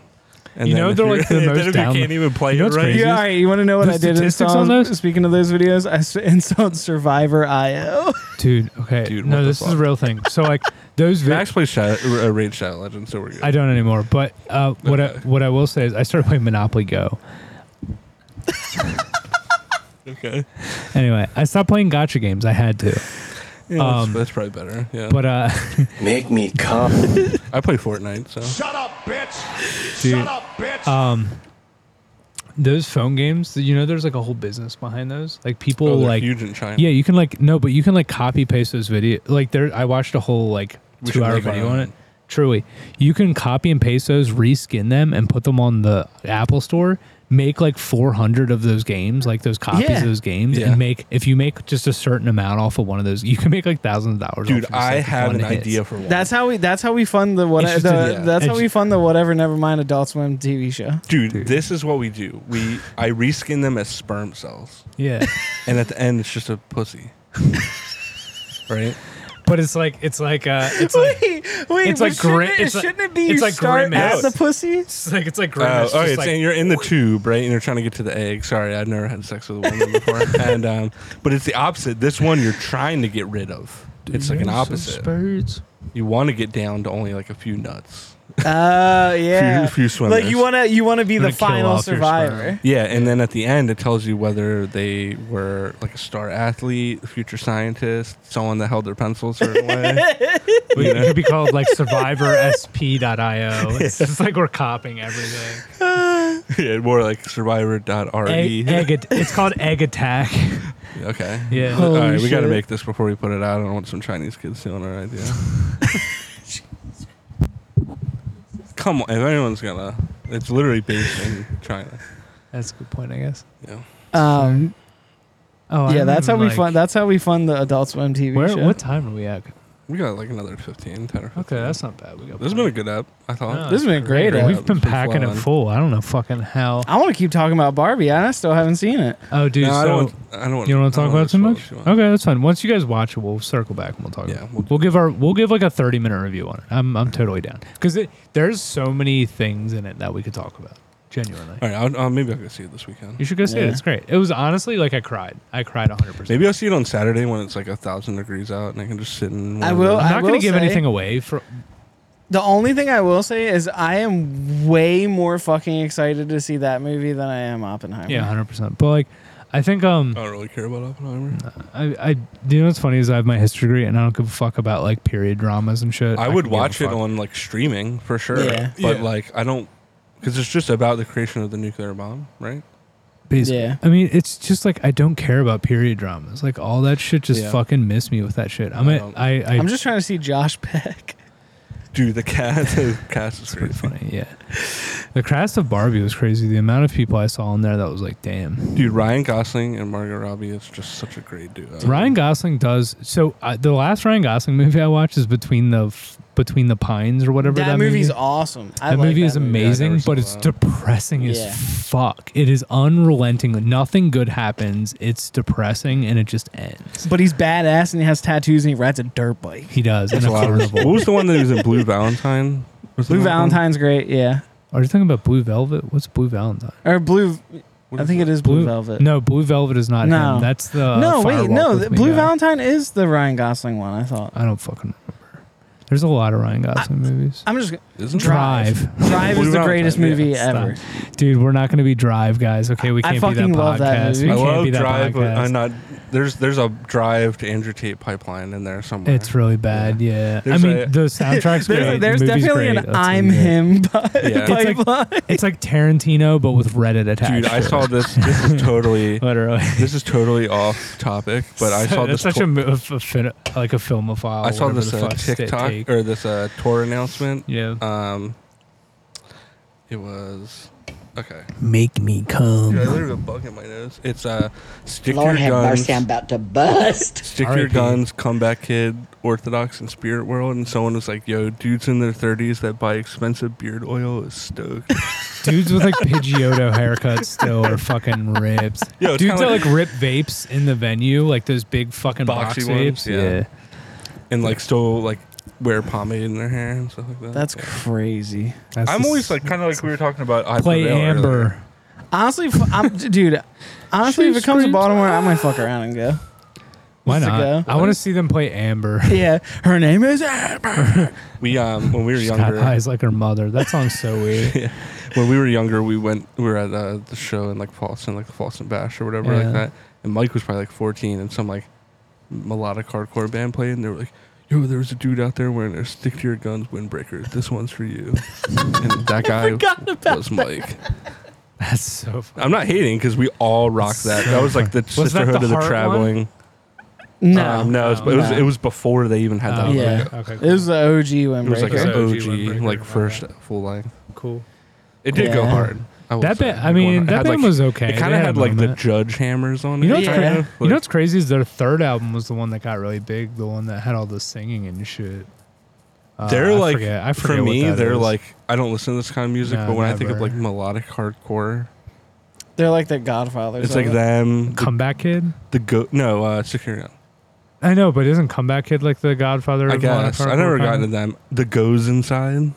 Speaker 3: and
Speaker 2: You
Speaker 3: then
Speaker 2: know
Speaker 3: if
Speaker 2: they're,
Speaker 3: you're-
Speaker 2: like, the
Speaker 3: and then
Speaker 2: most
Speaker 3: if
Speaker 2: down-
Speaker 3: you can't even play
Speaker 2: You know what's
Speaker 3: it right.
Speaker 2: crazy?
Speaker 1: yeah, all right. You want to know what
Speaker 2: The
Speaker 1: I did?
Speaker 2: statistics
Speaker 1: install-
Speaker 2: on those?
Speaker 1: Speaking of those videos, I s- installed Survivor IO.
Speaker 2: dude. Okay,
Speaker 3: Dude, what
Speaker 2: no,
Speaker 3: the
Speaker 2: this is a
Speaker 3: fuck?
Speaker 2: real thing. So like those vi-
Speaker 3: Max plays Shadow, uh, Raid Shadow Legends, so we're good.
Speaker 2: I don't anymore. But uh, what I,
Speaker 3: Okay.
Speaker 2: what I will say is, I started playing Monopoly Go.
Speaker 3: okay,
Speaker 2: Anyway, I stopped playing gotcha games. I had to,
Speaker 3: yeah, that's-
Speaker 2: Um,
Speaker 3: that's, probably better. Yeah,
Speaker 2: but uh,
Speaker 5: Make me come.
Speaker 3: I play Fortnite, so
Speaker 6: Shut up, bitch!
Speaker 2: Dude,
Speaker 6: Shut up, bitch!
Speaker 2: um, those phone games, you know, there's like a whole business behind those. Like people
Speaker 3: Oh, they're
Speaker 2: like
Speaker 3: huge in China.
Speaker 2: Yeah, you can like no, but you can like copy paste those video. Like there, I watched a whole like
Speaker 3: We should
Speaker 2: two hour
Speaker 3: make our
Speaker 2: video on
Speaker 3: own.
Speaker 2: it. Truly, you can copy and paste those, reskin them, and put them on the Apple Store. Make like four hundred of those games, like those copies
Speaker 1: Yeah.
Speaker 2: of those games,
Speaker 3: Yeah.
Speaker 2: and make if you make just a certain amount off of one of those, you can make like thousands of dollars.
Speaker 3: Dude,
Speaker 2: off of just,
Speaker 3: I
Speaker 2: like,
Speaker 3: have
Speaker 2: one
Speaker 3: an
Speaker 2: hit.
Speaker 3: idea for one.
Speaker 1: That's how we. That's how we fund the what.
Speaker 2: It's just
Speaker 1: The,
Speaker 2: a-
Speaker 3: yeah.
Speaker 1: That's how
Speaker 2: It's-
Speaker 1: we fund the whatever. Never mind. Adult Swim TV show.
Speaker 3: Dude, this is what we do. We I reskin them as sperm cells,
Speaker 2: Yeah,
Speaker 3: and at the end, it's just a pussy. right?
Speaker 2: but it's like it's like uh, it's like
Speaker 1: wait, wait.
Speaker 2: it's
Speaker 1: but
Speaker 2: like
Speaker 1: shouldn't,
Speaker 2: gri-
Speaker 1: it-
Speaker 2: it's like-
Speaker 1: shouldn't it be you
Speaker 2: it's like
Speaker 1: start
Speaker 2: Grimace.
Speaker 1: as the pussy?
Speaker 2: it's like it's like
Speaker 3: Oh,
Speaker 2: Grimace,
Speaker 3: all
Speaker 2: just,
Speaker 3: right.
Speaker 2: like-
Speaker 3: and you're in the tube, right? And you're trying to get to the egg. Sorry, I've never had sex with a woman before. and um, but it's the opposite. This one you're trying to get rid of. it's like an opposite. you want to get down to only like a few nuts.
Speaker 1: Oh yeah.
Speaker 3: Few- few swimmers.
Speaker 1: Like you wanna you wanna be
Speaker 2: Gonna
Speaker 1: the
Speaker 2: kill
Speaker 1: final
Speaker 2: off your sperm.
Speaker 1: survivor.
Speaker 3: Yeah, and then at the end it tells you whether they were like a star athlete, a future scientist, someone that held their pencil a certain way.
Speaker 2: We it could be called like survivorsp.io. It's just like we're copying everything.
Speaker 3: yeah, more like survivor.re.
Speaker 2: Egg, egg at- it's called egg attack.
Speaker 3: E. Okay.
Speaker 2: Yeah.
Speaker 3: All right, we
Speaker 1: Holy
Speaker 3: got to
Speaker 1: shit.
Speaker 3: make this before we put it out. I don't want some Chinese kids stealing our idea. Come on, if anyone's gonna, it's literally based in China.
Speaker 2: That's a good point, I guess.
Speaker 3: Yeah.
Speaker 1: Um.
Speaker 2: Oh, I
Speaker 1: Yeah.
Speaker 2: don't
Speaker 1: That's how
Speaker 2: even,
Speaker 1: we
Speaker 2: like-
Speaker 1: fund. That's how we fund the Adult Swim TV
Speaker 2: Where?
Speaker 1: show.
Speaker 2: What time are we at?
Speaker 3: We got like another 15, 10 or 15.
Speaker 2: Okay, that's not bad. We got.
Speaker 3: This has been a good app, I thought.
Speaker 2: No,
Speaker 1: This has been
Speaker 2: it's
Speaker 1: great,
Speaker 2: We've
Speaker 3: uh,
Speaker 2: been
Speaker 3: it's been
Speaker 2: packing it
Speaker 3: fun.
Speaker 2: full. I don't know fucking how.
Speaker 1: I want to keep talking about Barbie. and I still haven't seen it.
Speaker 2: Oh, dude.
Speaker 3: No, I
Speaker 2: so
Speaker 3: don't want, I don't want,
Speaker 2: you don't want
Speaker 3: I
Speaker 2: to talk
Speaker 3: wanna
Speaker 2: about it too much?
Speaker 3: swallow too
Speaker 2: Okay, that's fine. Once you guys watch it, we'll circle back and we'll talk.
Speaker 3: Yeah,
Speaker 2: about it.
Speaker 3: we'll-
Speaker 2: We'll, give our we'll give like a thirty minute review on it. I'm I'm totally down because there's so many things in it that we could talk about. Genuinely.
Speaker 3: All right, I'll, I'll, maybe I'll go see it this weekend.
Speaker 2: You should go see it.
Speaker 1: Yeah.
Speaker 2: It's great. It was honestly like I cried. I cried 100%.
Speaker 3: Maybe I'll see it on Saturday when it's like a thousand degrees out and I can just sit in.
Speaker 1: I
Speaker 3: one of
Speaker 1: will-
Speaker 3: the-
Speaker 2: I'm
Speaker 1: I
Speaker 2: not going to give
Speaker 1: say-
Speaker 2: anything away for
Speaker 1: The only thing I will say is I am way more fucking excited to see that movie than I am Oppenheimer.
Speaker 2: yeah, 100%. But like I think um
Speaker 3: I don't really care about Oppenheimer.
Speaker 2: I I do you know what's funny is I have my history degree and I don't give a fuck about like period dramas and shit.
Speaker 3: I would
Speaker 2: could give a
Speaker 3: watch it
Speaker 2: fuck.
Speaker 3: on like streaming for sure.
Speaker 1: Yeah.
Speaker 3: But
Speaker 2: Yeah.
Speaker 3: like I don't because it's just about the creation of the nuclear bomb, right?
Speaker 2: Basically.
Speaker 1: Yeah.
Speaker 2: I mean, it's just like I don't care about period dramas. Like all that shit just
Speaker 3: Yeah.
Speaker 2: fucking miss me with that shit. I'm
Speaker 3: I
Speaker 2: a,
Speaker 3: don't-
Speaker 2: I I
Speaker 1: I'm just trying to see Josh Peck.
Speaker 3: Dude, the cat, the cast is
Speaker 2: pretty
Speaker 3: crazy.
Speaker 2: funny. Yeah. The cast of Barbie was crazy. The amount of people I saw in there that was like, damn.
Speaker 3: Dude, Ryan Gosling and Margot Robbie is just such a great duo.
Speaker 2: Ryan Gosling does so. Uh, the last Ryan Gosling movie I watched is between the F- between the pines or whatever. That,
Speaker 1: That movie's
Speaker 2: movie.
Speaker 1: awesome. I
Speaker 2: that
Speaker 1: like
Speaker 2: movie is
Speaker 1: that movie.
Speaker 2: amazing,
Speaker 3: never saw
Speaker 2: but it's
Speaker 3: that.
Speaker 2: depressing
Speaker 1: Yeah.
Speaker 2: as fuck. It is unrelenting. Nothing good happens. It's depressing, and it just ends.
Speaker 1: But he's badass and he has tattoos and he rides a dirt bike.
Speaker 2: He does.
Speaker 3: That's
Speaker 2: in a
Speaker 3: a lot of-
Speaker 2: carnival.
Speaker 3: What was the one that was in Blue Valentine? Was
Speaker 1: Blue
Speaker 3: that one?
Speaker 1: Valentine's great, yeah.
Speaker 2: Are you Oh, talking about Blue Velvet? What's Blue Valentine?
Speaker 1: Or blue.
Speaker 3: What
Speaker 1: I think it is blue, velvet.
Speaker 2: No, Blue Velvet is not
Speaker 1: No.
Speaker 2: him. That's the uh,
Speaker 1: no, wait,
Speaker 2: Firewalk
Speaker 1: no.
Speaker 2: with
Speaker 1: The
Speaker 2: Me
Speaker 1: blue
Speaker 2: guy.
Speaker 1: Valentine is the Ryan Gosling one. I thought.
Speaker 2: I don't fucking remember. There's a lot of Ryan Gosling movies.
Speaker 1: I'm just
Speaker 3: Isn't it?
Speaker 1: Drive.
Speaker 2: Drive.
Speaker 1: Drive
Speaker 3: Blue
Speaker 1: is the
Speaker 3: Valentine,
Speaker 1: greatest
Speaker 3: yeah,
Speaker 1: movie
Speaker 2: Stop.
Speaker 1: ever.
Speaker 2: Dude, we're not going to be Drive guys. Okay, we
Speaker 1: I
Speaker 2: can't be that
Speaker 1: fucking
Speaker 2: podcast.
Speaker 1: love that movie.
Speaker 2: We
Speaker 3: I
Speaker 2: can't
Speaker 3: love
Speaker 2: be that
Speaker 3: Drive, but
Speaker 2: podcast.
Speaker 3: I'm not. There's there's a Drive to Andrew Tate pipeline in there somewhere.
Speaker 2: It's really bad. Yeah, I
Speaker 3: There's
Speaker 2: mean
Speaker 3: a-
Speaker 2: the soundtrack's great.
Speaker 1: There's,
Speaker 2: the
Speaker 1: there's
Speaker 2: movie's
Speaker 1: definitely
Speaker 2: great.
Speaker 1: an
Speaker 2: That's
Speaker 1: "I'm
Speaker 2: amazing.
Speaker 1: him" by
Speaker 3: Yeah.
Speaker 2: It's like-
Speaker 1: pipeline.
Speaker 2: It's like Tarantino, but with Reddit attached.
Speaker 3: Dude, I
Speaker 2: to
Speaker 3: saw
Speaker 2: it.
Speaker 3: this. This is totally
Speaker 2: literally.
Speaker 3: this is totally off topic, but I saw
Speaker 2: That's
Speaker 3: this.
Speaker 2: such
Speaker 3: to-
Speaker 2: a, mo- a, fin- like a filmophile.
Speaker 3: I saw
Speaker 2: whatever
Speaker 3: this
Speaker 2: the
Speaker 3: uh,
Speaker 2: fuck sta-
Speaker 3: TikTok
Speaker 2: take.
Speaker 3: or this uh, tour announcement.
Speaker 2: yeah,
Speaker 3: Um, it was okay.
Speaker 2: make me
Speaker 3: Dude, I
Speaker 2: come.
Speaker 3: literally have a bug in my nose. It's uh, stick
Speaker 5: Lord
Speaker 3: your
Speaker 5: have
Speaker 3: guns,
Speaker 5: mercy, I'm about to bust.
Speaker 3: stick your
Speaker 2: R.I.P..
Speaker 3: guns, comeback kid, orthodox and spirit world. And someone was like, "Yo, dudes in their thirties that buy expensive beard oil is stoked."
Speaker 2: Dudes with like Pidgeotto haircuts still are fucking rips.
Speaker 3: Yo, it's
Speaker 2: Dudes
Speaker 3: kinda
Speaker 2: that
Speaker 3: like-
Speaker 2: like rip vapes in the venue, like those big fucking box
Speaker 3: Boxy ones,
Speaker 2: vapes.
Speaker 3: yeah. and like still like wear pomade in their hair and stuff like that.
Speaker 1: That's
Speaker 3: Yeah.
Speaker 1: crazy.
Speaker 2: That's
Speaker 3: I'm
Speaker 2: the
Speaker 3: always
Speaker 2: s-
Speaker 3: like kind of like we were talking about. I
Speaker 2: play
Speaker 3: Prevail
Speaker 2: Amber.
Speaker 3: earlier.
Speaker 1: Honestly, f- I'm d- dude. Honestly,
Speaker 2: She
Speaker 1: if it comes to
Speaker 2: screams,
Speaker 1: Baltimore, I might fuck around and go.
Speaker 2: Why
Speaker 1: Just to
Speaker 2: not?
Speaker 1: go.
Speaker 2: I want to see them play Amber.
Speaker 1: Yeah, her name is Amber.
Speaker 3: We um when we were
Speaker 2: She's got
Speaker 3: younger.
Speaker 2: eyes like her mother. That song's so weird.
Speaker 3: yeah. When we were younger, we went. We were at uh, the show in like Falston, like the Falston Bash or whatever
Speaker 2: Yeah.
Speaker 3: like that. And Mike was probably like 14, and some like melodic hardcore band played, and they were like, "Yo, there was a dude out there wearing a stick to your guns windbreaker. This one's for you." and that guy
Speaker 1: forgot about
Speaker 3: was Mike.
Speaker 2: That's so funny.
Speaker 3: I'm not hating because we all rocked that. That was like the
Speaker 2: that
Speaker 3: sisterhood
Speaker 2: the
Speaker 3: of the
Speaker 2: heart one?
Speaker 3: traveling.
Speaker 1: No,
Speaker 3: Um, no, it was,
Speaker 2: No.
Speaker 3: it was
Speaker 1: No.
Speaker 3: it was before they even had that.
Speaker 2: Oh,
Speaker 3: logo.
Speaker 1: yeah,
Speaker 2: okay, okay,
Speaker 1: it was the OG windbreaker.
Speaker 3: It was like
Speaker 2: Okay.
Speaker 3: an
Speaker 2: OG
Speaker 3: OG,
Speaker 2: windbreaker,
Speaker 3: like
Speaker 2: my
Speaker 3: first full line.
Speaker 2: Cool.
Speaker 3: It did go
Speaker 1: Yeah.
Speaker 3: hard. will
Speaker 2: That
Speaker 3: say.
Speaker 2: band, I mean,
Speaker 3: It
Speaker 2: that
Speaker 3: had,
Speaker 2: band
Speaker 3: like-
Speaker 2: was okay.
Speaker 3: It kind
Speaker 2: They had
Speaker 3: of had
Speaker 2: a
Speaker 3: like the
Speaker 2: moment.
Speaker 3: judge hammers on it.
Speaker 2: You know, what's
Speaker 1: Yeah.
Speaker 2: cra-
Speaker 1: Like-
Speaker 2: you know what's crazy is their third album was the one that got really big, the one that had all the singing and shit. Uh,
Speaker 3: they're
Speaker 2: I
Speaker 3: like
Speaker 2: forget- I forget
Speaker 3: for
Speaker 2: what
Speaker 3: me,
Speaker 2: that
Speaker 3: they're
Speaker 2: is.
Speaker 3: like I don't listen to this kind of music,
Speaker 2: No,
Speaker 3: but when I think of
Speaker 2: never.
Speaker 3: like melodic hardcore,
Speaker 1: They're like the Godfathers.
Speaker 3: it's
Speaker 1: of
Speaker 3: like
Speaker 1: it.
Speaker 3: them. The,
Speaker 2: Comeback Kid.
Speaker 3: the go no uh, Secure.
Speaker 2: I know, but isn't Comeback Kid like the Godfather?
Speaker 3: I
Speaker 2: of modern
Speaker 3: guess I
Speaker 2: hardcore
Speaker 3: never
Speaker 2: kind
Speaker 3: got
Speaker 2: of-
Speaker 3: into them. The goes inside.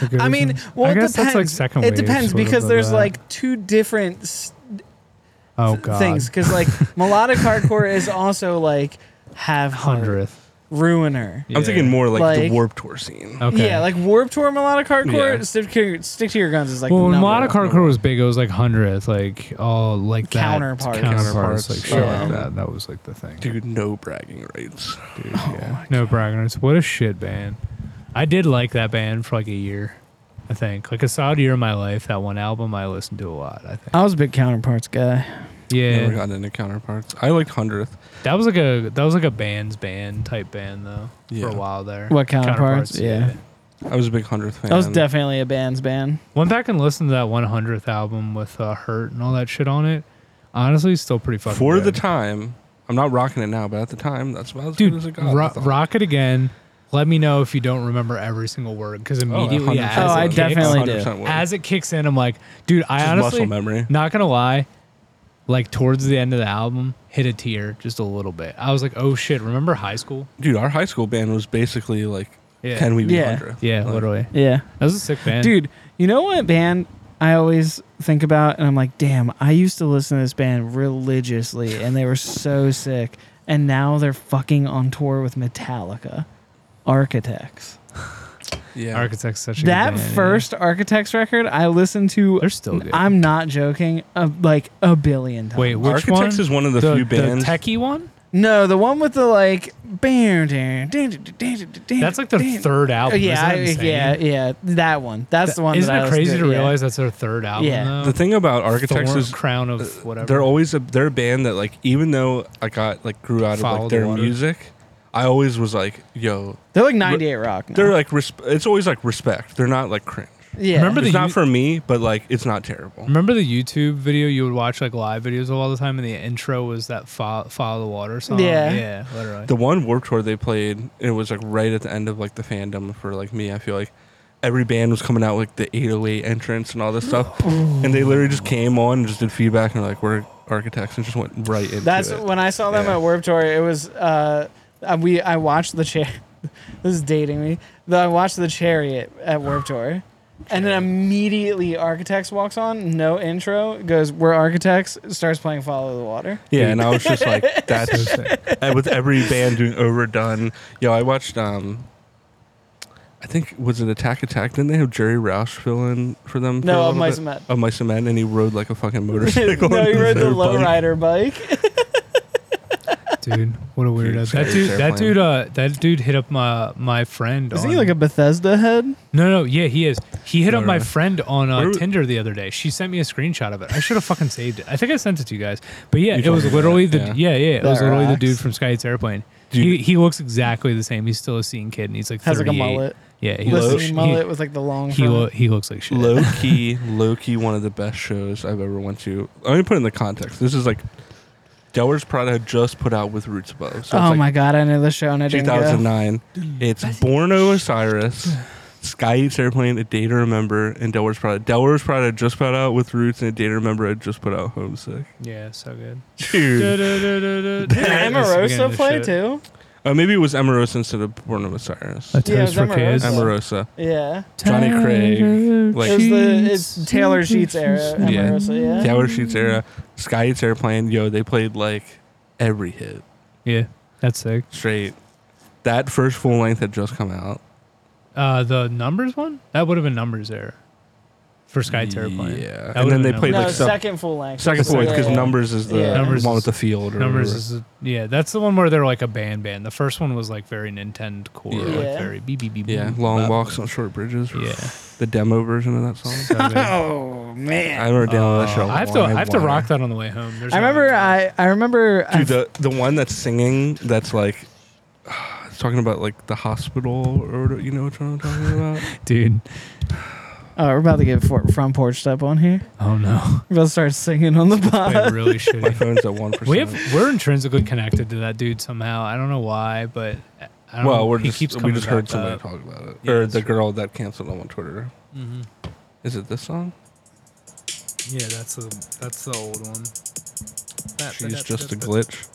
Speaker 2: Like,
Speaker 1: I
Speaker 2: isn't-
Speaker 1: mean, well,
Speaker 2: I
Speaker 1: it
Speaker 2: guess
Speaker 1: depends.
Speaker 2: that's like second.
Speaker 1: it
Speaker 2: wave
Speaker 1: depends
Speaker 2: sort of
Speaker 1: because
Speaker 2: of
Speaker 1: there's
Speaker 2: that.
Speaker 1: like two different s-
Speaker 2: oh god
Speaker 1: things. Because like melodic hardcore is also like have heart,
Speaker 2: hundredth.
Speaker 1: ruiner.
Speaker 3: I'm thinking more like, the
Speaker 1: Like-
Speaker 3: Warp Tour scene.
Speaker 2: Okay.
Speaker 1: Yeah, like Warp Tour melodic hardcore.
Speaker 3: Yeah.
Speaker 1: Stick, to your, stick to your guns is like
Speaker 2: well, when
Speaker 1: number
Speaker 2: melodic
Speaker 1: one.
Speaker 2: hardcore was big, it was like hundredth, like all like that
Speaker 1: Counterparts.
Speaker 2: counterparts, like shit
Speaker 1: Yeah.
Speaker 2: like that. That was like the thing.
Speaker 3: Dude, no bragging rights. Oh
Speaker 2: dude, yeah. No bragging rights. What a shit band. I did like that band for like a year, I think. Like a solid year of my life. That one album I listened to a lot, I think.
Speaker 1: I was a big counterparts guy.
Speaker 2: Yeah.
Speaker 3: Never got into counterparts. I liked hundredth.
Speaker 2: That was like a that was like a band's band type band though.
Speaker 3: Yeah.
Speaker 2: For a while there.
Speaker 1: What, Counterparts? Yeah.
Speaker 3: I was a big hundredth fan.
Speaker 1: That was definitely a band's band.
Speaker 2: Went back and listened to that one hundredth album with uh, Hurt and all that shit on it. Honestly, still pretty fucking
Speaker 3: for the
Speaker 2: good.
Speaker 3: time. I'm not rocking it now, but at the time, that's about as good as it
Speaker 2: dude
Speaker 3: got. I
Speaker 2: ro-
Speaker 3: thought.
Speaker 2: rock it again let me know if you don't remember every single word because immediately
Speaker 3: 100%.
Speaker 2: as,
Speaker 1: Oh,
Speaker 2: it
Speaker 1: I
Speaker 2: kicks,
Speaker 1: definitely do.
Speaker 3: 100% would.
Speaker 2: as it kicks in i'm like dude i
Speaker 3: Just
Speaker 2: honestly
Speaker 3: muscle memory.
Speaker 2: not gonna lie like towards the end of the album hit a tear just a little bit i was like oh shit remember high school
Speaker 3: dude, our high school band was basically like,
Speaker 2: Yeah.
Speaker 3: can we be
Speaker 1: Yeah.
Speaker 3: hundredth?
Speaker 2: yeah
Speaker 3: Like,
Speaker 2: literally
Speaker 1: Yeah.
Speaker 2: that was a sick band
Speaker 1: Dude, you know what band I always think about? And I'm like, damn, I used to listen to this band religiously and they were so sick. And now they're fucking on tour with Metallica. Architects.
Speaker 3: Yeah.
Speaker 2: architects such a
Speaker 1: That
Speaker 2: good band, yeah.
Speaker 1: first Architects record I listened to,
Speaker 2: they're still good
Speaker 1: I'm not joking, a, like a billion times.
Speaker 2: wait which
Speaker 3: Architects
Speaker 2: one
Speaker 3: is one of the, few bands.
Speaker 2: the techie one
Speaker 1: No, the one with the like. That's
Speaker 2: that's like their third album
Speaker 1: Oh, Yeah, I-
Speaker 2: Isn't that
Speaker 1: yeah,
Speaker 2: insane?
Speaker 1: yeah. That one. That's the one.
Speaker 2: Isn't
Speaker 1: that I
Speaker 2: it crazy
Speaker 1: listened
Speaker 2: to
Speaker 1: yeah.
Speaker 2: realize that's their third album?
Speaker 1: Yeah.
Speaker 2: though?
Speaker 3: the thing about architects
Speaker 2: Thorn-
Speaker 3: is uh,
Speaker 2: crown of whatever.
Speaker 3: they're always a, they're a band that like even though I got like grew out of
Speaker 2: Follow
Speaker 3: like
Speaker 2: the
Speaker 3: their
Speaker 2: water.
Speaker 3: music, I always was like, yo,
Speaker 1: They're like 98 Rock. Now.
Speaker 3: they're
Speaker 2: uh,
Speaker 3: like resp- it's always like respect. They're not like cringe.
Speaker 1: yeah.
Speaker 2: Remember
Speaker 3: It's
Speaker 2: the
Speaker 3: not
Speaker 2: U-
Speaker 3: for me, but like it's not terrible.
Speaker 2: Remember the YouTube video you would watch like live videos of all the time, and the intro was that fo- "Follow the Water" song.
Speaker 1: Yeah.
Speaker 2: yeah, literally.
Speaker 3: The one Warp Tour they played, it was like right at the end of like the fandom for like me. I feel like every band was coming out with, like the 808 entrance and all this stuff, and they literally just came on and just did feedback and were like we're architects and just went right into
Speaker 1: That's
Speaker 3: it.
Speaker 1: when I saw them
Speaker 3: Yeah.
Speaker 1: at Warped Tour. It was uh, uh, we. I watched the chair. this is dating me. Though I watched the Chariot at Warped Tour, and then immediately Architects walks on. No intro. Goes we're Architects. Starts playing Follow the Water.
Speaker 3: yeah, and I was just like, that's
Speaker 2: Sick.
Speaker 3: and with every band doing overdone. Yo, I watched. um I think was it Attack Attack? Didn't they have Jerry Roush fill in for them? for
Speaker 1: No,
Speaker 3: a
Speaker 1: of
Speaker 3: little
Speaker 1: Mice
Speaker 3: bit?
Speaker 1: and Men.
Speaker 3: Of Mice and Men, and he rode like a fucking motorcycle.
Speaker 1: no, he
Speaker 3: in
Speaker 1: rode the
Speaker 3: their bunk.
Speaker 1: lowrider bike.
Speaker 2: dude, what a weirdo.
Speaker 3: sorry,
Speaker 2: That dude, that
Speaker 3: airplane.
Speaker 2: dude, uh, that dude hit up my my friend.
Speaker 1: Isn't
Speaker 2: on,
Speaker 1: he like a Bethesda head?
Speaker 2: No, no, yeah, he is. He hit up my
Speaker 3: Alright.
Speaker 2: friend on uh,
Speaker 3: Where we-
Speaker 2: Tinder the other day. She sent me a screenshot of it. I should have fucking saved it. I think I sent it to you guys. But yeah, it
Speaker 3: told
Speaker 2: was
Speaker 3: me
Speaker 2: literally the
Speaker 3: that,
Speaker 2: yeah, yeah, it
Speaker 1: That
Speaker 2: was literally the dude
Speaker 1: rocks.
Speaker 2: from Sky Heights Airplane.
Speaker 3: Dude.
Speaker 2: He he looks exactly the same. He's still a scene kid, and he's like
Speaker 1: Has like a
Speaker 2: 38.
Speaker 1: mullet.
Speaker 2: Yeah, he
Speaker 1: Listening
Speaker 2: looks,
Speaker 1: mullet with like the long.
Speaker 2: He, he,
Speaker 1: front.
Speaker 2: lo- he looks like shit.
Speaker 3: low key, low key, one of the best shows I've ever went to. Let me put it in the context. This is like Delaware's Prada had just put out with Roots Above. So it's
Speaker 1: oh
Speaker 3: like
Speaker 1: my god! I know the show and I didn't go.
Speaker 3: 2009. It's Borno Osiris, Sky Eats Airplane, A Day to Remember, and Delaware's Prada. Delaware's Prada had just put out with Roots, and A Day to Remember had just put out Homesick.
Speaker 2: Yeah, so good.
Speaker 3: Dude.
Speaker 1: Did Amorosa play too?
Speaker 3: Uh, maybe it was Amorosa instead of Borno Osiris.
Speaker 2: That's
Speaker 1: Yeah, it
Speaker 2: yeah,
Speaker 1: was
Speaker 2: for kids.
Speaker 1: Amorosa.
Speaker 3: Amorosa.
Speaker 1: Yeah.
Speaker 3: Johnny Craig, like-
Speaker 1: it was the it's Taylor Sheets era. Amorosa, yeah.
Speaker 3: Tower Sheets era. Sky Eats Airplane. Yo, they played like every hit.
Speaker 2: Yeah, that's sick.
Speaker 3: straight. That first full length had just come out.
Speaker 2: Uh, the numbers one that would have been numbers there for Sky Airplane. That
Speaker 3: Yeah. And
Speaker 2: would've been
Speaker 3: then they played,
Speaker 1: No,
Speaker 2: numbers.
Speaker 3: like, some-
Speaker 1: second full length.
Speaker 3: Second full length
Speaker 1: Yeah,
Speaker 3: because
Speaker 1: yeah.
Speaker 3: numbers is the
Speaker 1: Yeah.
Speaker 2: Numbers
Speaker 3: one with
Speaker 2: is-
Speaker 3: the field. Or
Speaker 2: numbers
Speaker 3: whatever.
Speaker 2: is yeah. That's the one where they're like a band band. The first one was like very Nintendo core,
Speaker 3: Yeah.
Speaker 2: like
Speaker 1: Yeah.
Speaker 2: very beep beep beep.
Speaker 3: yeah.
Speaker 2: beep,
Speaker 3: Long
Speaker 2: bop.
Speaker 3: walks on short bridges.
Speaker 2: Yeah,
Speaker 3: The demo version of that song.
Speaker 2: so good. Uh,
Speaker 1: Oh. Oh man.
Speaker 3: I remember down that show.
Speaker 2: I have to I have to rock that on the way home. There's
Speaker 1: I
Speaker 2: no
Speaker 1: remember. uh,
Speaker 2: way.
Speaker 1: I I remember. I
Speaker 3: Dude, the the one that's singing that's like. It's talking about like the hospital or whatever- you know what I'm talking about.
Speaker 2: dude.
Speaker 1: oh, we're about to get for, front porch stuff on here.
Speaker 2: Oh no.
Speaker 1: We're about to start singing on the
Speaker 2: I
Speaker 1: pod.
Speaker 2: really should.
Speaker 3: My phone's at one percent.
Speaker 2: We have we're intrinsically connected to that dude somehow. I don't know why, but I don't
Speaker 3: well, we're
Speaker 2: he
Speaker 3: just
Speaker 2: keeps
Speaker 3: we
Speaker 2: coming
Speaker 3: just heard
Speaker 2: back
Speaker 3: somebody
Speaker 2: up.
Speaker 3: talk about it,
Speaker 2: Yeah,
Speaker 3: or
Speaker 2: that's
Speaker 3: the
Speaker 2: true.
Speaker 3: girl that canceled them on Twitter. Is it this song?
Speaker 2: Yeah, that's the that's the old one.
Speaker 3: She's just a glitch.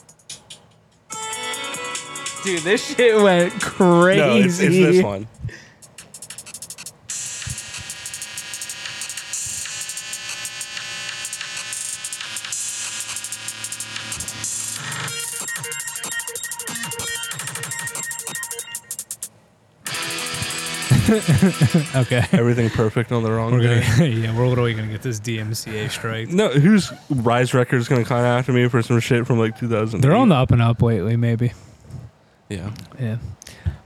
Speaker 1: Dude, this shit went crazy.
Speaker 3: No, it's, it's this one.
Speaker 2: Okay.
Speaker 3: Everything perfect on the wrong
Speaker 2: We're
Speaker 3: day.
Speaker 2: gonna yeah, we're literally gonna get this DMCA strike.
Speaker 3: No, who's Rise Records gonna contact me for some shit from like 2000?
Speaker 2: They're on the up and up lately, maybe.
Speaker 3: yeah.
Speaker 2: Yeah.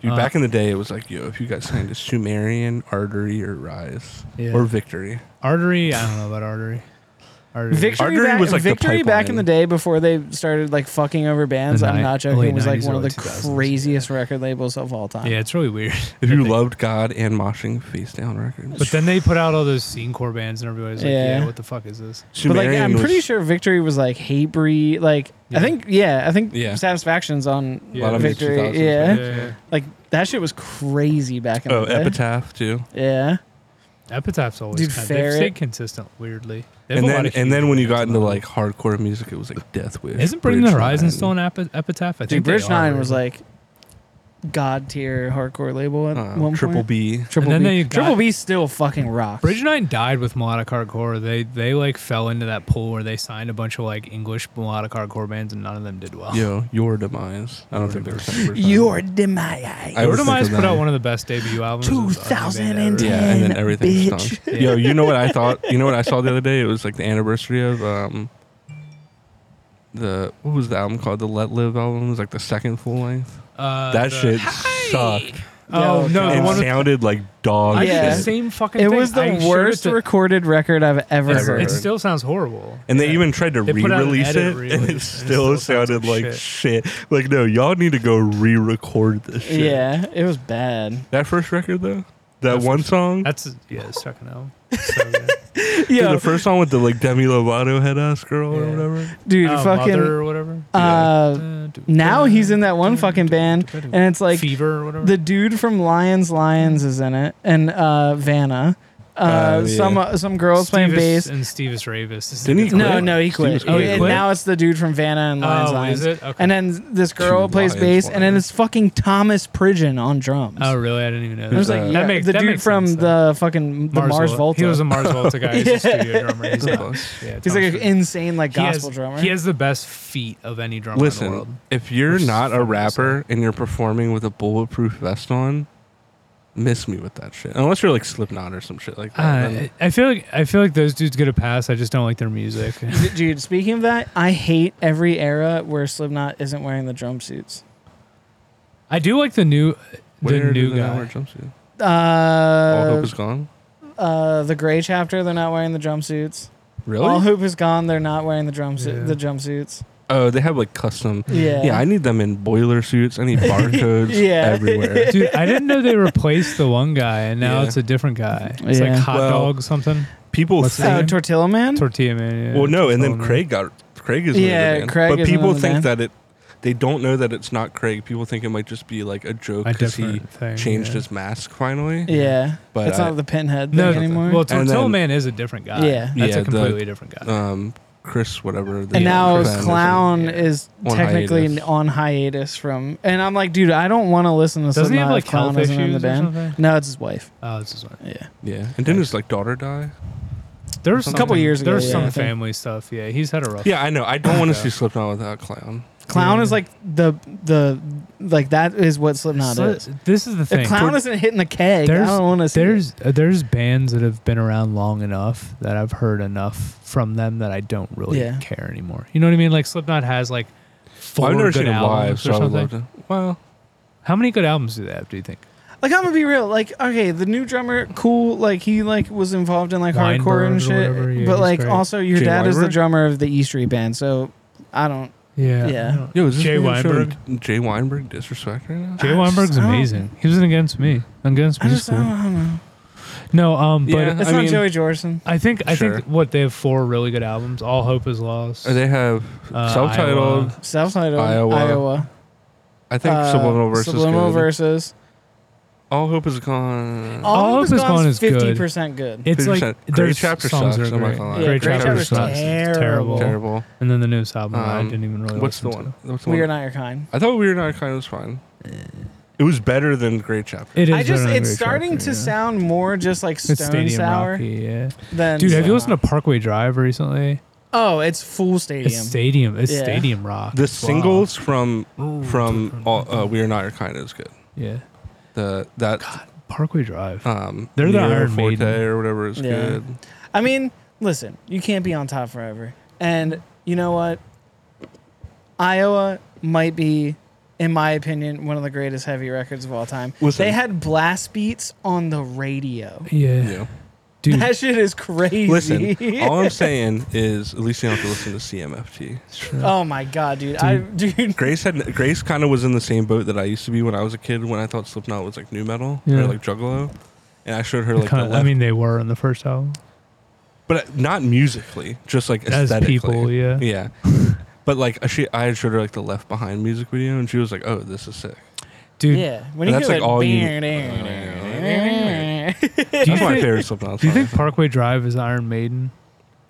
Speaker 3: Dude,
Speaker 2: Uh,
Speaker 3: back in the day, it was like, yo, if you got signed to Sumerian, Artery, or Rise,
Speaker 2: Yeah.
Speaker 3: or Victory.
Speaker 2: Artery, I don't know about artery. Artery.
Speaker 1: Victory,
Speaker 3: Artery
Speaker 1: back,
Speaker 3: was like the
Speaker 1: Victory back in
Speaker 3: pipeline.
Speaker 1: the day before they started like fucking over bands.
Speaker 2: The
Speaker 1: I'm
Speaker 2: ni-
Speaker 1: not
Speaker 2: late
Speaker 1: joking. Was like
Speaker 2: 90s,
Speaker 1: one of
Speaker 2: early
Speaker 1: the
Speaker 2: 2000s.
Speaker 1: craziest record labels of all time.
Speaker 2: Yeah, it's really weird.
Speaker 3: If you loved God and moshing, Face Down Records.
Speaker 2: But then they put out all those scene core bands and everybody's like, yeah.
Speaker 1: Yeah.
Speaker 2: what the fuck is this?
Speaker 1: But like,
Speaker 3: Sumerian
Speaker 1: I'm pretty
Speaker 3: was-
Speaker 1: sure Victory was like hate breed. Like,
Speaker 2: Yeah.
Speaker 1: I think, yeah, I think
Speaker 3: Yeah.
Speaker 1: Satisfaction's on
Speaker 2: Yeah. A lot of
Speaker 1: Victory.
Speaker 3: mid-2000s,
Speaker 1: Yeah.
Speaker 3: yeah.
Speaker 1: like that shit was crazy back in
Speaker 3: Oh,
Speaker 1: the day.
Speaker 3: Epitaph too.
Speaker 1: Yeah,
Speaker 2: Epitaph's always
Speaker 1: Dude,
Speaker 2: kind of,
Speaker 1: Ferret.
Speaker 2: they've stayed consistent weirdly. They have
Speaker 3: And
Speaker 2: a lot
Speaker 3: then
Speaker 2: of
Speaker 3: and
Speaker 2: huge
Speaker 3: then when you got
Speaker 2: bands
Speaker 3: into
Speaker 2: on.
Speaker 3: like hardcore music, it was like Death Wish.
Speaker 2: isn't Bring the
Speaker 3: Bridge
Speaker 2: Horizon
Speaker 3: Nine.
Speaker 2: still on Epi- Epitaph? I think
Speaker 1: dude,
Speaker 2: they
Speaker 1: British
Speaker 2: are,
Speaker 1: Nine was
Speaker 2: weirdly.
Speaker 1: like god tier hardcore label at
Speaker 3: Uh,
Speaker 1: one
Speaker 3: Triple
Speaker 1: point.
Speaker 3: B.
Speaker 2: And
Speaker 1: Triple
Speaker 2: then
Speaker 1: B,
Speaker 2: they got-
Speaker 1: Triple B still fucking rocks.
Speaker 2: Bridge Nine died with melodic hardcore. They they like fell into that pool where they signed a bunch of like English melodic hardcore bands and none of them did well.
Speaker 3: Yo, your demise. I don't think they were signed to Bridge Nine.
Speaker 1: Your demise.
Speaker 3: I was
Speaker 2: Ordemise
Speaker 3: thinking
Speaker 2: put out
Speaker 3: that.
Speaker 2: one of the best debut albums. of any band ever.
Speaker 1: 2010.
Speaker 3: Yeah, and then
Speaker 1: And
Speaker 3: everything's
Speaker 1: bitch.
Speaker 3: done. Yo, you know what I thought? You know what I saw the other day? It was like the anniversary of um the what was the album called? The Let Live album. It was like the second full length.
Speaker 2: Uh,
Speaker 3: that
Speaker 2: the-
Speaker 3: shit sucked.
Speaker 2: Oh no,
Speaker 1: Yo,
Speaker 2: the
Speaker 1: it
Speaker 3: It
Speaker 2: one with,
Speaker 3: sounded like
Speaker 2: I
Speaker 3: dog
Speaker 1: Yeah.
Speaker 2: did the
Speaker 3: shit.
Speaker 2: same fucking.
Speaker 1: It
Speaker 2: thing.
Speaker 1: was
Speaker 2: I
Speaker 1: the
Speaker 2: showed it
Speaker 1: worst
Speaker 2: to-
Speaker 1: recorded record I've ever
Speaker 2: it's-
Speaker 3: Ever.
Speaker 1: heard.
Speaker 2: It still sounds horrible.
Speaker 3: And they
Speaker 2: Yeah.
Speaker 3: even tried to
Speaker 2: They put out an
Speaker 3: re-release it,
Speaker 2: edit
Speaker 3: and
Speaker 2: re-release,
Speaker 3: it still,
Speaker 2: sounds
Speaker 3: sounded
Speaker 2: like
Speaker 3: like shit. Like, no, y'all need to go re-record this shit.
Speaker 1: Yeah, it was bad.
Speaker 3: That first record though,
Speaker 2: That
Speaker 3: that one
Speaker 2: first-
Speaker 3: song,
Speaker 2: That's yeah, the second album. So good.
Speaker 3: Dude,
Speaker 1: Yo,
Speaker 3: the first song with the like Demi Lovato head ass girl or
Speaker 2: Yeah.
Speaker 3: whatever.
Speaker 1: dude,
Speaker 2: Uh,
Speaker 1: fucking.
Speaker 2: Mother or whatever.
Speaker 1: uh, now he's in that one fucking band, and it's like
Speaker 2: Fever or whatever.
Speaker 1: the dude from Lions Lions is in it, and uh, Vanna. Uh,
Speaker 3: Oh, yeah.
Speaker 1: Some uh, some girls playing
Speaker 2: Stevis
Speaker 1: bass.
Speaker 2: and Stevis Ravis.
Speaker 3: Didn't he quit?
Speaker 1: No, no, he quit.
Speaker 3: Stevis Oh, he
Speaker 1: And
Speaker 2: quit?
Speaker 1: now it's the dude from Vanna and Lions
Speaker 2: Oh,
Speaker 1: Lions.
Speaker 2: is it? Okay.
Speaker 1: And uh, then this girl
Speaker 3: Two
Speaker 1: plays bass,
Speaker 3: Lions
Speaker 1: and then
Speaker 3: Lions.
Speaker 1: it's fucking Thomas Pridgeon on drums.
Speaker 2: Oh really? I didn't even know.
Speaker 1: I was like,
Speaker 3: Uh,
Speaker 1: yeah,
Speaker 2: that makes
Speaker 1: the
Speaker 2: that
Speaker 1: dude
Speaker 2: makes
Speaker 1: from
Speaker 2: sense, though.
Speaker 1: the fucking the Mars,
Speaker 2: Vol-
Speaker 1: Volta.
Speaker 2: He was a Mars Volta guy. He's a studio drummer. He's,
Speaker 3: Yeah.
Speaker 2: not- yeah,
Speaker 1: He's
Speaker 2: Tom
Speaker 1: like an
Speaker 2: Schmidt.
Speaker 1: insane like
Speaker 2: He has-
Speaker 1: gospel drummer.
Speaker 2: He has the best feet of any drummer in the world.
Speaker 3: Listen, if you're
Speaker 2: Which is
Speaker 3: not a
Speaker 2: fucking
Speaker 3: rapper and you're performing with a bulletproof vest on, miss me with that shit. Unless you're like Slipknot or some shit like that.
Speaker 2: Uh,
Speaker 3: then-
Speaker 2: I feel like I feel like those dudes get a pass. I just don't like their music.
Speaker 1: D- Dude, speaking of that, I hate every era where Slipknot isn't wearing the drum suits.
Speaker 2: I do like the new the
Speaker 3: Where do
Speaker 2: new
Speaker 3: they not wear
Speaker 2: guy.
Speaker 3: jumpsuit? All
Speaker 1: Uh,
Speaker 3: hope is gone.
Speaker 1: uh, the Gray chapter, they're not wearing the jumpsuits.
Speaker 3: Really?
Speaker 1: All hoop is gone. They're not wearing the drum su-
Speaker 2: Yeah.
Speaker 1: the jumpsuits.
Speaker 3: oh, they have like custom.
Speaker 1: Yeah.
Speaker 3: Yeah. I need them in boiler suits. I need barcodes
Speaker 1: Yeah.
Speaker 3: everywhere.
Speaker 2: Dude, I didn't know they replaced the one guy, and now
Speaker 3: Yeah.
Speaker 2: it's a different guy. It's
Speaker 1: Yeah.
Speaker 2: like hot
Speaker 3: Well-
Speaker 2: dog something,
Speaker 3: People
Speaker 2: What's
Speaker 3: think.
Speaker 1: Oh, Tortilla Man.
Speaker 2: tortilla man. yeah,
Speaker 3: well, no, and then
Speaker 2: tortilla man.
Speaker 3: Craig got Craig is
Speaker 1: Yeah,
Speaker 3: yeah, band.
Speaker 1: Craig
Speaker 3: but
Speaker 1: is
Speaker 3: people
Speaker 1: another
Speaker 3: think
Speaker 1: band.
Speaker 3: that it. They don't know that it's not Craig. People think it might just be like a joke
Speaker 2: A
Speaker 3: because he
Speaker 2: different thing,
Speaker 3: changed
Speaker 2: yeah.
Speaker 3: his mask finally.
Speaker 1: yeah,
Speaker 3: But
Speaker 1: it's
Speaker 3: I-
Speaker 1: not the pinhead
Speaker 2: No,
Speaker 1: thing anymore.
Speaker 2: well,
Speaker 3: And
Speaker 2: tortilla
Speaker 3: then-
Speaker 2: man is a different guy.
Speaker 1: Yeah.
Speaker 2: that's
Speaker 3: Yeah,
Speaker 2: a
Speaker 3: the-
Speaker 2: completely different guy.
Speaker 3: Um, Chris, whatever. the
Speaker 1: and now
Speaker 3: clown is in-
Speaker 1: Clown
Speaker 2: yeah.
Speaker 1: is
Speaker 3: On
Speaker 1: technically
Speaker 3: hiatus.
Speaker 1: on hiatus from. And I'm like, dude, I don't want to listen to
Speaker 2: Doesn't
Speaker 1: Slipknot
Speaker 2: he have like
Speaker 1: if Clown
Speaker 2: health
Speaker 1: isn't in the
Speaker 2: issues or
Speaker 1: band.
Speaker 2: something?
Speaker 1: No, it's his wife.
Speaker 2: Oh, this is one.
Speaker 1: Yeah.
Speaker 3: Yeah, and didn't his like daughter die?
Speaker 2: There was
Speaker 3: A
Speaker 1: couple
Speaker 2: something-
Speaker 1: years ago,
Speaker 2: There was
Speaker 1: yeah, I
Speaker 2: some
Speaker 1: think.
Speaker 2: family stuff. Yeah, he's had a rough.
Speaker 3: Yeah, I know. I don't want to
Speaker 2: Yeah.
Speaker 3: see Slipknot without Clown.
Speaker 1: Clown
Speaker 2: Yeah.
Speaker 1: is like the the like that is what Slipknot
Speaker 2: So,
Speaker 1: is.
Speaker 2: This is the
Speaker 1: If
Speaker 2: thing.
Speaker 1: Clown isn't hitting the keg, I
Speaker 2: There's-
Speaker 1: don't want to see. it.
Speaker 2: there's uh, there's bands that have been around long enough that I've heard enough from them that I don't really
Speaker 1: Yeah.
Speaker 2: care anymore. You know what I mean? Like Slipknot has like 4
Speaker 3: Well, I've never
Speaker 2: good
Speaker 3: seen it
Speaker 2: albums
Speaker 3: live, so
Speaker 2: or
Speaker 3: I would love
Speaker 2: something.
Speaker 3: to. Well,
Speaker 2: How many good albums do they have? Do you think?
Speaker 1: Like I'm gonna be real. Like okay, the new drummer, cool. Like he like was involved in like
Speaker 2: Weinberg
Speaker 1: hardcore
Speaker 2: or
Speaker 1: and shit.
Speaker 2: whatever, yeah,
Speaker 1: but
Speaker 2: he's
Speaker 1: like
Speaker 2: great.
Speaker 1: also, your
Speaker 3: Jay
Speaker 1: dad is the
Speaker 3: Weinberg?
Speaker 1: drummer of the E Street Band, so I don't.
Speaker 2: Yeah.
Speaker 1: Yeah.
Speaker 2: I don't-
Speaker 3: Yo, is this
Speaker 2: Jay
Speaker 3: man showing
Speaker 2: Weinberg.
Speaker 3: Jay Weinberg disrespect right now?
Speaker 2: Jay
Speaker 1: I just
Speaker 2: Weinberg's
Speaker 1: don't-
Speaker 2: amazing. He was in Against Me. Against
Speaker 1: I
Speaker 2: Me
Speaker 1: just I don't,
Speaker 2: school.
Speaker 1: I don't know.
Speaker 2: No, um, but
Speaker 3: Yeah.
Speaker 1: It's
Speaker 3: I
Speaker 1: not
Speaker 3: mean-
Speaker 1: Joey Jordan.
Speaker 2: I think I
Speaker 3: Sure.
Speaker 2: think what they have four really good albums. All Hope Is Lost.
Speaker 3: Or they have
Speaker 2: Uh,
Speaker 3: self-titled.
Speaker 2: Iowa.
Speaker 1: South Side Iowa.
Speaker 3: Iowa.
Speaker 1: Iowa.
Speaker 3: I think
Speaker 1: Uh,
Speaker 3: Subliminal versus
Speaker 1: Subliminal
Speaker 3: good.
Speaker 1: versus.
Speaker 3: All hope is gone.
Speaker 2: All Hope Is Gone is good.
Speaker 1: fifty percent good.
Speaker 2: it's like
Speaker 3: 50%.
Speaker 2: their
Speaker 3: Great Chapter
Speaker 2: songs
Speaker 3: sucks,
Speaker 2: are
Speaker 3: I'm not
Speaker 2: great.
Speaker 3: gonna lie.
Speaker 2: Great,
Speaker 3: Yeah, Great
Speaker 2: Chapter,
Speaker 3: Chapter
Speaker 2: sucks. It's
Speaker 1: terrible.
Speaker 2: terrible.
Speaker 3: terrible.
Speaker 2: And then the newest album I
Speaker 3: Um,
Speaker 2: didn't even really.
Speaker 3: What's the
Speaker 2: listen
Speaker 3: one?
Speaker 2: to.
Speaker 3: What's the
Speaker 1: We are
Speaker 3: one?
Speaker 1: not your kind.
Speaker 3: I thought we were not kind was fine. It was better than Great Chapter.
Speaker 2: It is.
Speaker 1: I just
Speaker 2: better than
Speaker 1: it's
Speaker 2: Great
Speaker 1: starting
Speaker 2: Chapter,
Speaker 1: to
Speaker 2: yeah.
Speaker 1: sound more just like
Speaker 2: It's
Speaker 1: Stone
Speaker 2: Stadium
Speaker 1: Sour
Speaker 2: Rocky, yeah.
Speaker 1: than
Speaker 2: Dude, have you
Speaker 1: Slipknot.
Speaker 2: listened to Parkway Drive recently?
Speaker 1: Oh, it's full stadium.
Speaker 2: It's stadium. It's
Speaker 1: Yeah.
Speaker 2: stadium rock.
Speaker 3: The
Speaker 2: Wow.
Speaker 3: singles from
Speaker 2: Ooh,
Speaker 3: from all, uh, We Are Not Your Kind is good.
Speaker 2: Yeah.
Speaker 3: The that
Speaker 2: Parkway Drive.
Speaker 3: um,
Speaker 2: They're the
Speaker 3: Nero
Speaker 2: Iron
Speaker 3: Forte
Speaker 2: Maiden.
Speaker 3: or whatever is
Speaker 1: Yeah.
Speaker 3: good.
Speaker 1: I mean, listen, you can't be on top forever. And you know what? Iowa might be, in my opinion, one of the greatest heavy records of all time.
Speaker 3: Listen.
Speaker 1: They had blast beats on the radio.
Speaker 2: yeah.
Speaker 3: Yeah.
Speaker 2: Dude,
Speaker 1: That shit is crazy.
Speaker 3: Listen, all I'm saying is at least you don't have to listen to CMFT.
Speaker 1: oh my god, dude! I dude.
Speaker 3: Grace had Grace kind of was in the same boat that I used to be when I was a kid when I thought Slipknot was like new metal
Speaker 2: Yeah.
Speaker 3: or like Juggalo, and I showed her like
Speaker 2: kinda-
Speaker 3: the left,
Speaker 2: I mean, they were in the first album.
Speaker 3: but not musically, just like
Speaker 2: As
Speaker 3: aesthetically.
Speaker 2: people, yeah.
Speaker 3: yeah. but like she, I showed her like the Left Behind music video, and she was like, "Oh, this is sick."
Speaker 2: Dude,
Speaker 1: Yeah, when you
Speaker 3: That's
Speaker 1: hear
Speaker 3: like
Speaker 1: that
Speaker 3: all you-
Speaker 2: do you
Speaker 3: That's my
Speaker 2: think,
Speaker 3: favorite Slipknot.
Speaker 2: do you think
Speaker 3: song.
Speaker 2: Parkway Drive is Iron Maiden?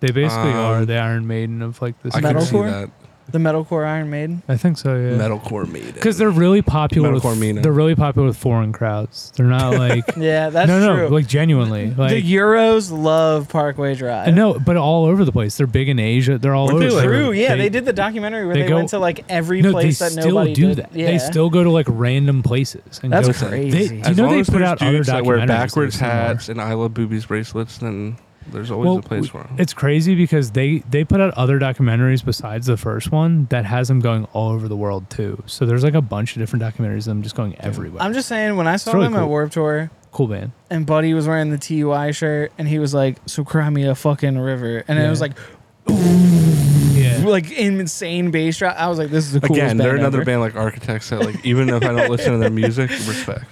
Speaker 2: They basically
Speaker 3: Um,
Speaker 2: are the Iron Maiden of like this.
Speaker 3: I can see
Speaker 1: Metalcore?
Speaker 3: that
Speaker 1: the metalcore Iron Maiden.
Speaker 2: I think so. Yeah.
Speaker 3: metalcore made
Speaker 2: Because they're really popular. With,
Speaker 3: Metalcore eh? Maiden.
Speaker 2: they're really popular with foreign crowds. They're not like
Speaker 1: Yeah, that's
Speaker 2: no, no,
Speaker 1: true.
Speaker 2: like genuinely. Like
Speaker 1: the Euros love Parkway Drive.
Speaker 2: I know, but all over the place. They're big in Asia. They're all
Speaker 3: Weren't
Speaker 2: over.
Speaker 3: they, like-
Speaker 1: True. Yeah, they, did the documentary where they,
Speaker 2: they go-
Speaker 1: went to like every
Speaker 2: No,
Speaker 1: place
Speaker 2: they
Speaker 1: that
Speaker 2: still
Speaker 1: nobody
Speaker 2: do
Speaker 1: did.
Speaker 2: that.
Speaker 1: Yeah.
Speaker 2: They still go to like random places. And
Speaker 1: That's
Speaker 2: go
Speaker 1: crazy.
Speaker 2: They, do you
Speaker 3: As
Speaker 2: know
Speaker 3: long
Speaker 2: they
Speaker 3: as
Speaker 2: put
Speaker 3: there's
Speaker 2: out other
Speaker 3: dudes that wear
Speaker 2: documentaries
Speaker 3: backwards
Speaker 2: that are similar.
Speaker 3: hats and I love boobies bracelets, then there's always
Speaker 2: Well,
Speaker 3: a place for
Speaker 2: w-
Speaker 3: 'em.
Speaker 2: it's crazy because they they put out other documentaries besides the first one that has them going all over the world too. So there's like a bunch of different documentaries of them just going everywhere.
Speaker 1: I'm just saying when I saw
Speaker 2: really
Speaker 1: them at
Speaker 2: cool.
Speaker 1: Warp Tour
Speaker 2: cool man.
Speaker 1: and Buddy was wearing the TUI shirt and he was like, "So cry me a fucking river," and it
Speaker 2: Yeah.
Speaker 1: was like
Speaker 2: Yeah.
Speaker 1: like insane bass drop. I was like, "This is the coolest
Speaker 3: Again,
Speaker 1: band
Speaker 3: they're another
Speaker 1: ever.
Speaker 3: band like Architects that like even if I don't listen to their music, respect.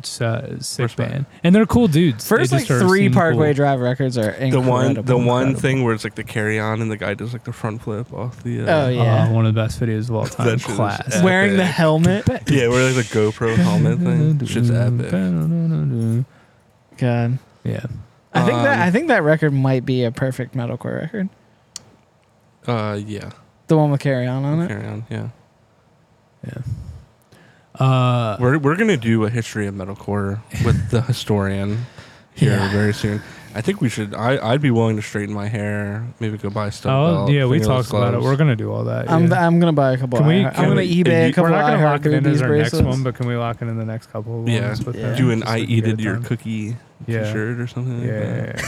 Speaker 2: It's uh, sick
Speaker 3: Respect.
Speaker 2: band. And they're cool dudes. They
Speaker 1: First, like
Speaker 2: just are
Speaker 1: three
Speaker 2: seem
Speaker 1: Parkway
Speaker 2: cool.
Speaker 1: Drive records are
Speaker 3: The
Speaker 1: incredible.
Speaker 3: one, the one
Speaker 1: Incredible.
Speaker 3: thing where it's like the carry on and the guy does like the front flip off the. Uh,
Speaker 1: Oh,
Speaker 2: Uh,
Speaker 1: Yeah.
Speaker 2: one of the best videos of all time.
Speaker 3: shit is
Speaker 2: Class.
Speaker 3: epic.
Speaker 1: wearing the
Speaker 3: Epic.
Speaker 1: helmet.
Speaker 3: yeah, where like the GoPro helmet thing. Shit's epic.
Speaker 1: God,
Speaker 2: Yeah.
Speaker 1: I think that
Speaker 3: Um,
Speaker 1: I think that record might be a perfect metalcore record.
Speaker 3: Uh, yeah,
Speaker 1: The one with Carry On on it.
Speaker 3: carry on. Yeah,
Speaker 2: Uh,
Speaker 3: we're we're gonna do a history of metalcore with the historian here
Speaker 2: Yeah.
Speaker 3: very soon. I think we should. I I'd be willing to straighten my hair. Maybe go buy stuff.
Speaker 2: oh, yeah, we talked about it. We're going to do all that.
Speaker 1: I'm,
Speaker 2: yeah.
Speaker 1: I'm gonna buy a couple.
Speaker 2: Can we-
Speaker 1: I-
Speaker 2: can
Speaker 1: I'm gonna
Speaker 3: we-
Speaker 1: eBay
Speaker 3: if
Speaker 1: a
Speaker 3: you-
Speaker 1: couple.
Speaker 2: We're not
Speaker 1: I
Speaker 2: going to
Speaker 1: Heart
Speaker 2: lock it in
Speaker 1: Boobies
Speaker 2: as our
Speaker 1: bracelets.
Speaker 2: next one, but can we lock it in the next couple of ones?
Speaker 3: Yeah.
Speaker 2: with
Speaker 1: Yeah.
Speaker 2: them,
Speaker 3: do an
Speaker 2: just so
Speaker 3: I
Speaker 2: we can get
Speaker 3: eated
Speaker 2: it
Speaker 3: your
Speaker 2: done?
Speaker 3: cookie
Speaker 2: Yeah.
Speaker 3: T-shirt or something.
Speaker 2: Yeah.
Speaker 3: like that.
Speaker 2: yeah, yeah.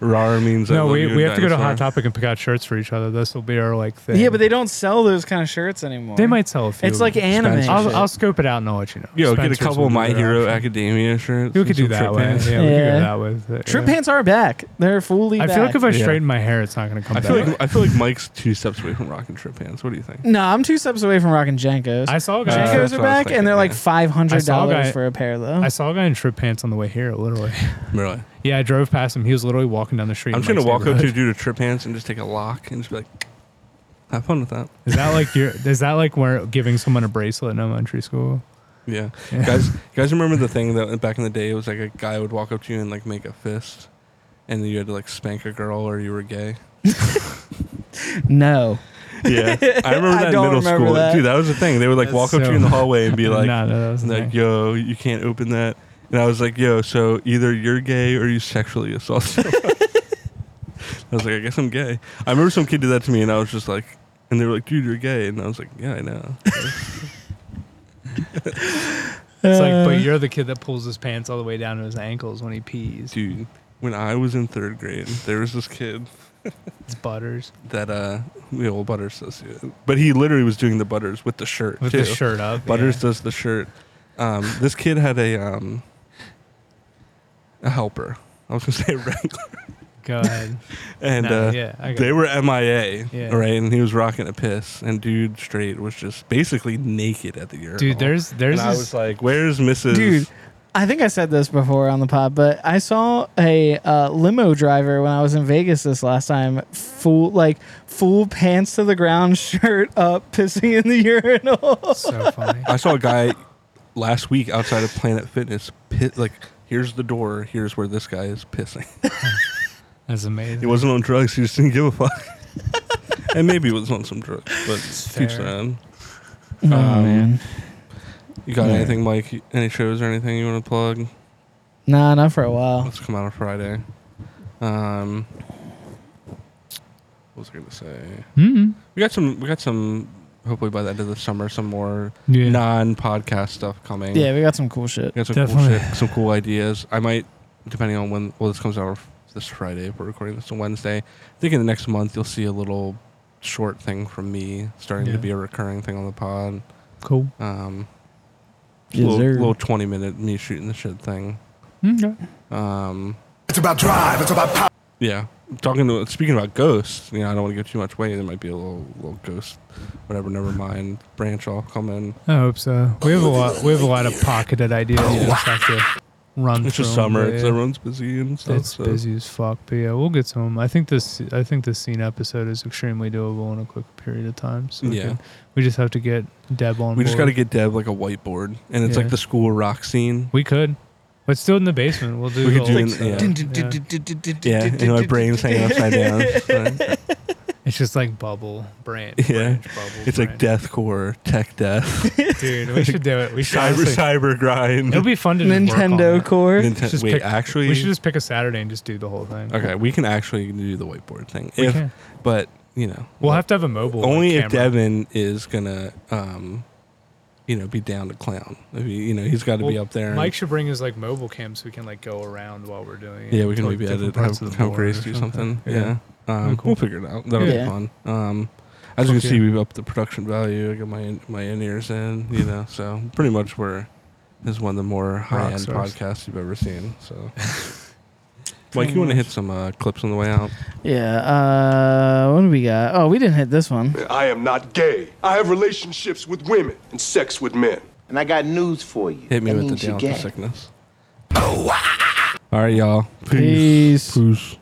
Speaker 3: Rar means I
Speaker 2: No,
Speaker 3: love
Speaker 2: we,
Speaker 3: you
Speaker 2: we have to go to
Speaker 3: dinosaur.
Speaker 2: Hot Topic and pick out shirts for each other. This will be our like thing.
Speaker 1: Yeah, but they don't sell those kind of shirts anymore.
Speaker 2: they might sell a few.
Speaker 1: It's like anime.
Speaker 3: Spencer's.
Speaker 2: I'll,
Speaker 1: shit.
Speaker 2: I'll scope it out and I'll let you know.
Speaker 3: Yo, get a
Speaker 2: Spencer's
Speaker 3: couple
Speaker 2: will
Speaker 3: of My
Speaker 2: be there.
Speaker 3: Hero Academia shirts.
Speaker 2: We
Speaker 3: and
Speaker 2: could do
Speaker 3: some
Speaker 2: that
Speaker 3: trip
Speaker 2: way.
Speaker 3: pants.
Speaker 2: Yeah, we could
Speaker 1: Yeah.
Speaker 2: go that way. with it,
Speaker 1: Trip
Speaker 2: yeah.
Speaker 1: pants are back. They're fully.
Speaker 2: I feel like
Speaker 1: back.
Speaker 2: if I
Speaker 3: Yeah.
Speaker 2: straighten my hair, it's not going to come
Speaker 3: I
Speaker 2: back.
Speaker 3: feel like I feel like Mike's two steps away from rocking trip pants. What do you think?
Speaker 1: no, I'm two steps away from rocking Jankos.
Speaker 2: I saw a guy.
Speaker 3: Uh,
Speaker 1: Jankos
Speaker 3: that's
Speaker 1: are
Speaker 3: what I was
Speaker 1: back,
Speaker 3: thinking,
Speaker 1: and they're like
Speaker 3: yeah.
Speaker 1: five
Speaker 2: I
Speaker 1: hundred
Speaker 2: saw a
Speaker 1: dollars
Speaker 2: guy-
Speaker 1: for a pair though.
Speaker 2: I saw a guy in trip pants on the way here, literally.
Speaker 3: Really?
Speaker 2: Yeah, I drove past him. He was literally walking down the street.
Speaker 3: I'm
Speaker 2: in
Speaker 3: just gonna
Speaker 2: Mike's
Speaker 3: walk up to a
Speaker 2: neighborhood.
Speaker 3: dude with trip pants and just take a lock and just be like, "Have fun with that."
Speaker 2: Is that like your? Is that like we're giving someone a bracelet in elementary school?
Speaker 3: Yeah, guys. You guys remember the thing that back in the day it was like a guy would walk up to you and like make a fist, and then you had to like spank a girl or you were gay.
Speaker 1: no,
Speaker 3: Yeah, I remember
Speaker 1: I
Speaker 3: that in
Speaker 1: don't
Speaker 3: middle
Speaker 1: remember
Speaker 3: school,
Speaker 1: that.
Speaker 3: dude. That was the thing. They would like
Speaker 2: That's
Speaker 3: walk up to
Speaker 2: so-
Speaker 3: you in the hallway and be like,
Speaker 2: no, no, that was the
Speaker 3: like,
Speaker 2: thing.
Speaker 3: "Yo, you can't open that." And I was like, "Yo, so either you're gay or you sexually assaulted." someone." I was like, "I guess I'm gay." I remember some kid did that to me, and I was just like, and they were like, "Dude, you're gay," and I was like, "Yeah, I know."
Speaker 2: It's like, but you're the kid that pulls his pants all the way down to his ankles when he pees.
Speaker 3: Dude, when I was in third grade, there was this kid
Speaker 2: It's butters
Speaker 3: that uh, we all butters does, it. but he literally was doing the butters with the shirt
Speaker 2: with
Speaker 3: too.
Speaker 2: the shirt up.
Speaker 3: Butters
Speaker 2: yeah.
Speaker 3: does the shirt, Um, this kid had a um, a helper. I was gonna say a wrangler,
Speaker 2: Go ahead.
Speaker 3: and
Speaker 2: Nah,
Speaker 3: uh,
Speaker 2: yeah, I got
Speaker 3: they
Speaker 2: it.
Speaker 3: were MIA,
Speaker 2: Yeah.
Speaker 3: right? And he was rocking a piss, and dude straight was just basically naked at the urinal.
Speaker 2: Dude, there's there's
Speaker 3: and I
Speaker 2: this-
Speaker 3: was like, "Where's Mrs.
Speaker 1: dude i think i said this before on the pod but i saw a uh, limo driver when i was in vegas this last time full like full pants to the ground shirt up pissing in the urinal
Speaker 2: so funny.
Speaker 3: I saw a guy last week outside of Planet Fitness. Pit, like, here's the door. Here's where this guy is pissing.
Speaker 2: That's amazing.
Speaker 3: He wasn't on drugs. He just didn't give a fuck. and maybe he was on some drugs, but teach
Speaker 2: fair.
Speaker 3: them.
Speaker 1: oh
Speaker 3: man. You got
Speaker 1: Yeah.
Speaker 3: anything, Mike? Any shows or anything you want to plug?
Speaker 1: nah not for a while
Speaker 3: Let's come out on Friday. Um, what was I gonna say?
Speaker 2: hmm
Speaker 3: We got some. We got some. Hopefully by the end of the summer, some more
Speaker 2: Yeah.
Speaker 3: non-podcast stuff coming.
Speaker 1: yeah we got some cool shit
Speaker 3: We got some
Speaker 2: Definitely.
Speaker 3: cool shit, some cool ideas. I might, depending on when, well, this comes out this Friday. If we're recording this on Wednesday, I think in the next month you'll see a little short thing from me starting
Speaker 2: Yeah.
Speaker 3: to be a recurring thing on the pod.
Speaker 2: Cool.
Speaker 3: Um,
Speaker 1: Yes,
Speaker 3: little,
Speaker 1: sir.
Speaker 3: little twenty minute me shooting the shit thing.
Speaker 2: Okay.
Speaker 3: Um,
Speaker 6: It's about drive. It's about power.
Speaker 3: yeah, talking to speaking about ghosts. You know, I don't want to give too much away. There might be a little little ghost, whatever. Never mind. Branch all come in.
Speaker 2: I hope so. We have a lot. We have a lot of pocketed ideas. We just have to run
Speaker 3: Oh. It's
Speaker 2: through
Speaker 3: just
Speaker 2: 'em,
Speaker 3: summer.
Speaker 2: but
Speaker 3: It's,
Speaker 2: yeah.
Speaker 3: everyone's busy and stuff.
Speaker 2: It's
Speaker 3: so.
Speaker 2: busy as fuck, but yeah, we'll get to them. I think this, I think this scene episode is extremely doable in a quick period of time. So we,
Speaker 3: Yeah.
Speaker 2: can- we just have to get Deb on.
Speaker 3: We just got
Speaker 2: board.
Speaker 3: to get Deb like a whiteboard, and it's
Speaker 2: Yeah.
Speaker 3: like the school rock scene.
Speaker 2: We could. Let's do it in the basement. We'll do.
Speaker 3: We
Speaker 2: the
Speaker 3: could do
Speaker 2: old
Speaker 3: it
Speaker 2: stuff.
Speaker 3: in-
Speaker 2: Yeah.
Speaker 3: Yeah, and my brain's hanging upside down.
Speaker 2: It's just like bubble branch.
Speaker 3: Yeah.
Speaker 2: branch, bubble,
Speaker 3: It's like
Speaker 2: branch.
Speaker 3: deathcore, tech death,
Speaker 2: dude. We should do it. We should.
Speaker 3: cyber
Speaker 2: honestly-
Speaker 3: cyber grind.
Speaker 2: it'll be fun to just work on
Speaker 1: nintendo
Speaker 2: it.
Speaker 1: core
Speaker 3: Nintendo-
Speaker 2: just
Speaker 3: wait,
Speaker 2: pick-
Speaker 3: actually,
Speaker 2: We should just pick a Saturday and just do the whole thing.
Speaker 3: okay. We can actually do the whiteboard thing,
Speaker 2: We
Speaker 3: if,
Speaker 2: can.
Speaker 3: but you know,
Speaker 2: We'll have to have a mobile. like,
Speaker 3: only if
Speaker 2: camera.
Speaker 3: Devin is gonna, um, you know, be down to clown. If he, you know, he's got to be
Speaker 2: Well,
Speaker 3: up there. and-
Speaker 2: Mike should bring his like mobile cam so we can like go around while we're doing it.
Speaker 3: yeah, we can
Speaker 2: To,
Speaker 3: maybe
Speaker 2: like,
Speaker 3: edit
Speaker 2: different
Speaker 3: have,
Speaker 2: parts of the
Speaker 3: have
Speaker 2: board
Speaker 3: Grace
Speaker 2: or
Speaker 3: do something.
Speaker 2: Yeah.
Speaker 3: Yeah, Um,
Speaker 2: Oh, cool.
Speaker 3: we'll figure it out. That'll
Speaker 1: Yeah.
Speaker 3: be fun. Um, as you
Speaker 2: Fuck
Speaker 3: can see,
Speaker 2: yeah.
Speaker 3: we've upped the production value. I got my in- my in ears in, you know. So pretty much we're is one of the more high end
Speaker 2: stars.
Speaker 3: podcasts you've ever seen. So, Mike, you want to hit some uh, clips on the way out?
Speaker 1: yeah uh what do we got oh we didn't hit this one
Speaker 7: I am not gay. I have relationships with women and sex with men.
Speaker 8: And I got news for you.
Speaker 3: Hit me
Speaker 8: that
Speaker 3: with the
Speaker 8: means you're
Speaker 3: down for
Speaker 8: gay.
Speaker 3: sickness. All right, y'all.
Speaker 1: Peace.
Speaker 3: Peace.